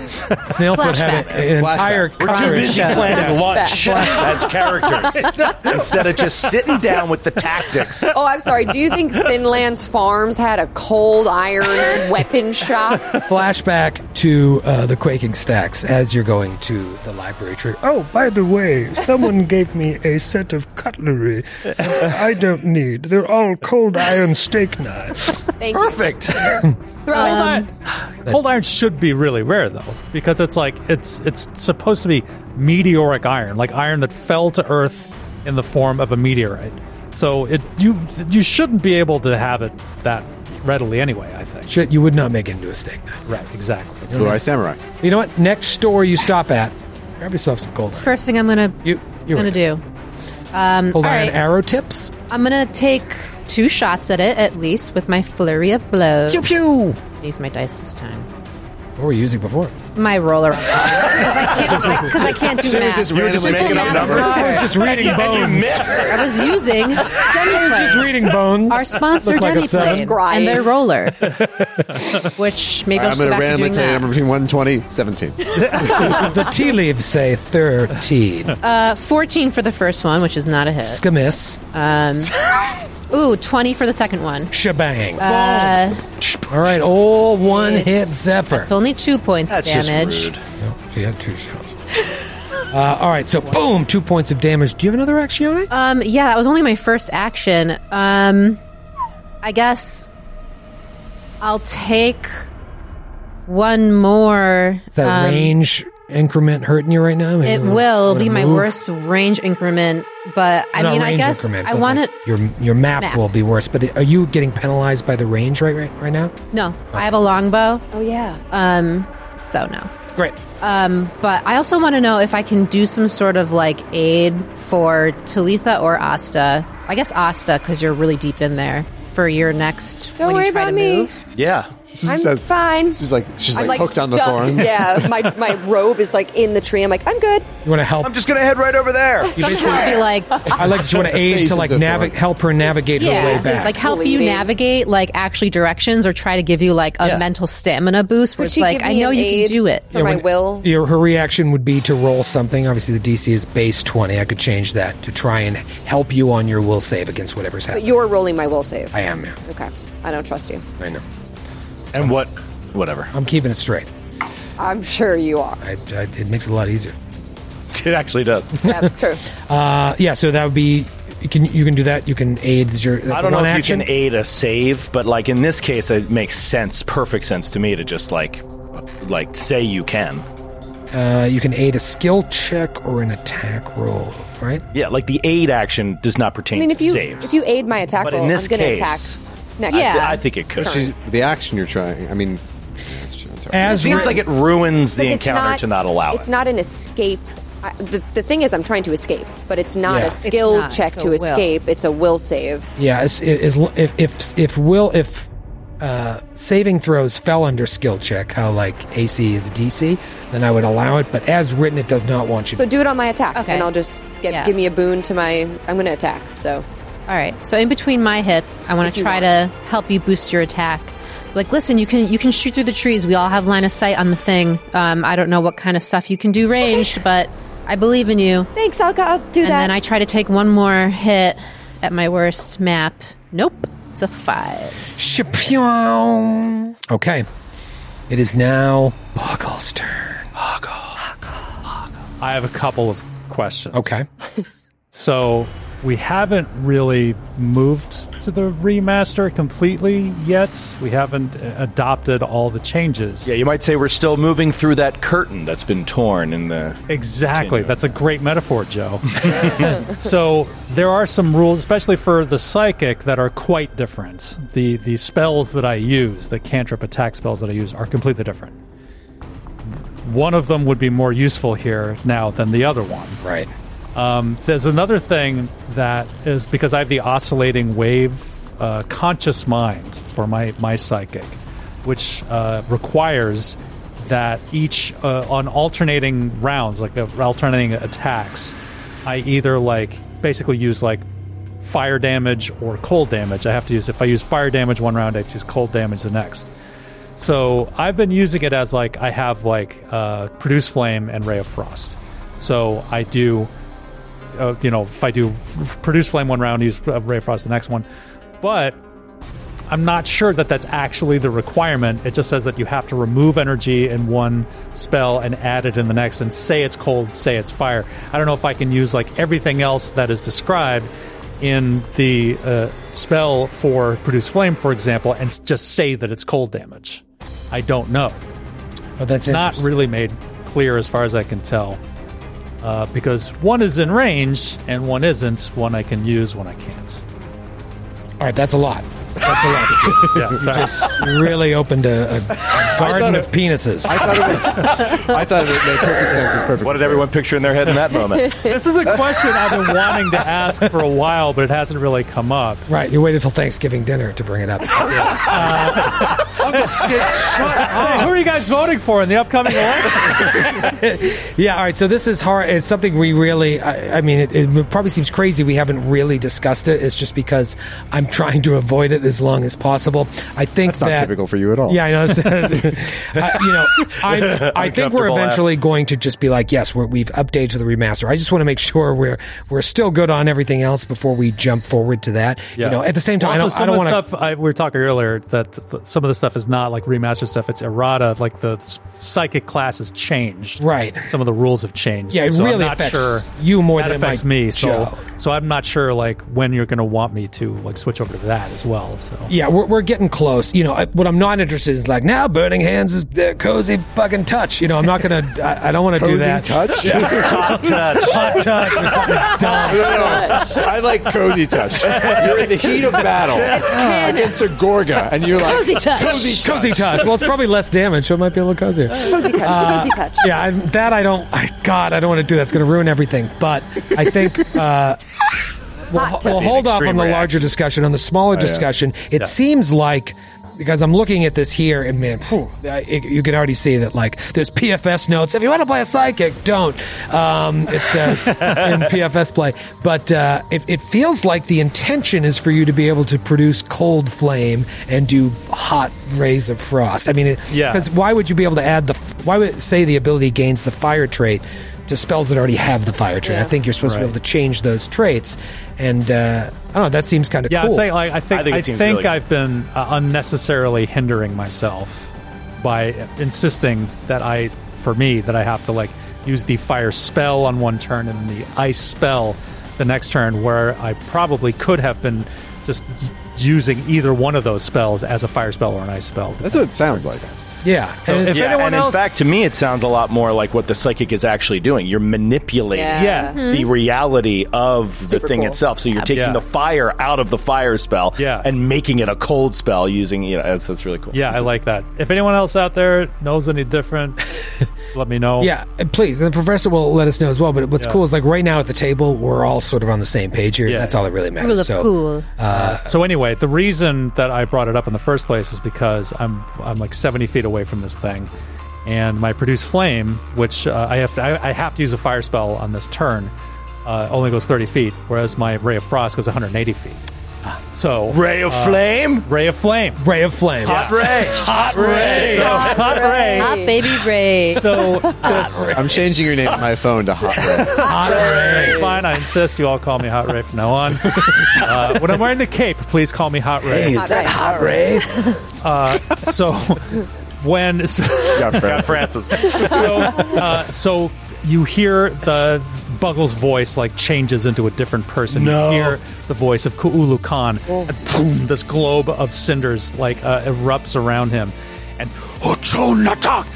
Speaker 3: Snailfoot had
Speaker 10: Flashback.
Speaker 3: an entire
Speaker 10: Flashback. We're too busy planning lunch as characters instead of just sitting down with the tactics.
Speaker 6: Oh, I'm sorry. Do you think Finland's Farms had a cold
Speaker 10: <laughs>
Speaker 6: iron weapon shop?
Speaker 3: Flashback to uh, the quaking stacks as you're going to the library tree. Oh, by the way, someone gave me a set of cutlery that I don't need. They're all cold iron steak knives.
Speaker 6: Thank
Speaker 10: Perfect.
Speaker 6: <laughs> Throw
Speaker 7: cold,
Speaker 6: um,
Speaker 7: iron, cold iron should be really rare though, because it's like it's it's supposed to be meteoric iron, like iron that fell to Earth in the form of a meteorite. So it you you shouldn't be able to have it that readily anyway. I think.
Speaker 3: Shit, you would not make it into a steak knife.
Speaker 7: Right. Exactly.
Speaker 5: Blue Eye Samurai.
Speaker 3: You know what? Next store you stop at, grab yourself some cold iron.
Speaker 11: First thing I'm gonna
Speaker 3: You, you're
Speaker 11: gonna
Speaker 3: right.
Speaker 11: do. Um,
Speaker 3: Cold
Speaker 11: all
Speaker 3: iron
Speaker 11: right.
Speaker 3: arrow tips.
Speaker 11: I'm gonna take two shots at it at least with my flurry of blows.
Speaker 3: Pew pew.
Speaker 11: Use my dice this time.
Speaker 3: What were you using before?
Speaker 11: My roller because I <laughs> can't because I can't do
Speaker 3: <laughs> She was
Speaker 11: math.
Speaker 3: just You were just randomly making up
Speaker 11: Math is
Speaker 3: numbers.
Speaker 11: hard.
Speaker 3: I was just reading And you bones.
Speaker 11: <laughs>
Speaker 3: missed.
Speaker 11: I was
Speaker 3: <laughs>
Speaker 11: using. I
Speaker 3: was just reading bones.
Speaker 11: Our sponsor
Speaker 3: Looked like a
Speaker 11: Demiplane
Speaker 3: seven.
Speaker 11: and their roller,
Speaker 3: <laughs>
Speaker 11: which maybe I'll
Speaker 5: I'm
Speaker 11: just go back to
Speaker 5: going to randomly
Speaker 11: doing
Speaker 5: tell you
Speaker 11: that.
Speaker 5: number between 120 17.
Speaker 3: the tea leaves say 13.
Speaker 11: Uh, 14 for the first one, which is not a hit.
Speaker 3: Skamiss.
Speaker 11: Um,
Speaker 10: <laughs>
Speaker 11: ooh, 20 for the second one.
Speaker 3: Shebang.
Speaker 11: Uh,
Speaker 3: All right, all one hit Zephyr.
Speaker 11: it's only two points
Speaker 10: That's
Speaker 11: of
Speaker 10: just
Speaker 11: damage.
Speaker 10: rude.
Speaker 3: No, she had two shots. Uh, all right, so boom, two points of damage. Do you have another Accione?
Speaker 11: Um, yeah, that was only my first action. Um, I guess I'll take one more.
Speaker 3: Is that
Speaker 11: um,
Speaker 3: range increment hurting you right now? Maybe
Speaker 11: It
Speaker 3: you wanna-
Speaker 11: will
Speaker 3: wanna
Speaker 11: be my
Speaker 3: move?
Speaker 11: worst range increment, but I
Speaker 3: Not
Speaker 11: mean, I
Speaker 3: range
Speaker 11: guess
Speaker 3: increment,
Speaker 11: I
Speaker 3: but,
Speaker 11: want
Speaker 3: like,
Speaker 11: it.
Speaker 3: Your your map,
Speaker 11: Map.
Speaker 3: will be worse, but are you getting penalized by the range right right, right now?
Speaker 11: No, I have a longbow.
Speaker 6: Oh yeah.
Speaker 11: Um, so no.
Speaker 3: Great.
Speaker 11: Um, but I also want to know if I can do some sort of like aid for Talitha or Asta. I guess Asta because you're really deep in there for your next.
Speaker 6: Don't
Speaker 11: when
Speaker 6: worry
Speaker 11: you try
Speaker 6: about
Speaker 11: to
Speaker 6: me.
Speaker 11: Move.
Speaker 10: Yeah.
Speaker 6: I'm fine.
Speaker 5: She's like she's
Speaker 6: I'm
Speaker 5: like, hooked on the
Speaker 6: stuck-
Speaker 5: thorn.
Speaker 6: Yeah, my, my robe is like in the tree. I'm like, I'm good.
Speaker 3: You want to help?
Speaker 10: I'm just going to head right over there.
Speaker 11: Somehow I'll be like,
Speaker 3: I like
Speaker 11: <laughs>
Speaker 3: that you want to aid
Speaker 5: Face
Speaker 3: to
Speaker 5: of
Speaker 3: like
Speaker 5: the
Speaker 3: navi-
Speaker 5: thorn.
Speaker 3: help her navigate her
Speaker 11: yeah,
Speaker 3: way
Speaker 11: so it's
Speaker 3: back.
Speaker 11: like help you
Speaker 6: Leading.
Speaker 11: navigate like actually directions or try to give you like a
Speaker 10: Yeah.
Speaker 11: mental stamina boost. Where
Speaker 6: Could
Speaker 11: it's
Speaker 6: she
Speaker 11: like,
Speaker 6: give
Speaker 11: I
Speaker 6: me
Speaker 11: know
Speaker 6: an
Speaker 11: you
Speaker 6: aid
Speaker 11: can do it.
Speaker 6: for my will?
Speaker 3: Your, her reaction would be to roll something. Obviously, the DC is base 20. I could change that to try and help you on your will save against whatever's
Speaker 6: But
Speaker 3: happening.
Speaker 6: you're rolling my will save.
Speaker 3: I am, yeah.
Speaker 6: Okay. I don't trust you.
Speaker 3: I know.
Speaker 10: And what? Whatever.
Speaker 3: I'm keeping it straight.
Speaker 6: I'm sure you are.
Speaker 3: I, I, it makes it a lot easier.
Speaker 10: It actually does. <laughs>
Speaker 6: Yeah, true.
Speaker 3: Uh, yeah, so that would be. You can you can do that. You can aid that's your.
Speaker 10: I don't know
Speaker 3: one
Speaker 10: if
Speaker 3: action.
Speaker 10: you can aid a save, but like in this case, it makes sense, perfect sense to me to just like, like say you can.
Speaker 3: Uh, you can aid a skill check or an attack roll, right?
Speaker 10: Yeah, like the aid action does not
Speaker 6: I
Speaker 10: pertain
Speaker 6: mean,
Speaker 10: to
Speaker 6: if you
Speaker 10: saves.
Speaker 6: if you aid my attack
Speaker 10: But in
Speaker 6: roll,
Speaker 10: this
Speaker 6: I'm going to
Speaker 10: case-
Speaker 6: attack next.
Speaker 10: yeah, I think it could.
Speaker 5: She's, the action you're trying. I mean, that's, that's all right.
Speaker 10: It
Speaker 3: As
Speaker 10: seems
Speaker 3: we're-
Speaker 10: like it ruins the
Speaker 6: Because it's
Speaker 10: encounter to not allow
Speaker 6: It's
Speaker 10: it.
Speaker 6: not an escape. I, the, the thing is, I'm trying to escape, but it's not
Speaker 3: Yeah.
Speaker 6: a
Speaker 3: It's
Speaker 6: skill
Speaker 11: not.
Speaker 6: check
Speaker 11: It's a
Speaker 6: to
Speaker 11: will.
Speaker 6: escape. It's a will save.
Speaker 3: Yeah, as, as, if if if will if uh, saving throws fell under skill check, how like AC is DC, then I would allow it. But as written, it does not want you.
Speaker 6: So do it on my attack,
Speaker 11: Okay.
Speaker 6: and I'll just get
Speaker 11: Yeah.
Speaker 6: give me a boon to my. I'm going to attack. So
Speaker 11: All right. So in between my hits, I want
Speaker 6: If
Speaker 11: to
Speaker 6: you
Speaker 11: try
Speaker 6: want.
Speaker 11: to help you boost your attack. Like, listen, you can you can shoot through the trees. We all have line of sight on the thing. Um, I don't know what kind of stuff you can do ranged, but I believe in you.
Speaker 6: thanks. I'll, go- I'll do
Speaker 11: And
Speaker 6: that.
Speaker 11: then I try to take one more hit at my worst map. Nope, it's a five.
Speaker 3: Shapyon. Okay, it is now Boggle's turn.
Speaker 7: I have a couple of questions.
Speaker 3: Okay,
Speaker 7: <laughs> So we haven't really moved to the remaster completely yet. We haven't uh, adopted all the changes.
Speaker 10: yeah, you might say we're still moving through that curtain that's been torn in the.
Speaker 7: Exactly. That's a great
Speaker 10: <laughs>
Speaker 7: metaphor,
Speaker 3: <laughs>
Speaker 7: Joe. so there are some rules, especially for the psychic, that are quite different. The the spells that I use, the cantrip attack spells that I use, are completely different. One of them would be more useful here now than the other one.
Speaker 3: right.
Speaker 7: Um, there's another thing that is because I have the oscillating wave uh, conscious mind for my, my psychic, which uh, requires that each uh, on alternating rounds, like uh, alternating attacks, I either like basically use like fire damage or cold damage. I have to use if I use fire damage one round, I have to use cold damage the next. So I've been using it as like I have like uh, produce flame and ray of frost. So I do, uh, you know, if I do f- produce flame one round, use uh, ray of frost the next one, but I'm not sure that that's actually the requirement. It just says that you have to remove energy in one spell and add it in the next, and say it's cold, say it's fire. I don't know if I can use like everything else that is described in the uh, spell for produce flame, for example, and s- just say that it's cold damage. I don't know.
Speaker 3: Oh, that's
Speaker 7: Not
Speaker 3: interesting.
Speaker 7: really made clear as far as I can tell, uh, because one is in range and one isn't. One I can use, one I can't.
Speaker 3: All right, that's a lot. That's a lot.
Speaker 7: Yeah, sorry.
Speaker 3: you really
Speaker 7: <laughs>
Speaker 3: opened a, a, a garden of penises.
Speaker 5: I thought it. Was, I thought it made perfect sense. It was perfect.
Speaker 10: What did everyone picture in their head in that moment?
Speaker 7: This is a question
Speaker 3: <laughs>
Speaker 7: I've been wanting to ask for a while, but it hasn't really come up.
Speaker 3: right, you waited till Thanksgiving dinner to bring
Speaker 7: <laughs>
Speaker 3: it up.
Speaker 5: Uncle Skid, shut up.
Speaker 7: Who are you guys voting for in the upcoming election?
Speaker 3: Yeah, all right. So this is hard. It's something we really. I, I mean, it, it probably seems crazy. We haven't really discussed it. It's just because I'm trying to avoid it as long as possible. I think
Speaker 5: not
Speaker 3: that-
Speaker 5: typical for you at all.
Speaker 3: Yeah, I
Speaker 5: <laughs>
Speaker 3: know. <laughs> It's- I, you know,
Speaker 10: <laughs>
Speaker 3: I'm, I think
Speaker 10: Uncomfortable
Speaker 3: we're
Speaker 10: laugh.
Speaker 3: eventually going to just be like, yes, we're, we've updated to the remaster. I just want to make <laughs> sure we're we're still good on everything else before we jump forward to that. You know, at the same time,
Speaker 7: also,
Speaker 3: I
Speaker 7: some
Speaker 3: don't, I
Speaker 7: of
Speaker 3: don't
Speaker 7: the
Speaker 3: want to.
Speaker 7: stuff I, we were talking earlier that th- some of the stuff is not like remastered stuff; it's errata. Like the s- psychic class has changed,
Speaker 3: Right.
Speaker 7: Some of the rules have changed.
Speaker 3: Yeah, it
Speaker 7: so I'm
Speaker 3: really
Speaker 7: not
Speaker 3: affects
Speaker 7: sure
Speaker 3: you more
Speaker 7: that
Speaker 3: than it
Speaker 7: affects
Speaker 3: might
Speaker 7: me. So,
Speaker 3: Joe.
Speaker 7: so I'm not sure like when you're going to want me to like switch over to that as well. well. So
Speaker 3: Yeah, we're, we're getting close. You know, I, what I'm not interested in is like now burning hands is their cozy fucking touch. You know, I'm not gonna. I, I don't want to do
Speaker 5: Cozy
Speaker 3: that.
Speaker 5: touch?
Speaker 3: <laughs> Yeah.
Speaker 5: Hot touch.
Speaker 3: Hot touch or something
Speaker 5: <laughs>
Speaker 3: dumb.
Speaker 5: I like cozy touch. You're in the heat of battle
Speaker 3: It's canon.
Speaker 5: against a Gorga, and you're like
Speaker 3: Cozy touch.
Speaker 5: Cozy touch.
Speaker 3: Cozy touch. Well, it's probably less damage, so it might be a little cozier. Uh,
Speaker 6: Cozy touch, cozy touch.
Speaker 3: Yeah, I, that I don't. I, <laughs> God, I don't want to do that. It's going to ruin everything. But I think uh, we'll,
Speaker 6: Hot
Speaker 3: we'll
Speaker 6: touch.
Speaker 3: hold off on
Speaker 6: Extreme
Speaker 3: the
Speaker 6: reaction.
Speaker 3: larger discussion. On the smaller
Speaker 6: Oh, yeah.
Speaker 3: discussion, it
Speaker 6: Yeah.
Speaker 3: seems like because I'm looking at this here, and man, phew, I- it- you can already see that like there's PFS notes. If you want to play a psychic, don't. Um,
Speaker 6: <laughs>
Speaker 3: it says in PFS play, but uh, it, it feels like the intention is for you to be able to produce cold flame and do hot rays of frost. I mean, it,
Speaker 7: Yeah.
Speaker 3: because why would you be able to add the? f- Why would it say the ability gains the fire trait to spells that already have the fire trait? I think you're supposed to be
Speaker 7: Right.
Speaker 3: able to change those traits, and uh, I don't know. That seems kind of
Speaker 7: yeah,
Speaker 3: Cool.
Speaker 7: I'm saying like I think I think, I've been uh, unnecessarily hindering myself by insisting that I, for me, that I have to like use the fire spell on one turn and the ice spell the next turn, where I probably could have been just y- using either one of those spells as a fire spell or an ice spell.
Speaker 5: That's what it sounds like.
Speaker 3: Yeah.
Speaker 7: So if
Speaker 10: yeah,
Speaker 7: anyone
Speaker 10: and
Speaker 7: else-
Speaker 10: in fact, to me, it sounds a lot more like what the psychic is actually doing. You're manipulating
Speaker 7: Yeah. Yeah. Mhm.
Speaker 6: Hmm.
Speaker 10: the reality of
Speaker 7: Super
Speaker 10: the thing
Speaker 7: cool.
Speaker 10: itself. So you're
Speaker 7: Yeah.
Speaker 10: taking
Speaker 7: Yeah.
Speaker 10: the fire out of the fire spell and making it a cold spell using, you know, that's, that's really cool.
Speaker 7: Yeah, I like that. If anyone else out there knows any
Speaker 3: <laughs>
Speaker 7: different, let me know.
Speaker 3: Yeah, and please. And the professor will let us know as well. But what's
Speaker 7: Yeah.
Speaker 3: cool is like right now at the table, we're all sort of on the same page here. That's all that really matters. so,
Speaker 7: Uh, so anyway, the reason that I brought it up in the first place is because I'm I'm like 70 feet away from this thing, and my produce flame, which uh, I have to, I, I have to use a fire spell on this turn, uh, only goes 30 feet, whereas my ray of frost goes 180 feet. So uh,
Speaker 10: Ray of flame,
Speaker 7: ray of flame,
Speaker 3: ray of flame,
Speaker 7: hot
Speaker 10: ray,
Speaker 7: hot ray, So, hot, ray.
Speaker 11: Hot baby Ray. <laughs>
Speaker 7: So this
Speaker 5: I'm changing your name on my phone to <laughs> Hot Red.
Speaker 7: <laughs> Hot Ray. It's fine. I insist you all call me Hot Ray from now
Speaker 3: <laughs>
Speaker 7: on. Uh, when I'm wearing the cape, please call me Hot Ray.
Speaker 3: Hey, is Hot that Ray. Hot Ray?
Speaker 7: Uh, so <laughs> when so, <laughs>
Speaker 10: Got Francis.
Speaker 7: so, uh, so you hear the Buggles' voice like changes into a different person.
Speaker 10: No.
Speaker 7: You hear the voice of Kuulu Khan,
Speaker 3: Oh.
Speaker 7: and boom, this globe of cinders like uh, erupts around him, and Natak,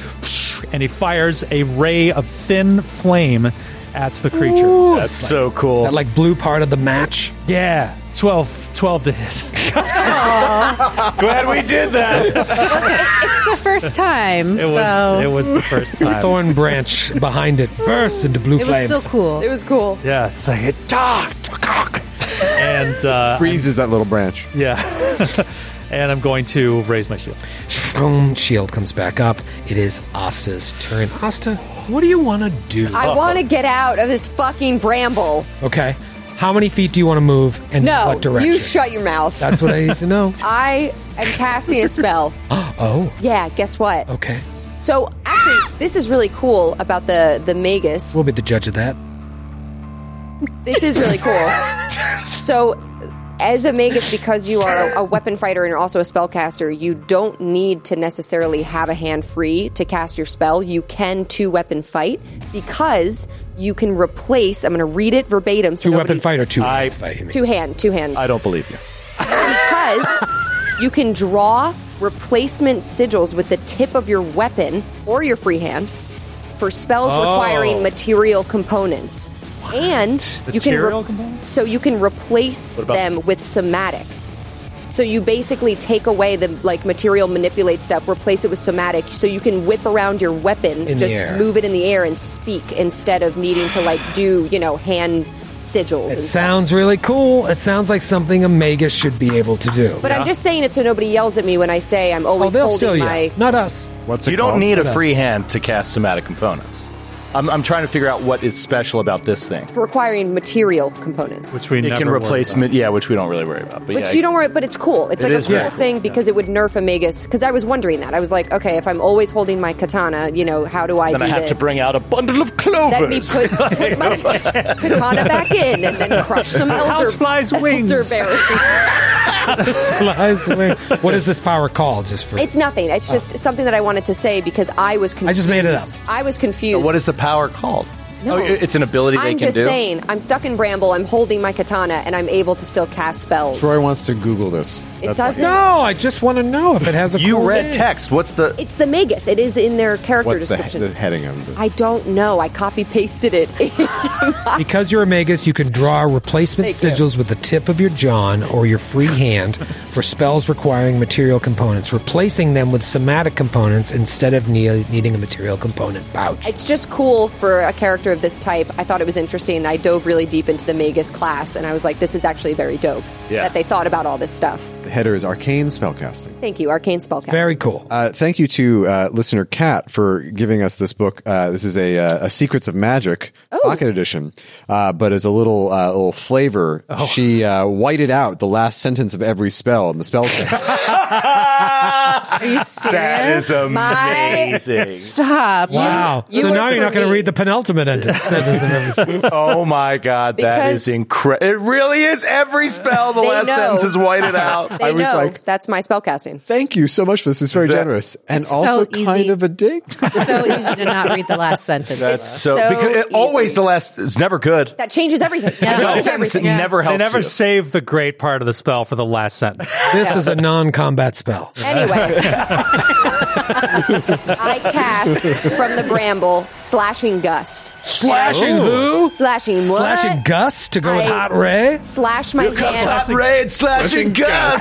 Speaker 7: and he fires a ray of thin flame at the creature.
Speaker 3: That's
Speaker 10: so cool.
Speaker 3: That like blue part of the match.
Speaker 7: Yeah, 12, 12 to hit.
Speaker 10: Glad we did that.
Speaker 11: it's the first time.
Speaker 3: It
Speaker 11: so
Speaker 3: was-
Speaker 7: it was the
Speaker 3: <laughs>
Speaker 7: first time.
Speaker 3: Thorn branch behind it bursts into blue
Speaker 11: It was
Speaker 3: flames.
Speaker 11: so cool.
Speaker 6: It was cool.
Speaker 7: Yeah, it's like it ah, and uh,
Speaker 5: Freezes that little branch.
Speaker 7: Yeah, and I'm going to raise my shield.
Speaker 3: Boom, shield comes back up. It is Asta's turn. Asta, what do you want to do?
Speaker 6: I want to get out of this fucking bramble.
Speaker 3: Okay. How many feet do you want to move and
Speaker 6: no,
Speaker 3: what direction?
Speaker 6: you shut your mouth.
Speaker 3: That's what I need to know.
Speaker 6: <laughs> I am casting a spell.
Speaker 3: Oh,
Speaker 6: Yeah, guess what?
Speaker 3: okay.
Speaker 6: So actually, this is really cool about the the magus.
Speaker 3: We'll be the judge of that.
Speaker 6: This is really cool. So, as a magus, because you are a weapon fighter and you're also a spellcaster, you don't need to necessarily have a hand free to cast your spell. You can two weapon fight because you can replace. I'm going to read it verbatim. So
Speaker 3: Two
Speaker 6: nobody-
Speaker 3: weapon fight or two
Speaker 10: I,
Speaker 3: fight?
Speaker 6: Two hand, two hand.
Speaker 10: I don't believe you.
Speaker 6: because you can draw replacement sigils with the tip of your weapon or your free hand for spells
Speaker 12: Oh.
Speaker 6: requiring material components. And you can
Speaker 12: Material
Speaker 6: so you can replace
Speaker 12: What about
Speaker 6: them
Speaker 12: s-
Speaker 6: with somatic. So you basically take away the like material manipulate stuff, replace it with somatic, so you can whip around your weapon,
Speaker 3: In the
Speaker 6: just
Speaker 3: air.
Speaker 6: move it in the air and speak instead of needing to like do you know hand sigils.
Speaker 3: It
Speaker 6: and
Speaker 3: sounds really cool. It sounds like something a Mega should be able to do.
Speaker 6: But I'm just saying it so nobody yells at me when I say I'm always
Speaker 3: they'll
Speaker 6: holding
Speaker 3: still yell.
Speaker 6: my.
Speaker 3: Not us.
Speaker 5: What's
Speaker 10: you don't need a free hand to cast somatic components. I'm, I'm trying to figure out what is special about this thing.
Speaker 6: Requiring material components,
Speaker 10: Which we it can
Speaker 7: never worry
Speaker 10: replace, ma- yeah, which we don't really worry about. But
Speaker 6: which
Speaker 10: yeah,
Speaker 6: you don't worry, but it's cool. It's
Speaker 10: It
Speaker 6: like a
Speaker 10: is
Speaker 6: cool
Speaker 10: very cool,
Speaker 6: thing because it would nerf a magus. Because I was wondering that. I was like, okay, if I'm always holding my katana, you know, how do I
Speaker 10: then
Speaker 6: do
Speaker 10: I have
Speaker 6: this?
Speaker 10: to bring out a bundle of clovers.
Speaker 6: Let me put, put my katana back in and then crush
Speaker 10: <laughs>
Speaker 6: some <laughs> elder
Speaker 7: Housefly's wings.
Speaker 6: elderberry.
Speaker 3: <laughs> this flies away. What is this power called? Just for
Speaker 6: It's nothing. It's just something that I wanted to say because I was confused.
Speaker 3: I just made it up.
Speaker 6: I was confused.
Speaker 10: the power called? No. Oh, it's an ability they
Speaker 6: I'm
Speaker 10: can
Speaker 6: just
Speaker 10: do.
Speaker 6: saying, I'm stuck in Bramble, I'm holding my katana, and I'm able to still cast spells.
Speaker 5: Troy wants to Google this.
Speaker 6: It doesn't-
Speaker 3: No, I just want to know if it has a.
Speaker 10: You
Speaker 3: cool
Speaker 10: read
Speaker 3: name.
Speaker 10: text. What's the?
Speaker 6: It's the Magus. It is in their character
Speaker 5: What's the,
Speaker 6: description.
Speaker 5: the heading of the
Speaker 6: I don't know. I copy pasted it. <laughs>
Speaker 3: Because you're a magus, you can draw replacement
Speaker 6: Thank you.
Speaker 3: sigils with the tip of your jawn or your free hand for spells requiring material components, replacing them with somatic components instead of ne- needing a material component pouch.
Speaker 6: it's just cool for a character of this type. I thought it was interesting. I dove really deep into the Magus class, and I was like, this is actually very dope
Speaker 5: Yeah.
Speaker 6: that they thought about all this stuff.
Speaker 5: the header is arcane spellcasting.
Speaker 6: Thank you, Arcane Spellcast.
Speaker 3: Very cool.
Speaker 5: Uh, thank you to uh, listener Kat for giving us this book. Uh, this is a, uh, a Secrets of Magic
Speaker 11: Oh.
Speaker 5: pocket edition, uh, but as a little uh, little flavor, she uh, whited out the last sentence of every spell in the spell check.
Speaker 11: Are you serious?
Speaker 10: That is amazing.
Speaker 11: Stop.
Speaker 3: wow.
Speaker 6: you
Speaker 3: so
Speaker 6: were
Speaker 3: now you're
Speaker 6: for
Speaker 3: not going to
Speaker 6: me.
Speaker 3: read the penultimate sentence. sentence of every
Speaker 6: <laughs>
Speaker 3: spell.
Speaker 10: oh my god, that
Speaker 6: Because-
Speaker 10: is incredible. It really is every spell. The
Speaker 6: They
Speaker 10: last
Speaker 6: know.
Speaker 10: sentence is whited out.
Speaker 6: <laughs> They
Speaker 5: I was
Speaker 6: know
Speaker 5: like-
Speaker 6: that's my spellcasting.
Speaker 5: thank you so much for this. It's very generous and
Speaker 11: It's so
Speaker 5: also
Speaker 11: easy.
Speaker 5: kind of a dig.
Speaker 11: so easy to not read the last sentence.
Speaker 10: That's so,
Speaker 6: so
Speaker 11: <laughs>
Speaker 10: because it, always
Speaker 6: easy. <laughs>
Speaker 10: <laughs> the last. It's never good.
Speaker 6: That changes everything. That
Speaker 10: No,
Speaker 6: changes
Speaker 10: sentence
Speaker 6: everything.
Speaker 10: never
Speaker 7: They
Speaker 10: helps.
Speaker 7: never
Speaker 10: you.
Speaker 7: save the great part of the spell for the last
Speaker 6: <laughs>
Speaker 7: sentence.
Speaker 3: This is a non combat spell.
Speaker 6: Anyway, I cast from the bramble slashing gust,
Speaker 3: Slashing who?
Speaker 6: slashing what?
Speaker 3: Slashing Gus to go with
Speaker 6: I-
Speaker 3: Hot Ray?
Speaker 6: Slash my hand.
Speaker 10: Slap raid, slashing gun.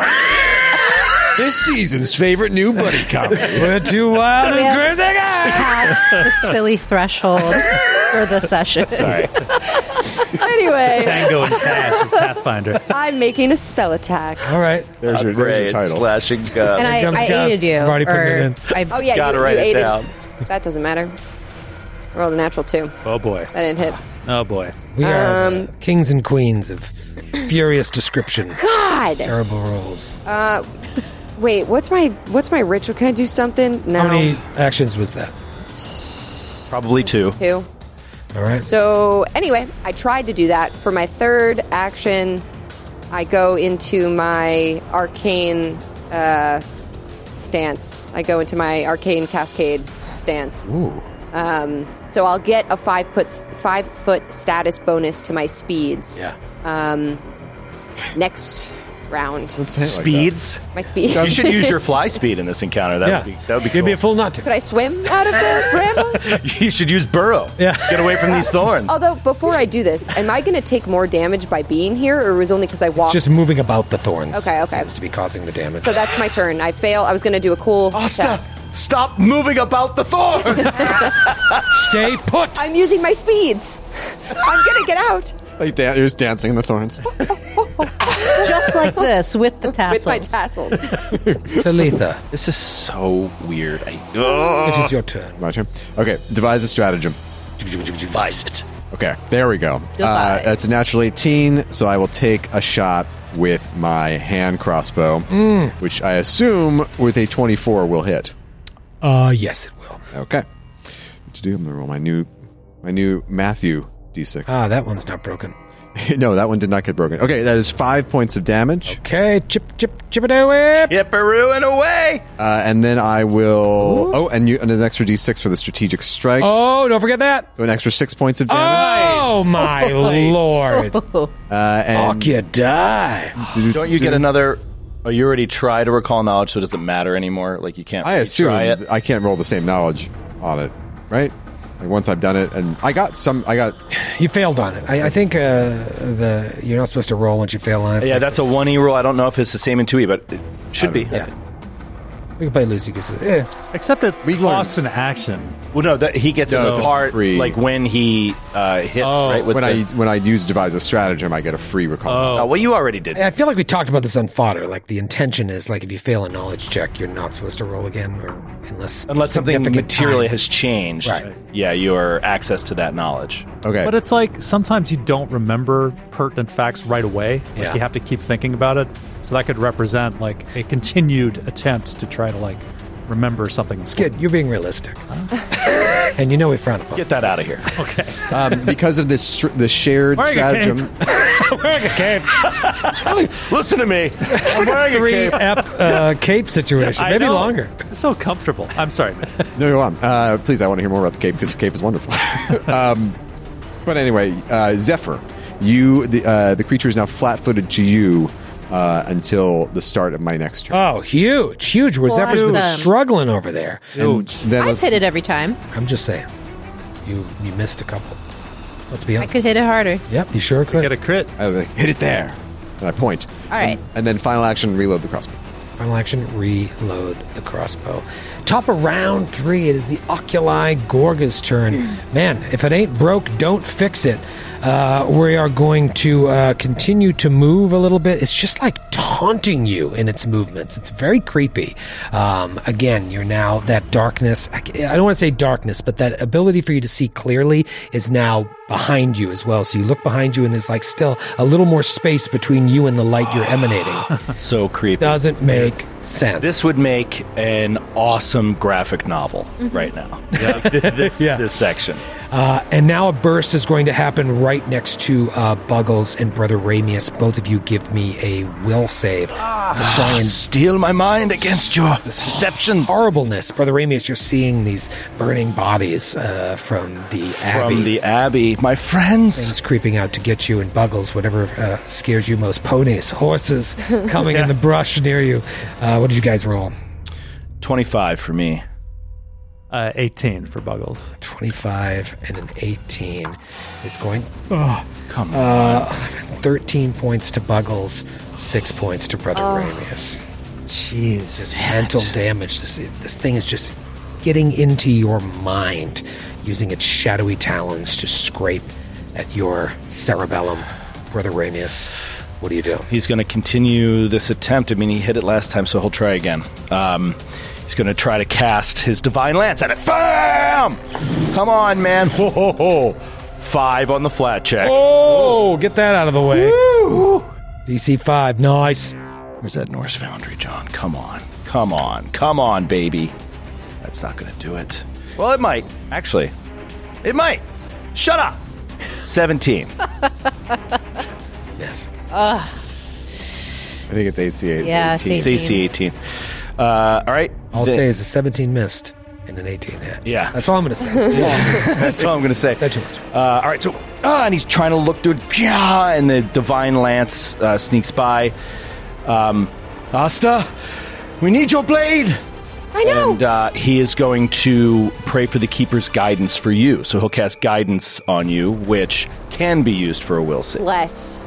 Speaker 5: this season's favorite new buddy comic.
Speaker 3: We're too wild and
Speaker 11: Yeah.
Speaker 3: crazy guys.
Speaker 11: past the silly threshold for the
Speaker 3: <laughs>
Speaker 11: session.
Speaker 6: Anyway,
Speaker 7: Tango and Cash of Pathfinder.
Speaker 6: I'm making a spell attack.
Speaker 3: All right.
Speaker 5: There's your, there's your title.
Speaker 10: slashing gun.
Speaker 11: And I,
Speaker 3: comes
Speaker 11: I
Speaker 3: Gus.
Speaker 11: aided you.
Speaker 3: I've already put
Speaker 11: or
Speaker 3: it in.
Speaker 11: I,
Speaker 6: Oh yeah,
Speaker 10: Gotta
Speaker 6: you,
Speaker 10: write
Speaker 6: you
Speaker 10: it
Speaker 6: aided.
Speaker 10: down.
Speaker 6: That doesn't matter. I rolled a natural two.
Speaker 7: Oh boy.
Speaker 6: That didn't hit.
Speaker 7: Oh boy.
Speaker 3: We are
Speaker 6: um,
Speaker 3: the kings and queens of furious description,
Speaker 6: God. Uh,
Speaker 3: terrible rules.
Speaker 6: Wait, what's my what's my ritual? Can I do something? No.
Speaker 3: How many actions was that?
Speaker 10: Probably two.
Speaker 6: Two.
Speaker 3: All right.
Speaker 6: So anyway, I tried to do that for my third action. I go into my arcane uh, stance. I go into my arcane cascade stance.
Speaker 3: Ooh.
Speaker 6: Um, so I'll get a five foot five foot status bonus to my speeds
Speaker 3: Yeah.
Speaker 6: um, next round.
Speaker 5: Say it like
Speaker 10: Speeds.
Speaker 6: My speed.
Speaker 10: You should use
Speaker 6: <laughs>
Speaker 10: your fly speed in this encounter. That
Speaker 3: yeah.
Speaker 10: would be that would be
Speaker 3: Give me a
Speaker 10: cool.
Speaker 3: full not to.
Speaker 6: Could I swim out of the bramble?
Speaker 10: <laughs> you should use burrow.
Speaker 3: Yeah.
Speaker 10: Get away from
Speaker 3: <laughs>
Speaker 10: these thorns.
Speaker 6: Although before I do this, am I going to take more damage by being here, or was it only because I walked?
Speaker 3: Just moving about the thorns.
Speaker 6: Okay, okay.
Speaker 3: Seems to be causing the damage.
Speaker 6: So that's my turn. I fail. I was going to do a cool.
Speaker 3: Oh,
Speaker 10: Asta,
Speaker 6: attack.
Speaker 10: stop moving about the thorns.
Speaker 6: <laughs>
Speaker 3: Stay put.
Speaker 6: I'm using my speeds. I'm going to get out.
Speaker 5: that. Like da- there's dancing in the thorns.
Speaker 11: just like this with the
Speaker 6: With
Speaker 11: tassels.
Speaker 6: my
Speaker 11: <laughs>
Speaker 6: tassels.
Speaker 3: <laughs> Talitha,
Speaker 10: this is so weird. I oh.
Speaker 3: it is your turn.
Speaker 5: My turn. Okay, devise a stratagem.
Speaker 10: devise it.
Speaker 5: Okay, there we go. Uh,
Speaker 11: Devise.
Speaker 5: that's a natural 18, so I will take a shot with my hand crossbow,
Speaker 3: Mm.
Speaker 5: which I assume with a 24 will hit.
Speaker 3: Uh, yes, it will.
Speaker 5: Okay. What to do? I'm gonna roll my new, my new Matthew d6.
Speaker 3: Ah, that one's not broken.
Speaker 5: <laughs> no, that one did not get broken. Okay, that is five points of damage,
Speaker 3: Okay, chip, chip, chip it away.
Speaker 10: Yipperoo and away.
Speaker 5: uh, and then I will. Oh, and you and an extra d6 for the strategic strike.
Speaker 3: Oh, don't forget that.
Speaker 5: So an extra six points of damage.
Speaker 6: <laughs>
Speaker 3: Oh my lord!
Speaker 5: Uh, and
Speaker 3: Fuck you, die.
Speaker 5: <gasps>
Speaker 10: Don't you get another? Oh, you already try to recall knowledge, so it doesn't matter anymore. Like you
Speaker 3: Oh.
Speaker 10: can't.
Speaker 5: I assume
Speaker 10: retry it.
Speaker 5: I can't roll the same knowledge on it, right? Like once I've done it, and I got some. I got
Speaker 3: You failed on it. I, I think uh, the you're not supposed to roll once you fail on it. It's
Speaker 10: Yeah,
Speaker 3: like
Speaker 10: that's a
Speaker 3: this-
Speaker 10: one e roll. I don't know if it's the same in two e, but it should be.
Speaker 3: Yeah. We can play loosey goosey with it. Yeah.
Speaker 7: Except it
Speaker 5: We
Speaker 7: lost an action.
Speaker 10: Well, no, that, he gets
Speaker 5: No,
Speaker 10: a
Speaker 5: it's a
Speaker 10: part
Speaker 5: free.
Speaker 10: like when he uh, hits
Speaker 3: Oh.
Speaker 10: right with
Speaker 5: when
Speaker 10: the,
Speaker 5: I when I use devise a stratagem, I get a free recall.
Speaker 10: Oh, well, you already did.
Speaker 3: I feel like we talked about this on fodder. Like the intention is like if you fail a knowledge check, you're not supposed to roll again, or unless
Speaker 10: Unless something
Speaker 3: significant
Speaker 10: materially
Speaker 3: time-
Speaker 10: has changed,
Speaker 3: Right.
Speaker 10: yeah, your access to that knowledge.
Speaker 5: Okay,
Speaker 7: But it's like sometimes you don't remember pertinent facts right away. Like
Speaker 3: Yeah.
Speaker 7: you have to keep thinking about it. So that could represent like a continued attempt to try to like remember something.
Speaker 3: Skid, you're being realistic, and you know we frown upon.
Speaker 10: uh, Get that out of here.
Speaker 3: Oh.
Speaker 5: um, because of this str- the shared
Speaker 7: Wearing a cape.
Speaker 5: stratagem,
Speaker 10: <laughs>
Speaker 7: Wearing a cape.
Speaker 10: Listen to me. I'm wearing a
Speaker 3: Three
Speaker 10: cape.
Speaker 3: ep uh, cape situation,
Speaker 7: I
Speaker 3: maybe
Speaker 7: know.
Speaker 3: longer.
Speaker 7: So comfortable. I'm sorry. man.
Speaker 5: no, go on. Uh, please, I want to hear more about the cape because the cape is wonderful. <laughs> um, But anyway, uh, Zephyr, you the uh, the creature is now flat footed to you uh, until the start of my next turn.
Speaker 3: Oh, huge, huge! Where Zephyr's been
Speaker 11: Awesome.
Speaker 3: struggling over there.
Speaker 5: Huge.
Speaker 11: I've hit it every time.
Speaker 3: I'm just saying, you you missed a couple. Let's be
Speaker 11: I
Speaker 3: honest.
Speaker 11: could hit it harder.
Speaker 3: Yep, you sure could. Get a crit.
Speaker 5: I was like, hit it there, and I point.
Speaker 11: All
Speaker 3: <laughs>
Speaker 11: right.
Speaker 5: And then final action, reload the crossbow.
Speaker 3: Final action, reload the crossbow. Top of round three, it is the Oculi Gorga's turn. Man, if it ain't broke, don't fix it. Uh, we are going to uh, continue to move a little bit. It's just like taunting you in its movements. It's very creepy. Um, again, you're now that darkness. I c- I don't want to say darkness, but that ability for you to see clearly is now behind you as well. So you look behind you, and there's like still a little more space between you and the light you're emanating.
Speaker 10: <laughs> so creepy.
Speaker 3: Doesn't make sense.
Speaker 10: This would make an awesome graphic novel right now. <laughs> this, this section.
Speaker 3: Uh, and now a burst is going to happen right next to uh, Buggles and Brother Ramius. Both of you give me a will save to try
Speaker 10: Ah,
Speaker 3: and
Speaker 10: steal my mind against your deceptions.
Speaker 3: Horribleness, Brother Ramius. You're seeing these burning bodies uh, from the abbey.
Speaker 10: From the Abbey, my friends.
Speaker 3: Things creeping out to get you, and Buggles, whatever uh, scares you most. Ponies, horses
Speaker 10: <laughs>
Speaker 3: coming in the brush near you. Uh, what did you guys roll?
Speaker 10: 25 for me.
Speaker 7: Uh, 18 for Buggles.
Speaker 3: 25 and an 18 is going.
Speaker 10: Come on.
Speaker 3: Uh, 13 points to Buggles, 6 points to Brother Ramius. Jeez. Just mental damage. This, this thing is just getting into your mind, using its shadowy talons to scrape at your cerebellum. Brother Ramius, what do you do?
Speaker 10: He's going to continue this attempt. I mean, he hit it last time, so he'll try again. Um, he's going to try to cast his divine lance at it. Bam! Come on, man! Ho ho ho! Five on the flat check.
Speaker 3: Oh, get that out of the way. DC 5, nice.
Speaker 10: Where's that Norse Foundry, John? Come on, come on, come on, baby! That's not going to do it. Well, it might actually. It might. Shut up. Seventeen.
Speaker 3: Yes.
Speaker 5: I think it's AC eight.
Speaker 11: Yeah, it's
Speaker 10: It's AC eighteen. Uh, all right.
Speaker 3: All I'll
Speaker 10: The-
Speaker 3: say is a 17 missed and an 18 hit.
Speaker 10: Yeah.
Speaker 3: That's all I'm going to say.
Speaker 6: <laughs>
Speaker 3: That's all I'm gonna say.
Speaker 10: That's all I'm going to say.
Speaker 3: Said too much.
Speaker 10: Uh, all right, so ah, and he's trying to look through, yeah, and the divine lance uh, sneaks by. Um, Asta, we need your blade.
Speaker 6: I know.
Speaker 10: And uh, he is going to pray for the keeper's guidance for you. So he'll cast guidance on you, which can be used for a will save.
Speaker 6: Less.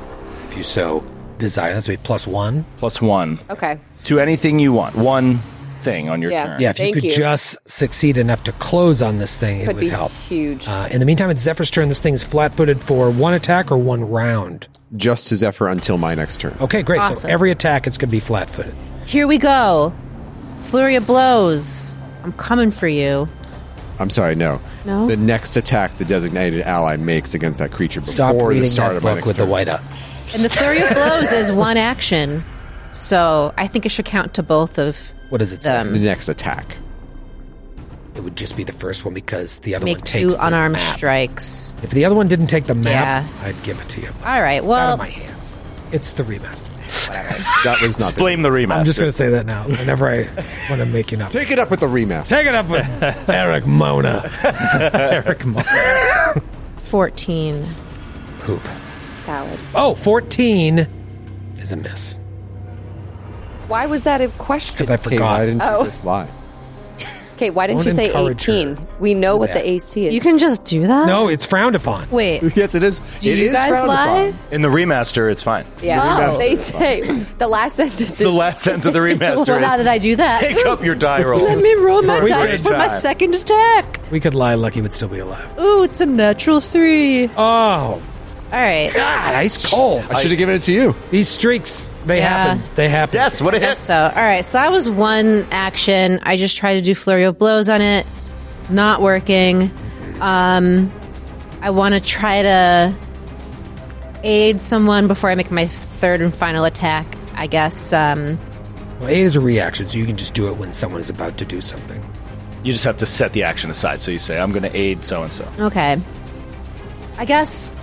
Speaker 3: If you so desire, that's a plus one.
Speaker 10: Plus one
Speaker 6: Okay.
Speaker 10: to anything you want. One thing on your
Speaker 6: Yeah.
Speaker 10: turn.
Speaker 3: Yeah, if
Speaker 6: Thank
Speaker 3: you could
Speaker 6: you.
Speaker 3: just succeed enough to close on this thing, it
Speaker 6: Could
Speaker 3: would
Speaker 6: be
Speaker 3: help.
Speaker 6: huge.
Speaker 3: Uh, in the meantime, it's Zephyr's turn. This thing is flat footed for one attack or one round.
Speaker 5: Just to Zephyr until my next turn.
Speaker 3: Okay, great. So
Speaker 11: Awesome.
Speaker 3: every attack, it's going to be flat footed.
Speaker 11: Here we go. Flurry of blows. I'm coming for you.
Speaker 5: I'm sorry, no.
Speaker 11: No?
Speaker 5: The next attack the designated ally makes against that creature before
Speaker 3: Stop
Speaker 5: the
Speaker 3: reading
Speaker 5: start
Speaker 3: that
Speaker 5: of my
Speaker 3: book
Speaker 5: next
Speaker 3: with
Speaker 5: turn.
Speaker 3: the white up.
Speaker 11: And the flurry of blows is one action. So I think it should count to both of
Speaker 3: What does it say?
Speaker 6: Um,
Speaker 11: Them.
Speaker 5: The next attack.
Speaker 3: It would just be the first one because the other
Speaker 11: make
Speaker 3: one
Speaker 11: two
Speaker 3: takes the
Speaker 11: unarmed
Speaker 3: map.
Speaker 11: strikes.
Speaker 3: If the other one didn't take the map,
Speaker 11: Yeah.
Speaker 3: I'd give it to you. It's
Speaker 11: All right.
Speaker 3: out of
Speaker 11: Well,
Speaker 3: my hands. It's the remaster.
Speaker 5: That was not.
Speaker 10: Blame the remaster.
Speaker 3: I'm just going to say that now. Whenever
Speaker 10: <laughs>
Speaker 3: I want to make you know.
Speaker 5: Take it up with the remaster.
Speaker 3: Take it up with Eric Mona. Eric Mona.
Speaker 11: <laughs> 14.
Speaker 3: Poop.
Speaker 6: Salad.
Speaker 3: Oh, 14 is a miss.
Speaker 6: Why was that a
Speaker 3: Because
Speaker 6: question?
Speaker 3: I
Speaker 5: Okay, why
Speaker 3: forgot.
Speaker 5: didn't
Speaker 6: Oh.
Speaker 5: you just lie?
Speaker 6: okay, why didn't
Speaker 3: Don't
Speaker 6: you say
Speaker 3: encourage her.
Speaker 6: 18? We know what
Speaker 3: Yeah.
Speaker 6: the AC is.
Speaker 11: You can just do that?
Speaker 3: no, it's frowned upon.
Speaker 11: Wait.
Speaker 5: <laughs> Yes, it is.
Speaker 11: Do
Speaker 5: it
Speaker 11: you
Speaker 5: is
Speaker 11: guys
Speaker 5: frowned
Speaker 11: lie?
Speaker 5: upon.
Speaker 10: In the remaster, it's fine.
Speaker 6: yeah,
Speaker 5: Oh.
Speaker 6: they say the last sentence.
Speaker 10: <laughs> The last sentence of
Speaker 11: <laughs>
Speaker 10: the
Speaker 11: Well,
Speaker 10: remaster
Speaker 11: now
Speaker 10: is
Speaker 11: that I do that,
Speaker 10: take up your die
Speaker 11: <laughs>
Speaker 10: rolls.
Speaker 11: let me roll my
Speaker 10: Great
Speaker 11: dice for my
Speaker 10: job.
Speaker 11: second attack.
Speaker 3: We could lie, Lucky would still be alive.
Speaker 11: Ooh, it's a natural three. All
Speaker 3: Oh,
Speaker 11: right.
Speaker 3: God, ice cold.
Speaker 5: I should have given it to you.
Speaker 3: These streaks, they
Speaker 11: Yeah.
Speaker 3: happen. They happen.
Speaker 10: Yes, what a hit.
Speaker 11: So, all right. So that was one action. I just tried to do flurry of blows on it, not working. Um, I want to try to aid someone before I make my third and final attack. I guess. Um,
Speaker 3: Well, eight is a reaction, so you can just do it when someone is about to do something.
Speaker 10: You just have to set the action aside. So you say, I'm going to aid so and so.
Speaker 11: okay. I guess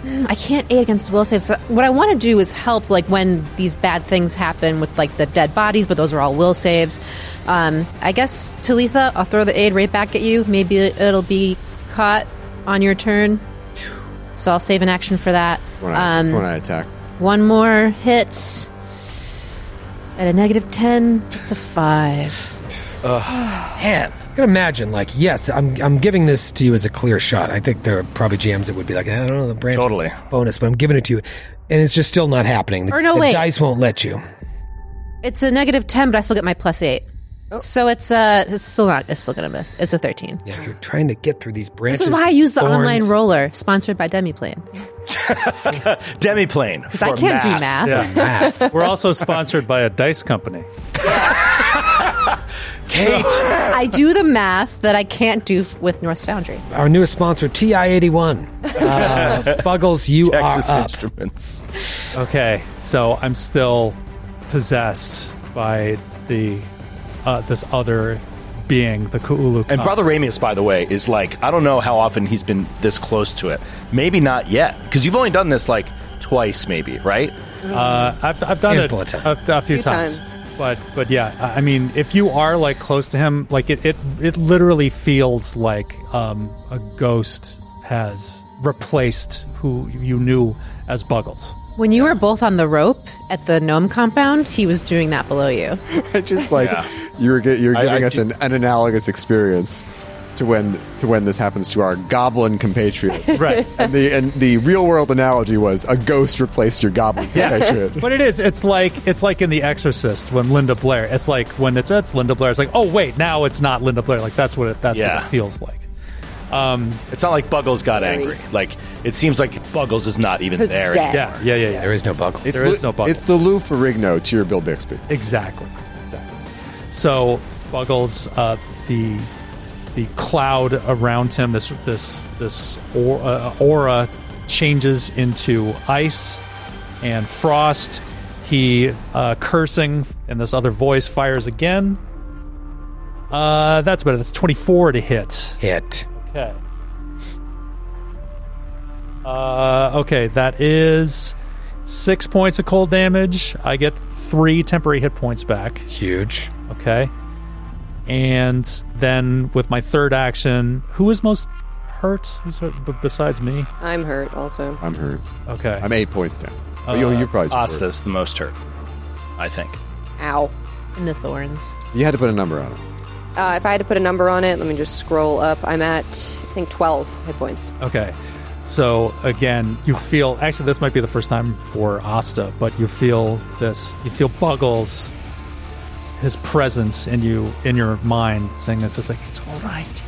Speaker 11: <sighs> mm, I can't aid against will saves. So what I want to do is help, like when these bad things happen with like the dead bodies, but those are all will saves. Um, I guess Talitha, I'll throw the aid right back at you. Maybe it'll be caught on your turn. So I'll save an action for that. Um,
Speaker 5: When I, when I attack.
Speaker 11: One more hit at a negative 10. It's a 5.
Speaker 10: man.
Speaker 3: I can imagine, like, yes, I'm, I'm giving this to you as a clear shot. I think there are probably jams that would be like, I don't know, the branch
Speaker 10: Totally.
Speaker 3: bonus, but I'm giving it to you. And it's just still not happening. The,
Speaker 11: Or no,
Speaker 3: the
Speaker 11: wait.
Speaker 3: dice won't let you.
Speaker 11: It's a negative 10, but I still get my plus 8. So it's uh it's still not it's still gonna miss. It's a thirteen.
Speaker 3: Yeah, you're trying to get through these branches.
Speaker 11: this is why I use the
Speaker 3: thorns.
Speaker 11: online roller sponsored by Demiplane.
Speaker 10: <laughs> Demiplane.
Speaker 11: 'Cause I
Speaker 10: for
Speaker 11: can't do math. <laughs> Math.
Speaker 7: We're also sponsored by a dice company.
Speaker 10: Kate.
Speaker 11: I do the math that I can't do f- with North Foundry.
Speaker 3: Our newest
Speaker 11: <laughs>
Speaker 3: sponsor, TI81. Uh, Buggles, you
Speaker 7: Texas
Speaker 3: are up.
Speaker 10: Instruments.
Speaker 7: Okay, so I'm still possessed by the uh, this other being, the Kuulu.
Speaker 10: And Brother Ramius, by the way, is like, I don't know how often he's been this close to it. Maybe not yet, because you've only done this like twice, maybe, right?
Speaker 7: Uh, I've, I've done it
Speaker 10: Handful
Speaker 7: a,
Speaker 10: of
Speaker 7: a, few,
Speaker 10: Few
Speaker 7: times.
Speaker 10: times.
Speaker 7: But but yeah, I I mean, if you are like close to him, like it it, it literally feels like um, a ghost has replaced who you knew as Buggles.
Speaker 11: When you were both on the rope at the gnome compound, he was doing that below you.
Speaker 5: just like you were gi- you're
Speaker 10: I-
Speaker 5: giving
Speaker 10: I
Speaker 5: us an, an analogous experience to when to when this happens to our goblin compatriot.
Speaker 7: Right.
Speaker 5: and the and the real world analogy was a ghost replaced your goblin
Speaker 7: <laughs>
Speaker 5: compatriot.
Speaker 7: but it is. It's like it's like in The Exorcist when Linda Blair. It's like when it's it's Linda Blair. It's like oh wait, now it's not Linda Blair. Like that's what it that's
Speaker 10: Yeah.
Speaker 7: what it feels like. Um,
Speaker 10: it's not like Buggles got angry. Like it seems like Buggles is not even there.
Speaker 7: Yeah, yeah, yeah, yeah.
Speaker 3: There is no buckle.
Speaker 5: It's
Speaker 7: There is
Speaker 5: Lou-
Speaker 7: no buckle.
Speaker 5: It's the Lou Ferrigno to your Bill Bixby.
Speaker 7: Exactly. Exactly. So Buggles, uh, the the cloud around him, this this this aura, uh, aura changes into ice and frost. He uh, cursing, and this other voice fires again. Uh, that's better. That's twenty four to hit.
Speaker 3: Hit.
Speaker 7: Okay. Uh, okay, that is six points of cold damage. I get three temporary hit points back.
Speaker 3: Huge.
Speaker 7: Okay. And then with my third action, who is most hurt? Who's hurt b- besides me?
Speaker 6: I'm hurt also.
Speaker 5: I'm hurt.
Speaker 7: Okay.
Speaker 5: I'm eight points down. But you, you probably
Speaker 10: Uh, Asta's the most hurt, I think.
Speaker 6: Ow.
Speaker 11: In the thorns.
Speaker 5: you had to put a number on him.
Speaker 6: Uh, if I had to put a number on it, let me just scroll up. I'm at, I think, 12 hit points.
Speaker 7: Okay. So again, you feel actually this might be the first time for Asta, but you feel this you feel Buggles his presence in you in your mind saying this it's like it's all right.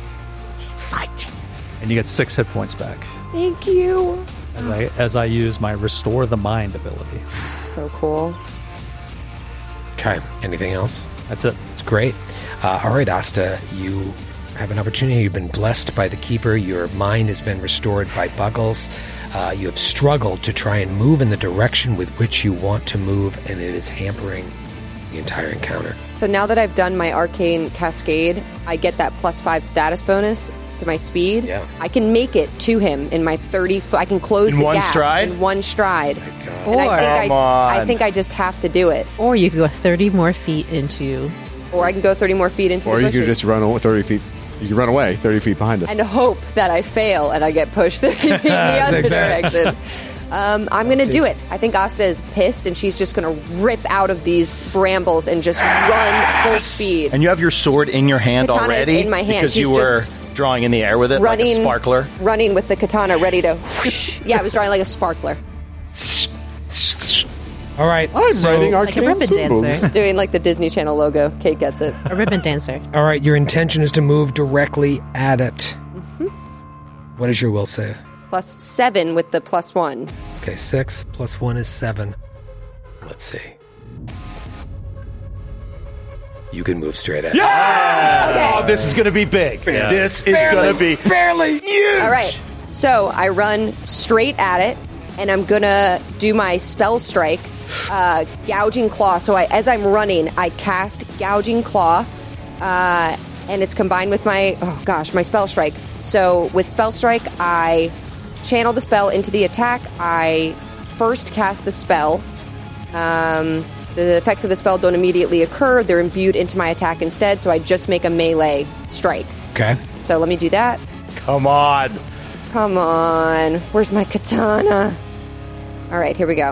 Speaker 7: Keep fighting. And you get six hit points back
Speaker 6: Thank you.
Speaker 7: as I as I use my restore the mind ability.
Speaker 6: So cool.
Speaker 3: Okay. Anything else?
Speaker 7: That's it.
Speaker 3: It's great. Uh, all right, Asta, you have an opportunity. You've been blessed by the Keeper. Your mind has been restored by Buggles. Uh, you have struggled to try and move in the direction with which you want to move, and it is hampering the entire encounter.
Speaker 6: So now that I've done my arcane cascade, I get that plus five status bonus to my speed.
Speaker 3: Yeah.
Speaker 6: I can make it to him in my 30 foot. I can close
Speaker 10: In
Speaker 6: the
Speaker 10: one
Speaker 6: gap
Speaker 10: stride?
Speaker 6: In one stride. And
Speaker 11: Or-
Speaker 6: I think
Speaker 11: Come
Speaker 6: I, I
Speaker 11: on.
Speaker 6: think I just have to do it.
Speaker 11: Or you could go 30 more feet into.
Speaker 6: Or I can go 30 more feet into
Speaker 5: Or
Speaker 6: the
Speaker 5: you
Speaker 6: bushes.
Speaker 5: could just run o- thirty feet. You could run away thirty feet behind us.
Speaker 6: and hope that I fail and I get pushed <laughs> 30 feet in the other
Speaker 5: Take that.
Speaker 6: direction. Um, I'm going to do it. I think Asta is pissed and she's just going to rip out of these brambles and just run full speed.
Speaker 10: And you have your sword in your hand
Speaker 6: Katana is
Speaker 10: already
Speaker 6: in my hand.
Speaker 10: because
Speaker 6: She's
Speaker 10: you were drawing in the air with it like
Speaker 6: running
Speaker 10: a sparkler.
Speaker 6: running with the katana ready
Speaker 10: <laughs>
Speaker 6: to yeah i was drawing like a sparkler
Speaker 3: All right.
Speaker 5: I'm
Speaker 3: writing
Speaker 11: Like a arcane ribbon symbols.
Speaker 10: <laughs>
Speaker 11: dancer.
Speaker 6: doing like the disney channel logo kate gets it
Speaker 11: a ribbon dancer
Speaker 3: All right, your intention is to move directly at it. What is your will save?
Speaker 6: Mm-hmm. plus seven with the plus one
Speaker 3: Okay, six plus one is seven. Let's see. You can move straight at it.
Speaker 10: Oh, this is going to be big. This is going to be.
Speaker 3: barely huge.
Speaker 6: all right so i run straight at it and i'm gonna do my spell strike uh, gouging claw so I, as i'm running i cast gouging claw uh, and it's combined with my oh gosh my spell strike so with spell strike i channel the spell into the attack i first cast the spell um, the effects of the spell don't immediately occur they're imbued into my attack instead so i just make a melee strike
Speaker 3: Okay.
Speaker 6: so let me do that
Speaker 10: Come on.
Speaker 6: Come on. Where's my katana? All right, here we go. <laughs>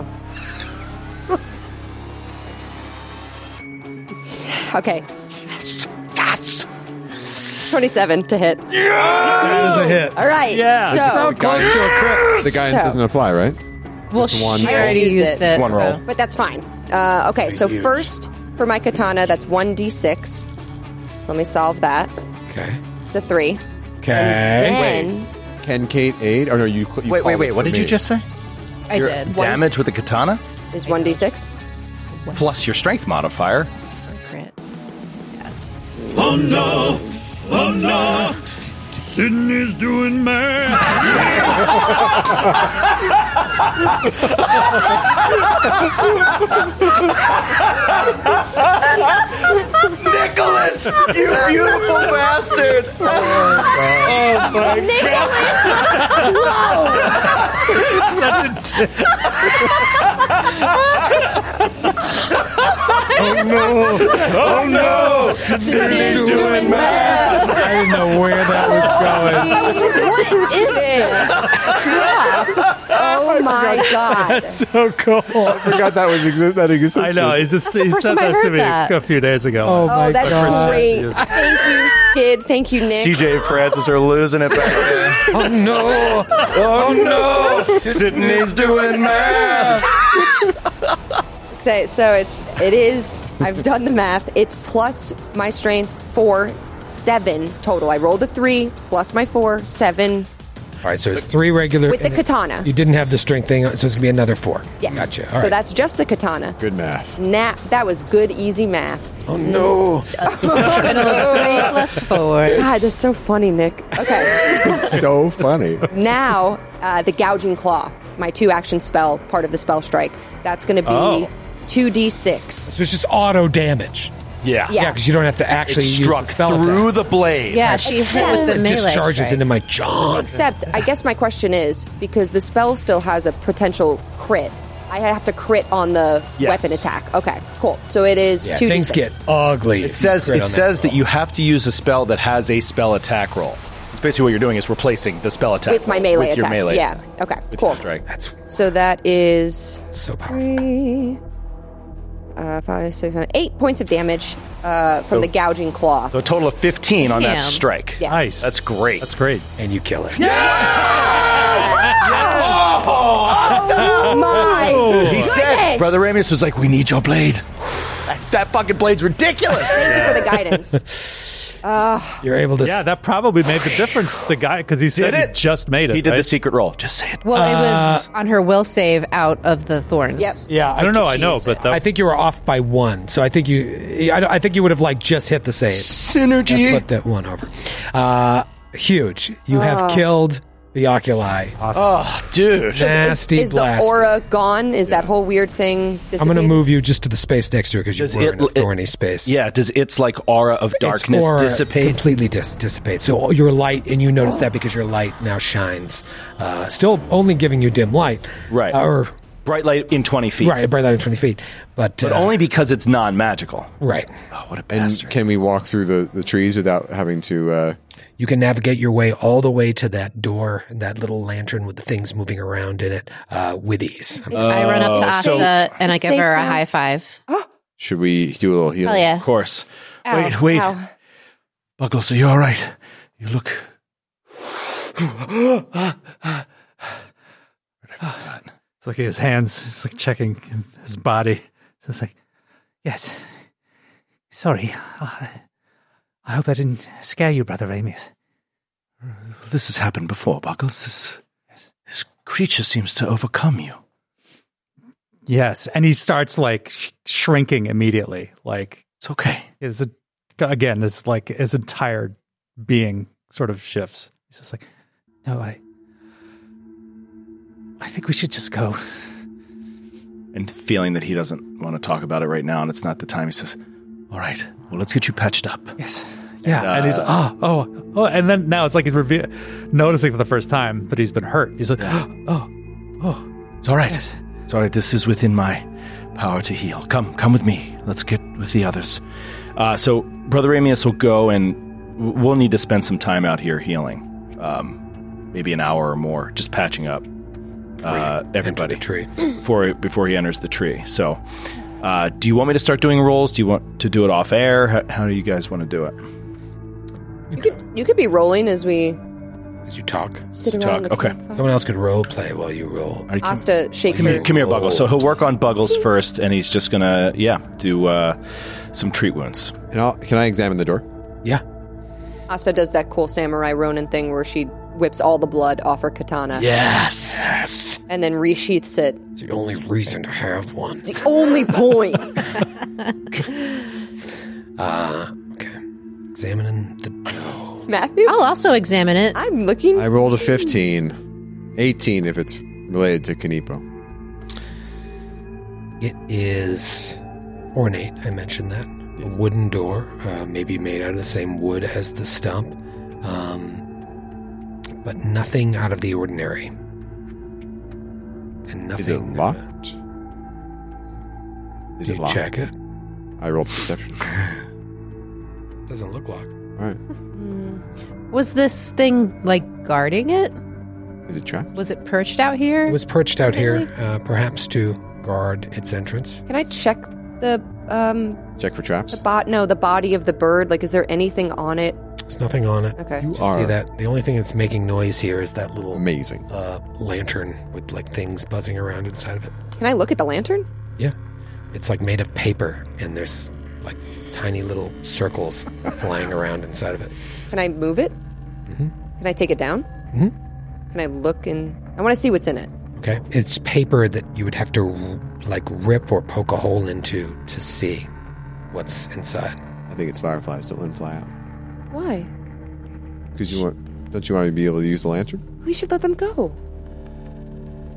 Speaker 6: okay. Yes. Yes. 27 to hit.
Speaker 3: That is a hit.
Speaker 6: All right.
Speaker 3: Yeah.
Speaker 6: So,
Speaker 3: So close to a crit.
Speaker 5: The guidance
Speaker 6: So-
Speaker 5: doesn't apply, right?
Speaker 6: Well,
Speaker 5: Just one
Speaker 6: she
Speaker 5: roll.
Speaker 6: already used it.
Speaker 5: One roll.
Speaker 6: But that's fine. Uh, okay, so
Speaker 5: Use.
Speaker 6: first for my katana, that's 1d6. So let me solve that.
Speaker 5: Okay.
Speaker 6: It's a 3.
Speaker 5: Okay.
Speaker 6: And
Speaker 5: Can Kate aid? Or no, you, cl- you
Speaker 10: Wait, wait,
Speaker 5: called it
Speaker 10: wait,
Speaker 5: for
Speaker 10: what did
Speaker 5: me.
Speaker 10: you just say?
Speaker 6: I
Speaker 10: Your
Speaker 6: did. One-
Speaker 10: Damage with a katana
Speaker 6: is 1d6.
Speaker 10: plus your strength modifier.
Speaker 12: Oh no! Oh no! Sydney's doing
Speaker 7: <laughs>
Speaker 12: math.
Speaker 10: Nicholas, you beautiful bastard!
Speaker 12: Oh my god! Such a dick. oh no! Oh no! Sydney's doing math. I didn't know where that was going.
Speaker 6: Oh, <laughs> What is this? Oh <laughs> my god.
Speaker 7: That's so cool. I
Speaker 5: forgot that was exist- that existed.
Speaker 7: I know. He's just,
Speaker 6: the
Speaker 7: he
Speaker 6: first
Speaker 7: said
Speaker 6: time I
Speaker 7: that to
Speaker 6: heard
Speaker 7: me
Speaker 6: that.
Speaker 7: a few days ago.
Speaker 6: Oh, that's great. Thank you, Skid. Thank you, Nick.
Speaker 10: CJ and Francis are losing it back there.
Speaker 12: Oh no!
Speaker 10: Oh no! Sydney's doing math.
Speaker 6: So, so it's it is. I've done the math. It's plus my strength four seven total. I rolled a three plus my four seven.
Speaker 3: All right, so it's three regular
Speaker 6: With the
Speaker 3: and it-
Speaker 6: katana.
Speaker 3: You didn't have the strength thing, so it's going to be another four.
Speaker 6: Yes.
Speaker 3: Gotcha. All
Speaker 6: so
Speaker 3: right.
Speaker 6: that's just the katana.
Speaker 5: Good math.
Speaker 6: Nah, that was good, easy math. <laughs>
Speaker 3: Oh no!
Speaker 6: plus
Speaker 5: <laughs>
Speaker 11: four.
Speaker 6: God, that's so funny, Nick. Okay.
Speaker 5: It's so funny.
Speaker 6: now uh, the gouging claw, my two action spell, part of the spell strike. That's going to
Speaker 3: Oh.
Speaker 6: be two d six.
Speaker 3: So it's just auto damage.
Speaker 10: Yeah.
Speaker 6: Yeah.
Speaker 3: Yeah, because you don't have to actually use the
Speaker 10: struck
Speaker 3: spell
Speaker 10: through
Speaker 3: attack.
Speaker 10: the blade.
Speaker 6: Yeah, she hit with the
Speaker 3: It
Speaker 6: melee
Speaker 3: discharges
Speaker 6: strike.
Speaker 3: into my jaw.
Speaker 6: Except, I guess my question is because the spell still has a potential crit. I have to crit on the
Speaker 10: Yes.
Speaker 6: weapon attack. Okay, cool. So it is two d6.
Speaker 3: ugly.
Speaker 10: It says it says that you have to use a spell that has a spell attack roll. It's basically what you're doing is replacing the spell attack
Speaker 6: with my
Speaker 10: roll
Speaker 6: melee
Speaker 10: with
Speaker 6: attack.
Speaker 10: Your melee
Speaker 6: yeah.
Speaker 10: attack.
Speaker 6: Okay.
Speaker 10: With
Speaker 6: cool.
Speaker 10: your strike. That's
Speaker 6: So that is
Speaker 3: so
Speaker 6: Three, uh, five, six, seven, eight points of damage uh, from
Speaker 10: So-
Speaker 6: the gouging claw.
Speaker 10: so a total of 15 on
Speaker 6: Damn.
Speaker 10: that strike.
Speaker 6: Yeah. Nice.
Speaker 10: That's great. That's
Speaker 7: great.
Speaker 3: And you kill it.
Speaker 6: Oh my!
Speaker 10: He said,
Speaker 6: goodness!
Speaker 10: Brother Ramius was like, "We need your blade. That, that fucking blade's ridiculous."
Speaker 6: Thank you for the guidance. Uh,
Speaker 3: You're able to.
Speaker 7: Yeah, that probably made the difference. The guy, because he said he just made it. He did the
Speaker 10: secret <laughs> roll. Just say it.
Speaker 11: Well, it was on her will save out of the thorns. Yep.
Speaker 3: Uh, Yeah,
Speaker 7: I don't know. I know, but
Speaker 3: I think you were off by one, so I think you, I, don't- I think you would have like just hit the save.
Speaker 10: Synergy.
Speaker 3: I put that one over. Uh, huge. You have
Speaker 6: Oh.
Speaker 3: killed the oculi.
Speaker 10: Oh, dude!
Speaker 6: so
Speaker 3: Nasty
Speaker 6: is, is the
Speaker 3: blast.
Speaker 6: aura gone? Is that whole weird thing?
Speaker 3: I'm going to
Speaker 6: disappeared?
Speaker 3: move you just to the space next to it because you were in a thorny space.
Speaker 10: Yeah, does its like aura of darkness
Speaker 3: Its aura
Speaker 10: dissipate?
Speaker 3: Completely dis- dissipates. So your light, and you notice that because your light now shines, uh, still only giving you dim light. Uh,
Speaker 10: Right.
Speaker 3: or
Speaker 10: bright light in 20 feet.
Speaker 3: right, bright light in 20 feet. But,
Speaker 10: But
Speaker 3: uh,
Speaker 10: only because it's non-magical.
Speaker 3: Right.
Speaker 10: Oh, what a
Speaker 5: And can we walk through the, the trees without having to? Uh,
Speaker 3: You can navigate your way all the way to that door, that little lantern with the things moving around in it, uh, with ease.
Speaker 11: I run
Speaker 10: Oh,
Speaker 11: up to Asta
Speaker 3: so-
Speaker 11: and I
Speaker 8: It's
Speaker 11: give
Speaker 8: safe
Speaker 11: her a
Speaker 8: now.
Speaker 11: high five.
Speaker 5: should we do a little healing?
Speaker 11: Hell yeah. Of
Speaker 10: course.
Speaker 11: Ow,
Speaker 10: Wait, wait.
Speaker 11: ow.
Speaker 10: Buckle, so you're all right. You look.
Speaker 7: It's like his hands, it's like checking his body. So it's like, yes. Sorry. Uh, I, I hope I didn't scare you, Brother Ramius.
Speaker 10: This has happened before, Buckles. This, this creature seems to overcome you.
Speaker 7: Yes. And he starts like sh- shrinking immediately. Like,
Speaker 10: it's okay.
Speaker 7: It's a, again, it's like his entire being sort of shifts. He's just like, no, I, I think we should just go.
Speaker 10: And feeling that he doesn't want to talk about it right now, and it's not the time, he says, "All right, well, let's get you patched up."
Speaker 7: Yes. Yeah, and,
Speaker 10: And,
Speaker 7: he's
Speaker 10: uh,
Speaker 7: oh oh oh, and then now it's like he's reve- noticing for the first time that he's been hurt. He's like, <gasps> oh oh,
Speaker 10: It's all right. It's all right. This is within my power to heal. Come, come with me. Let's get with the others. Uh, so, Brother Amius will go, and w- we'll need to spend some time out here healing. Um, maybe an hour or more, just patching up uh, everybody tree. <clears throat> before before he enters the tree. So, uh, do you want me to start doing rolls? Do you want to do it off air? How, how do you guys want to do it?
Speaker 6: You could you could be rolling as we
Speaker 10: As you talk,
Speaker 6: sit around. the
Speaker 10: Okay.
Speaker 6: campfire.
Speaker 3: Someone else could role play while you roll.
Speaker 6: Asta shakes
Speaker 10: Come here,
Speaker 6: her.
Speaker 10: come here, Buggles. So he'll work on Buggles first, and he's just gonna, yeah, do uh, some treat wounds.
Speaker 5: And I'll, can I examine the door?
Speaker 6: Asta does that cool samurai Ronin thing where she whips all the blood off her katana.
Speaker 12: Yes. Yes.
Speaker 6: And then resheaths it.
Speaker 3: It's the only reason to have one.
Speaker 6: It's the only point.
Speaker 3: <laughs> Uh, okay. Examining the.
Speaker 6: Matthew?
Speaker 11: I'll also examine it.
Speaker 6: I'm looking.
Speaker 5: I rolled a 15, 18 if it's related to Kanipo.
Speaker 3: It is ornate. I mentioned that. A wooden door, uh, maybe made out of the same wood as the stump, um, but nothing out of the ordinary. And nothing.
Speaker 5: Is it locked? Is
Speaker 3: Did
Speaker 5: it
Speaker 3: you
Speaker 5: locked?
Speaker 3: check it?
Speaker 5: I rolled <laughs> perception.
Speaker 3: Doesn't look locked.
Speaker 5: All right.
Speaker 11: Was this thing like guarding it?
Speaker 5: Is it trapped?
Speaker 11: Was it perched out here?
Speaker 3: It was perched out here, uh, perhaps to guard its entrance.
Speaker 6: Can I check the um
Speaker 5: Check for traps.
Speaker 6: the bot? No, the body of the bird. Like, is there anything on it?
Speaker 3: There's nothing on it.
Speaker 6: Okay.
Speaker 3: You
Speaker 5: are-
Speaker 3: see that? The only thing that's making noise here is that little
Speaker 5: Amazing.
Speaker 3: uh, lantern with like things buzzing around inside of it.
Speaker 6: Can I look at the lantern?
Speaker 3: Yeah. It's like made of paper and there's like tiny little
Speaker 5: <laughs>
Speaker 3: circles flying around inside of it.
Speaker 6: Can I move it?
Speaker 3: Mm-hmm.
Speaker 6: Can I take it down?
Speaker 3: Mhm.
Speaker 6: Can I look and I want to see what's in it.
Speaker 3: Okay. It's paper that you would have to r- like rip or poke a hole into to see what's inside.
Speaker 5: I think it's fireflies. Don't let them fly out.
Speaker 6: Why?
Speaker 5: Because you want, don't you want to be able to use the lantern?
Speaker 6: We should let them go.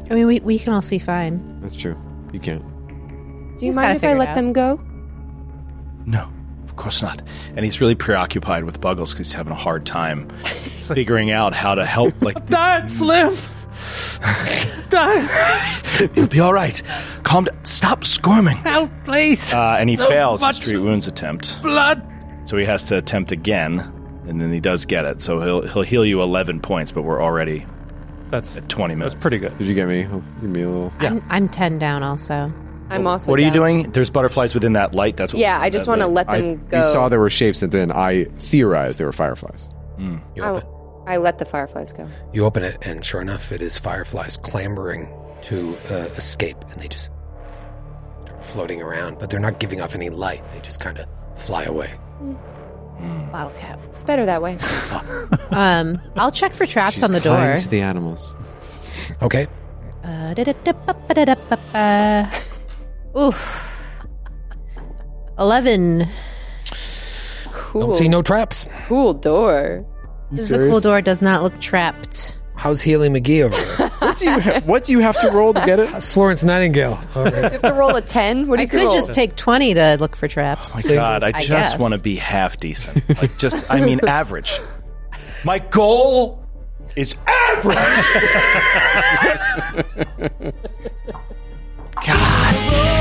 Speaker 11: I mean, we, we can all see fine.
Speaker 5: That's true. You can't.
Speaker 6: Do you
Speaker 11: He's
Speaker 6: mind
Speaker 11: gotta
Speaker 6: if I
Speaker 11: figure it
Speaker 6: let
Speaker 11: out.
Speaker 6: them go?
Speaker 10: No, of course not. And he's really preoccupied with Buggles because he's having a hard
Speaker 7: <laughs>
Speaker 10: time figuring out how to help. Like,
Speaker 12: Dad, Slim.
Speaker 10: <laughs>
Speaker 12: Dad,
Speaker 10: it'll be all right. Calm down. Stop squirming.
Speaker 12: help, please.
Speaker 10: Uh, and he
Speaker 12: So
Speaker 10: fails his
Speaker 12: much
Speaker 10: street wounds attempt,
Speaker 12: Blood.
Speaker 10: so he has to attempt again, and then he does get it. So he'll he'll heal you eleven points, but we're already
Speaker 7: That's
Speaker 10: at twenty minutes.
Speaker 7: that's pretty good.
Speaker 5: Did you get me? Give me a little.
Speaker 11: I'm, I'm 10 down also.
Speaker 6: I'm also.
Speaker 10: What are you
Speaker 6: down.
Speaker 10: doing? There's butterflies within that light. That's what
Speaker 6: Yeah, I just want to let
Speaker 5: I,
Speaker 6: them go.
Speaker 5: we saw there were shapes, and then I theorized they were fireflies.
Speaker 3: You
Speaker 6: I,
Speaker 3: open,
Speaker 6: I let the fireflies go.
Speaker 3: you open it and sure enough it is fireflies clambering to uh, escape and they just start floating around, but they're not giving off any light. They just kind of fly away.
Speaker 8: Bottle cap.
Speaker 6: It's better that way.
Speaker 11: Um, I'll check for traps on the door.
Speaker 5: the animals.
Speaker 3: Okay.
Speaker 11: Uh, da-da-da-ba-ba-da-da-ba-ba. Oof. 11.
Speaker 6: Cool.
Speaker 3: Don't see no traps.
Speaker 6: cool door.
Speaker 11: This is a cool door. Does not look trapped.
Speaker 3: How's Healy McGee over there?
Speaker 5: What do you ha- <laughs> what do you have to roll to get it?
Speaker 3: That's Florence Nightingale. All
Speaker 5: <laughs>
Speaker 3: right.
Speaker 6: You have to
Speaker 11: <laughs>
Speaker 6: roll a ten. What do you
Speaker 11: I
Speaker 6: have to
Speaker 11: could
Speaker 6: roll?
Speaker 11: just take 20 to look for traps.
Speaker 3: Singles.
Speaker 10: Oh God, I,
Speaker 11: I
Speaker 10: just
Speaker 11: guess.
Speaker 10: want to
Speaker 11: <laughs>
Speaker 10: be half decent. Like just I mean average. My <laughs> goal is average. <laughs>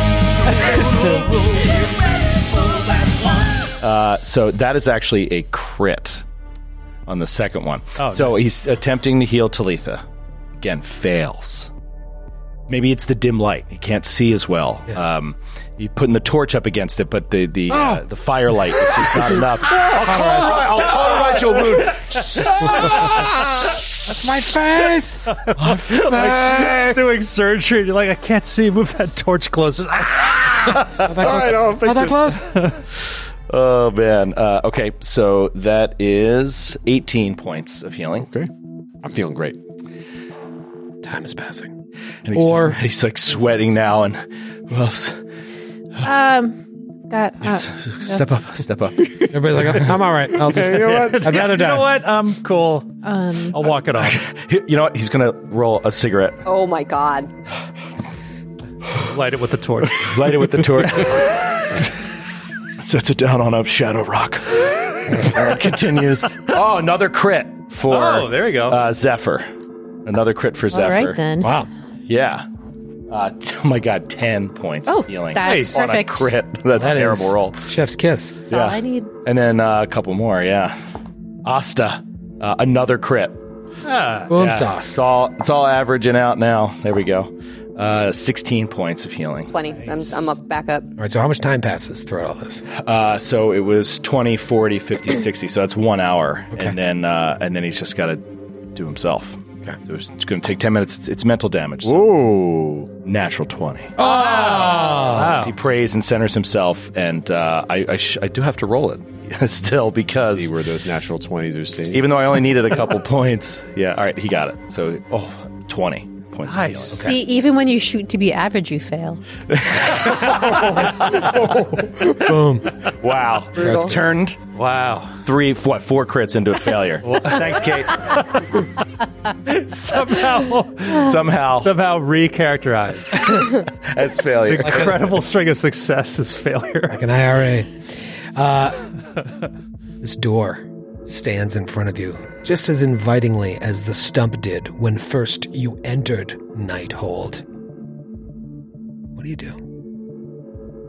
Speaker 10: Uh, so that is actually a crit on the second one.
Speaker 7: Oh,
Speaker 10: so he's attempting to heal Talitha. Again, fails. Maybe it's the dim light. He can't see as well. Um, he's putting the torch up against it, but the the, uh, the firelight is just not enough. I'll cauterize- I'll
Speaker 11: Um,
Speaker 10: cauterize your wound.
Speaker 12: My face.
Speaker 7: Like, doing surgery, and you're like, I can't see. Move that torch closer. Ah!
Speaker 5: All right, I'll fix it.
Speaker 3: close?
Speaker 5: <laughs>
Speaker 10: Oh man. Uh, okay, so that is 18 points of healing.
Speaker 5: Okay, I'm feeling great.
Speaker 3: Time is passing.
Speaker 10: And he's,
Speaker 3: Or-
Speaker 10: he's like sweating now, and well, s-
Speaker 11: Um, got. uh,
Speaker 10: step up, step up.
Speaker 3: Everybody's like, I'm all right. I'll just, <laughs> I'd rather
Speaker 7: You know
Speaker 3: die.
Speaker 7: what? I'm cool.
Speaker 11: um,
Speaker 7: I'll walk it off.
Speaker 10: He- <laughs> you know what? He's gonna roll a cigarette,
Speaker 6: oh my god.
Speaker 7: Light it with the torch.
Speaker 10: light it with the torch. <laughs> Sets it down on up Shadow Rock. And continues. Oh, another crit for
Speaker 7: Oh, there you go.
Speaker 10: uh, Zephyr. Another crit for
Speaker 11: all
Speaker 10: Zephyr.
Speaker 11: right then.
Speaker 3: Wow.
Speaker 10: Yeah. Uh, t- oh my god, ten points
Speaker 11: Oh,
Speaker 10: of healing.
Speaker 11: that's Nice.
Speaker 10: On a
Speaker 11: perfect.
Speaker 10: crit. <laughs> That's
Speaker 3: That
Speaker 10: a terrible
Speaker 3: is
Speaker 10: roll.
Speaker 3: Chef's kiss.
Speaker 11: That's all I need.
Speaker 10: And then uh, a couple more, yeah. Asta, uh, another crit.
Speaker 7: Ah,
Speaker 3: Boom
Speaker 10: Yeah.
Speaker 3: sauce.
Speaker 10: It's all it's all averaging out now. There we go. Uh, sixteen points of healing.
Speaker 6: Plenty. I'm, I'm up, back up.
Speaker 3: All right, so how much time passes throughout all this?
Speaker 10: Uh, so it was 20, 40,
Speaker 3: <clears throat>
Speaker 10: 50, 60. So that's one hour. And then uh, and then he's just got to do himself. Okay. So it's, going to take 10 minutes. It's, it's mental damage. So
Speaker 5: Whoa.
Speaker 10: Natural 20.
Speaker 3: Oh!
Speaker 10: As he prays and centers himself. And uh, I, I, sh- I do have to roll it <laughs> still because.
Speaker 5: See where those natural 20s are seen.
Speaker 10: Even though I only needed a couple <laughs> points. Yeah. All right. He got it. So, oh, 20 points. of healing.
Speaker 11: See, even when you shoot to be average, you fail.
Speaker 10: Boom. Wow.
Speaker 11: Brutal.
Speaker 10: It's turned. Wow. Three, what, four crits <laughs> into a failure. Thanks, Kate. somehow, <laughs> somehow,
Speaker 7: somehow recharacterized.
Speaker 10: <laughs> That's failure.
Speaker 7: The incredible string of success is failure.
Speaker 3: Like
Speaker 7: <laughs>
Speaker 3: an IRA. Uh, this door stands in front of you just as invitingly as the stump did when first you entered Nighthold. What do you do?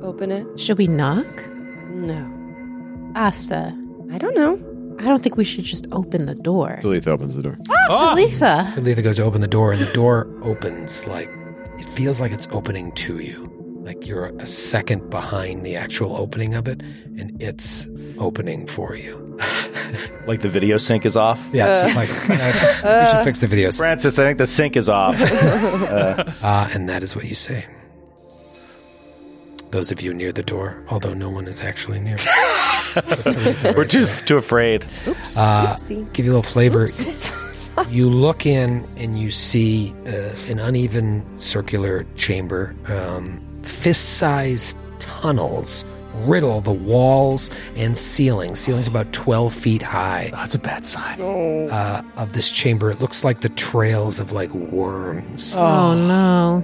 Speaker 6: Open it.
Speaker 11: Should we knock?
Speaker 6: No.
Speaker 11: Asta.
Speaker 6: I don't know.
Speaker 11: I don't think we should just open the door.
Speaker 5: Talitha opens the door.
Speaker 10: Ah!
Speaker 11: Oh, Talitha.
Speaker 3: Talitha goes to open the door, and the door opens like it feels like it's opening to you. Like you're a second behind the actual opening of it, and it's opening for you.
Speaker 10: Like the video sync is off.
Speaker 3: Yeah, it's just like uh, we should fix the video. sync.
Speaker 10: Francis, I think the sync is <laughs> off. Uh,
Speaker 3: Ah, and that is what you say. Those of you near the door, although no one is
Speaker 6: <laughs>
Speaker 3: actually near.
Speaker 10: we're too too afraid.
Speaker 6: Oops.
Speaker 3: Uh,
Speaker 6: Oopsie.
Speaker 3: give you a little flavor.
Speaker 6: <laughs>
Speaker 3: you look in and you see uh, an uneven circular chamber. Um, Fist sized tunnels riddle the walls and ceiling. Ceiling's about 12 feet high.
Speaker 7: that's a bad sign.
Speaker 3: Uh, of this chamber, it looks like the trails of like worms.
Speaker 11: Oh, no.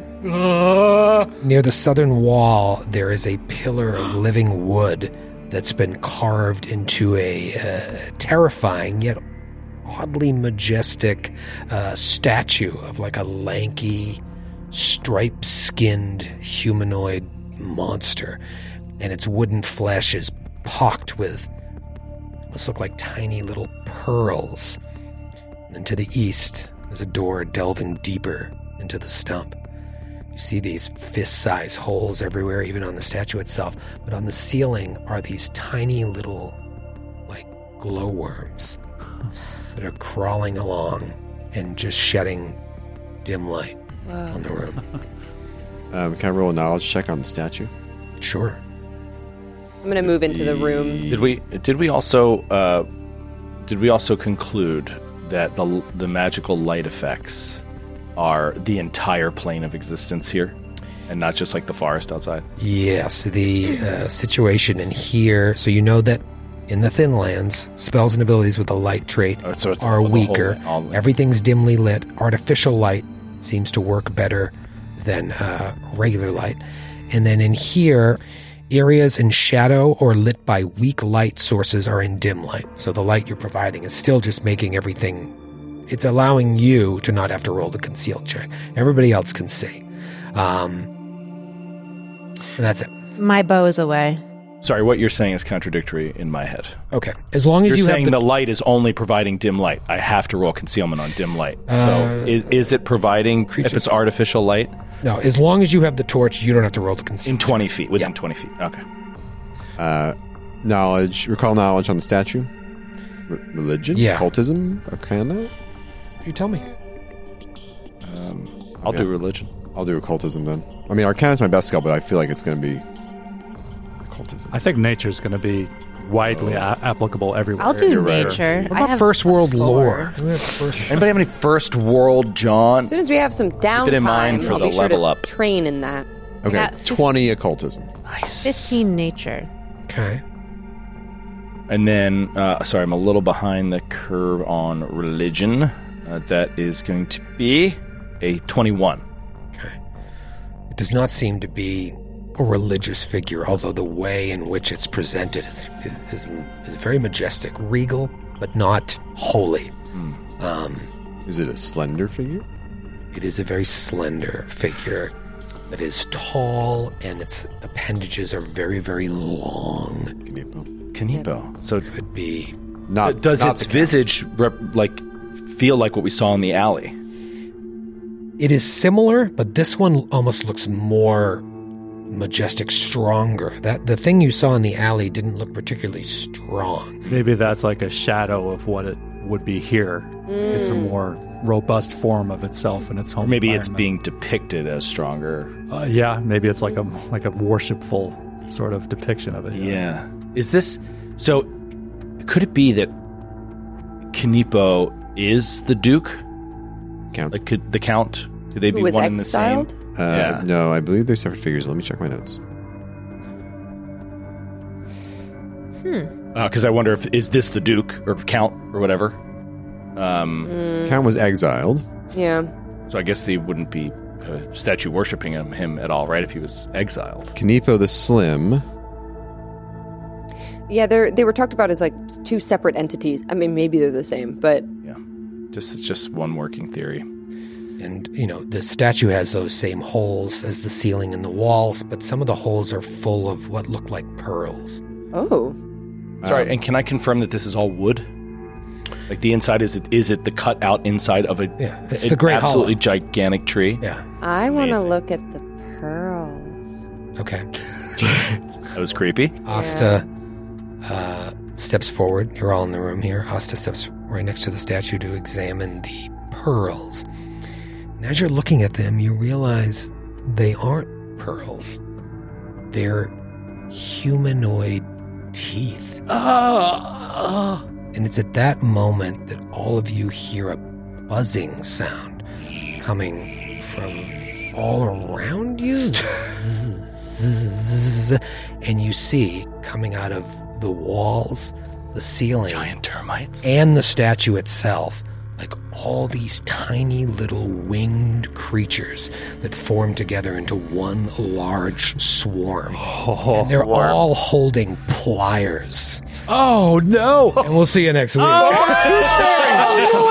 Speaker 3: Near the southern wall, there is a pillar of living wood that's been carved into a uh, terrifying yet oddly majestic uh, statue of like a lanky, striped skinned humanoid monster. And its wooden flesh is pocked with almost look like tiny little pearls. And then to the east, there's a door delving deeper into the stump. You see these fist sized holes everywhere, even on the statue itself. But on the ceiling are these tiny little, like, glowworms that are crawling along and just shedding dim light on the room.
Speaker 5: Um, can I roll a knowledge check on the statue?
Speaker 3: Sure.
Speaker 6: I'm going to move into the room.
Speaker 10: Did we did we also uh, did we also conclude that the the magical light effects are the entire plane of existence here, and not just like the forest outside?
Speaker 3: Yes, the uh, situation in here. So you know that in the Thin Lands, spells and abilities with the light trait
Speaker 10: so it's
Speaker 3: are
Speaker 10: all the whole-
Speaker 3: weaker.
Speaker 10: all the-
Speaker 3: Everything's dimly lit. Artificial light seems to work better than uh, regular light. And then in here, areas in shadow or lit by weak light sources are in dim light. So the light you're providing is still just making everything. It's allowing you to not have to roll the concealed check. Everybody else can see. Um, and that's it.
Speaker 11: My bow is away.
Speaker 10: Sorry, what you're saying is contradictory in my head.
Speaker 3: Okay. As long as
Speaker 10: You're
Speaker 3: you have
Speaker 10: saying
Speaker 3: the-
Speaker 10: the, light is only providing dim light. I have to roll concealment on dim light.
Speaker 3: Uh,
Speaker 10: so is, is it providing if it's artificial light
Speaker 3: No, as long as you have the torch, you don't have to roll the
Speaker 10: in
Speaker 3: concealment.
Speaker 10: 20 feet within 20 feet? Okay.
Speaker 5: Uh, knowledge, recall knowledge on the statue? R- religion?
Speaker 3: Yeah.
Speaker 5: Cultism? Arcana?
Speaker 3: You tell me.
Speaker 10: Um, I'll do religion.
Speaker 5: I'll do occultism then. I mean, Arcana's my best skill, but I feel like it's going to be occultism.
Speaker 7: I think nature's going to be widely a- applicable everywhere.
Speaker 11: I'll do nature.
Speaker 3: What about first world lore?
Speaker 10: Anybody have any first world John?
Speaker 6: As soon as we have some downtime,
Speaker 10: in mind for
Speaker 6: I'll
Speaker 10: the
Speaker 6: be sure to
Speaker 10: level up.
Speaker 6: train in that.
Speaker 5: Okay,
Speaker 11: At fif-
Speaker 5: 20 occultism.
Speaker 11: 15 nature.
Speaker 3: Okay.
Speaker 10: And then, uh, sorry, I'm a little behind the curve on religion. Uh, that is going to be a 21.
Speaker 3: It does not seem to be a religious figure, although the way in which it's presented is is, is very majestic, regal, but not holy. Um,
Speaker 5: Hmm. is it a slender figure?
Speaker 3: It is a very slender figure that is tall, and its appendages are very, very long.
Speaker 5: Knipo.
Speaker 10: Kanipo. So
Speaker 3: Could be
Speaker 5: Not
Speaker 10: does
Speaker 5: not
Speaker 10: its
Speaker 5: the
Speaker 10: visage rep, like feel like what we saw in the alley?
Speaker 3: It is similar, but this one almost looks more majestic, stronger. That the thing you saw in the alley didn't look particularly strong.
Speaker 7: Maybe that's like a shadow of what it would be here. It's a
Speaker 10: Mm.
Speaker 7: more robust form of itself in its home.
Speaker 10: Or maybe it's
Speaker 7: environment.
Speaker 10: being depicted as stronger.
Speaker 7: Uh, yeah, maybe it's like a like a worshipful sort of depiction of it.
Speaker 10: Yeah. Is this so? Could it be that Kanipo is the Duke?
Speaker 5: Count.
Speaker 10: Like, could the Count? Could they
Speaker 6: Who
Speaker 10: be
Speaker 6: was
Speaker 10: one
Speaker 6: exiled?
Speaker 10: and the same?
Speaker 5: Uh,
Speaker 10: yeah.
Speaker 5: No, I believe they're separate figures. Let me check my notes.
Speaker 10: Because Uh, I wonder if is this the Duke or Count or whatever. Um,
Speaker 6: Mm.
Speaker 5: Count was exiled.
Speaker 6: Yeah.
Speaker 10: So I guess they wouldn't be a statue worshiping him, him at all, right? If he was exiled.
Speaker 5: Kanipo the Slim.
Speaker 6: Yeah, they are they were talked about as like two separate entities. I mean, maybe they're the same, but
Speaker 10: Just just one working theory.
Speaker 3: And you know, the statue has those same holes as the ceiling and the walls, but some of the holes are full of what look like pearls.
Speaker 6: oh,
Speaker 10: Sorry, and can I confirm that this is all wood? Like the inside is it is it the cut out inside of a
Speaker 3: Yeah, it's the Great
Speaker 10: absolutely gigantic tree?
Speaker 3: Yeah.
Speaker 6: I want to
Speaker 10: Amazing.
Speaker 6: look at the pearls.
Speaker 3: Okay.
Speaker 10: <laughs> That was creepy.
Speaker 3: Asta uh, steps forward. You're all in the room here. Asta steps right next to the statue to examine the pearls. And as you're looking at them, you realize they aren't pearls, they're humanoid teeth.
Speaker 10: Ah,
Speaker 3: And it's at that moment that all of you hear a buzzing sound coming from all around you. <laughs> Zzz, and you see coming out of the walls, the ceiling, giant
Speaker 10: termites,
Speaker 3: and the statue itself, like all these tiny little winged creatures that form together into one large swarm. and they're
Speaker 12: swarms.
Speaker 3: all holding pliers.
Speaker 7: Oh no!
Speaker 3: And we'll see you next week.
Speaker 7: Oh,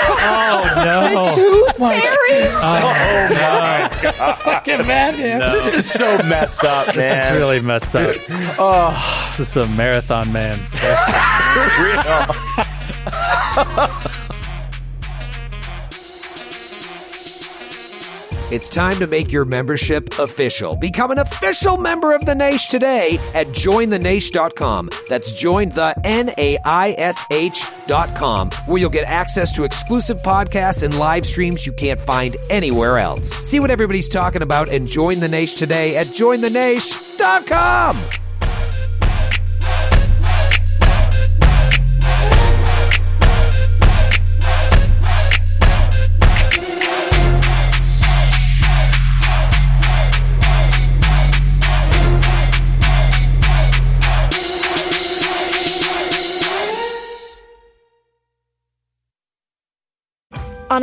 Speaker 12: Oh,
Speaker 6: Tooth
Speaker 12: fairies.
Speaker 10: <laughs>
Speaker 7: Oh,
Speaker 12: my god. Fucking madness.
Speaker 7: No.
Speaker 12: This is so
Speaker 7: messed
Speaker 12: up,
Speaker 7: This
Speaker 12: man.
Speaker 7: is really messed up. oh, this is a
Speaker 12: <laughs>
Speaker 7: marathon, man.
Speaker 13: It's time to make your membership official. Become an official member of the Naish today at jointhenash.com. That's join the N A I S H.com, where you'll get access to exclusive podcasts and live streams you can't find anywhere else. See what everybody's talking about and join the Naish today at jointhenash.com.
Speaker 14: On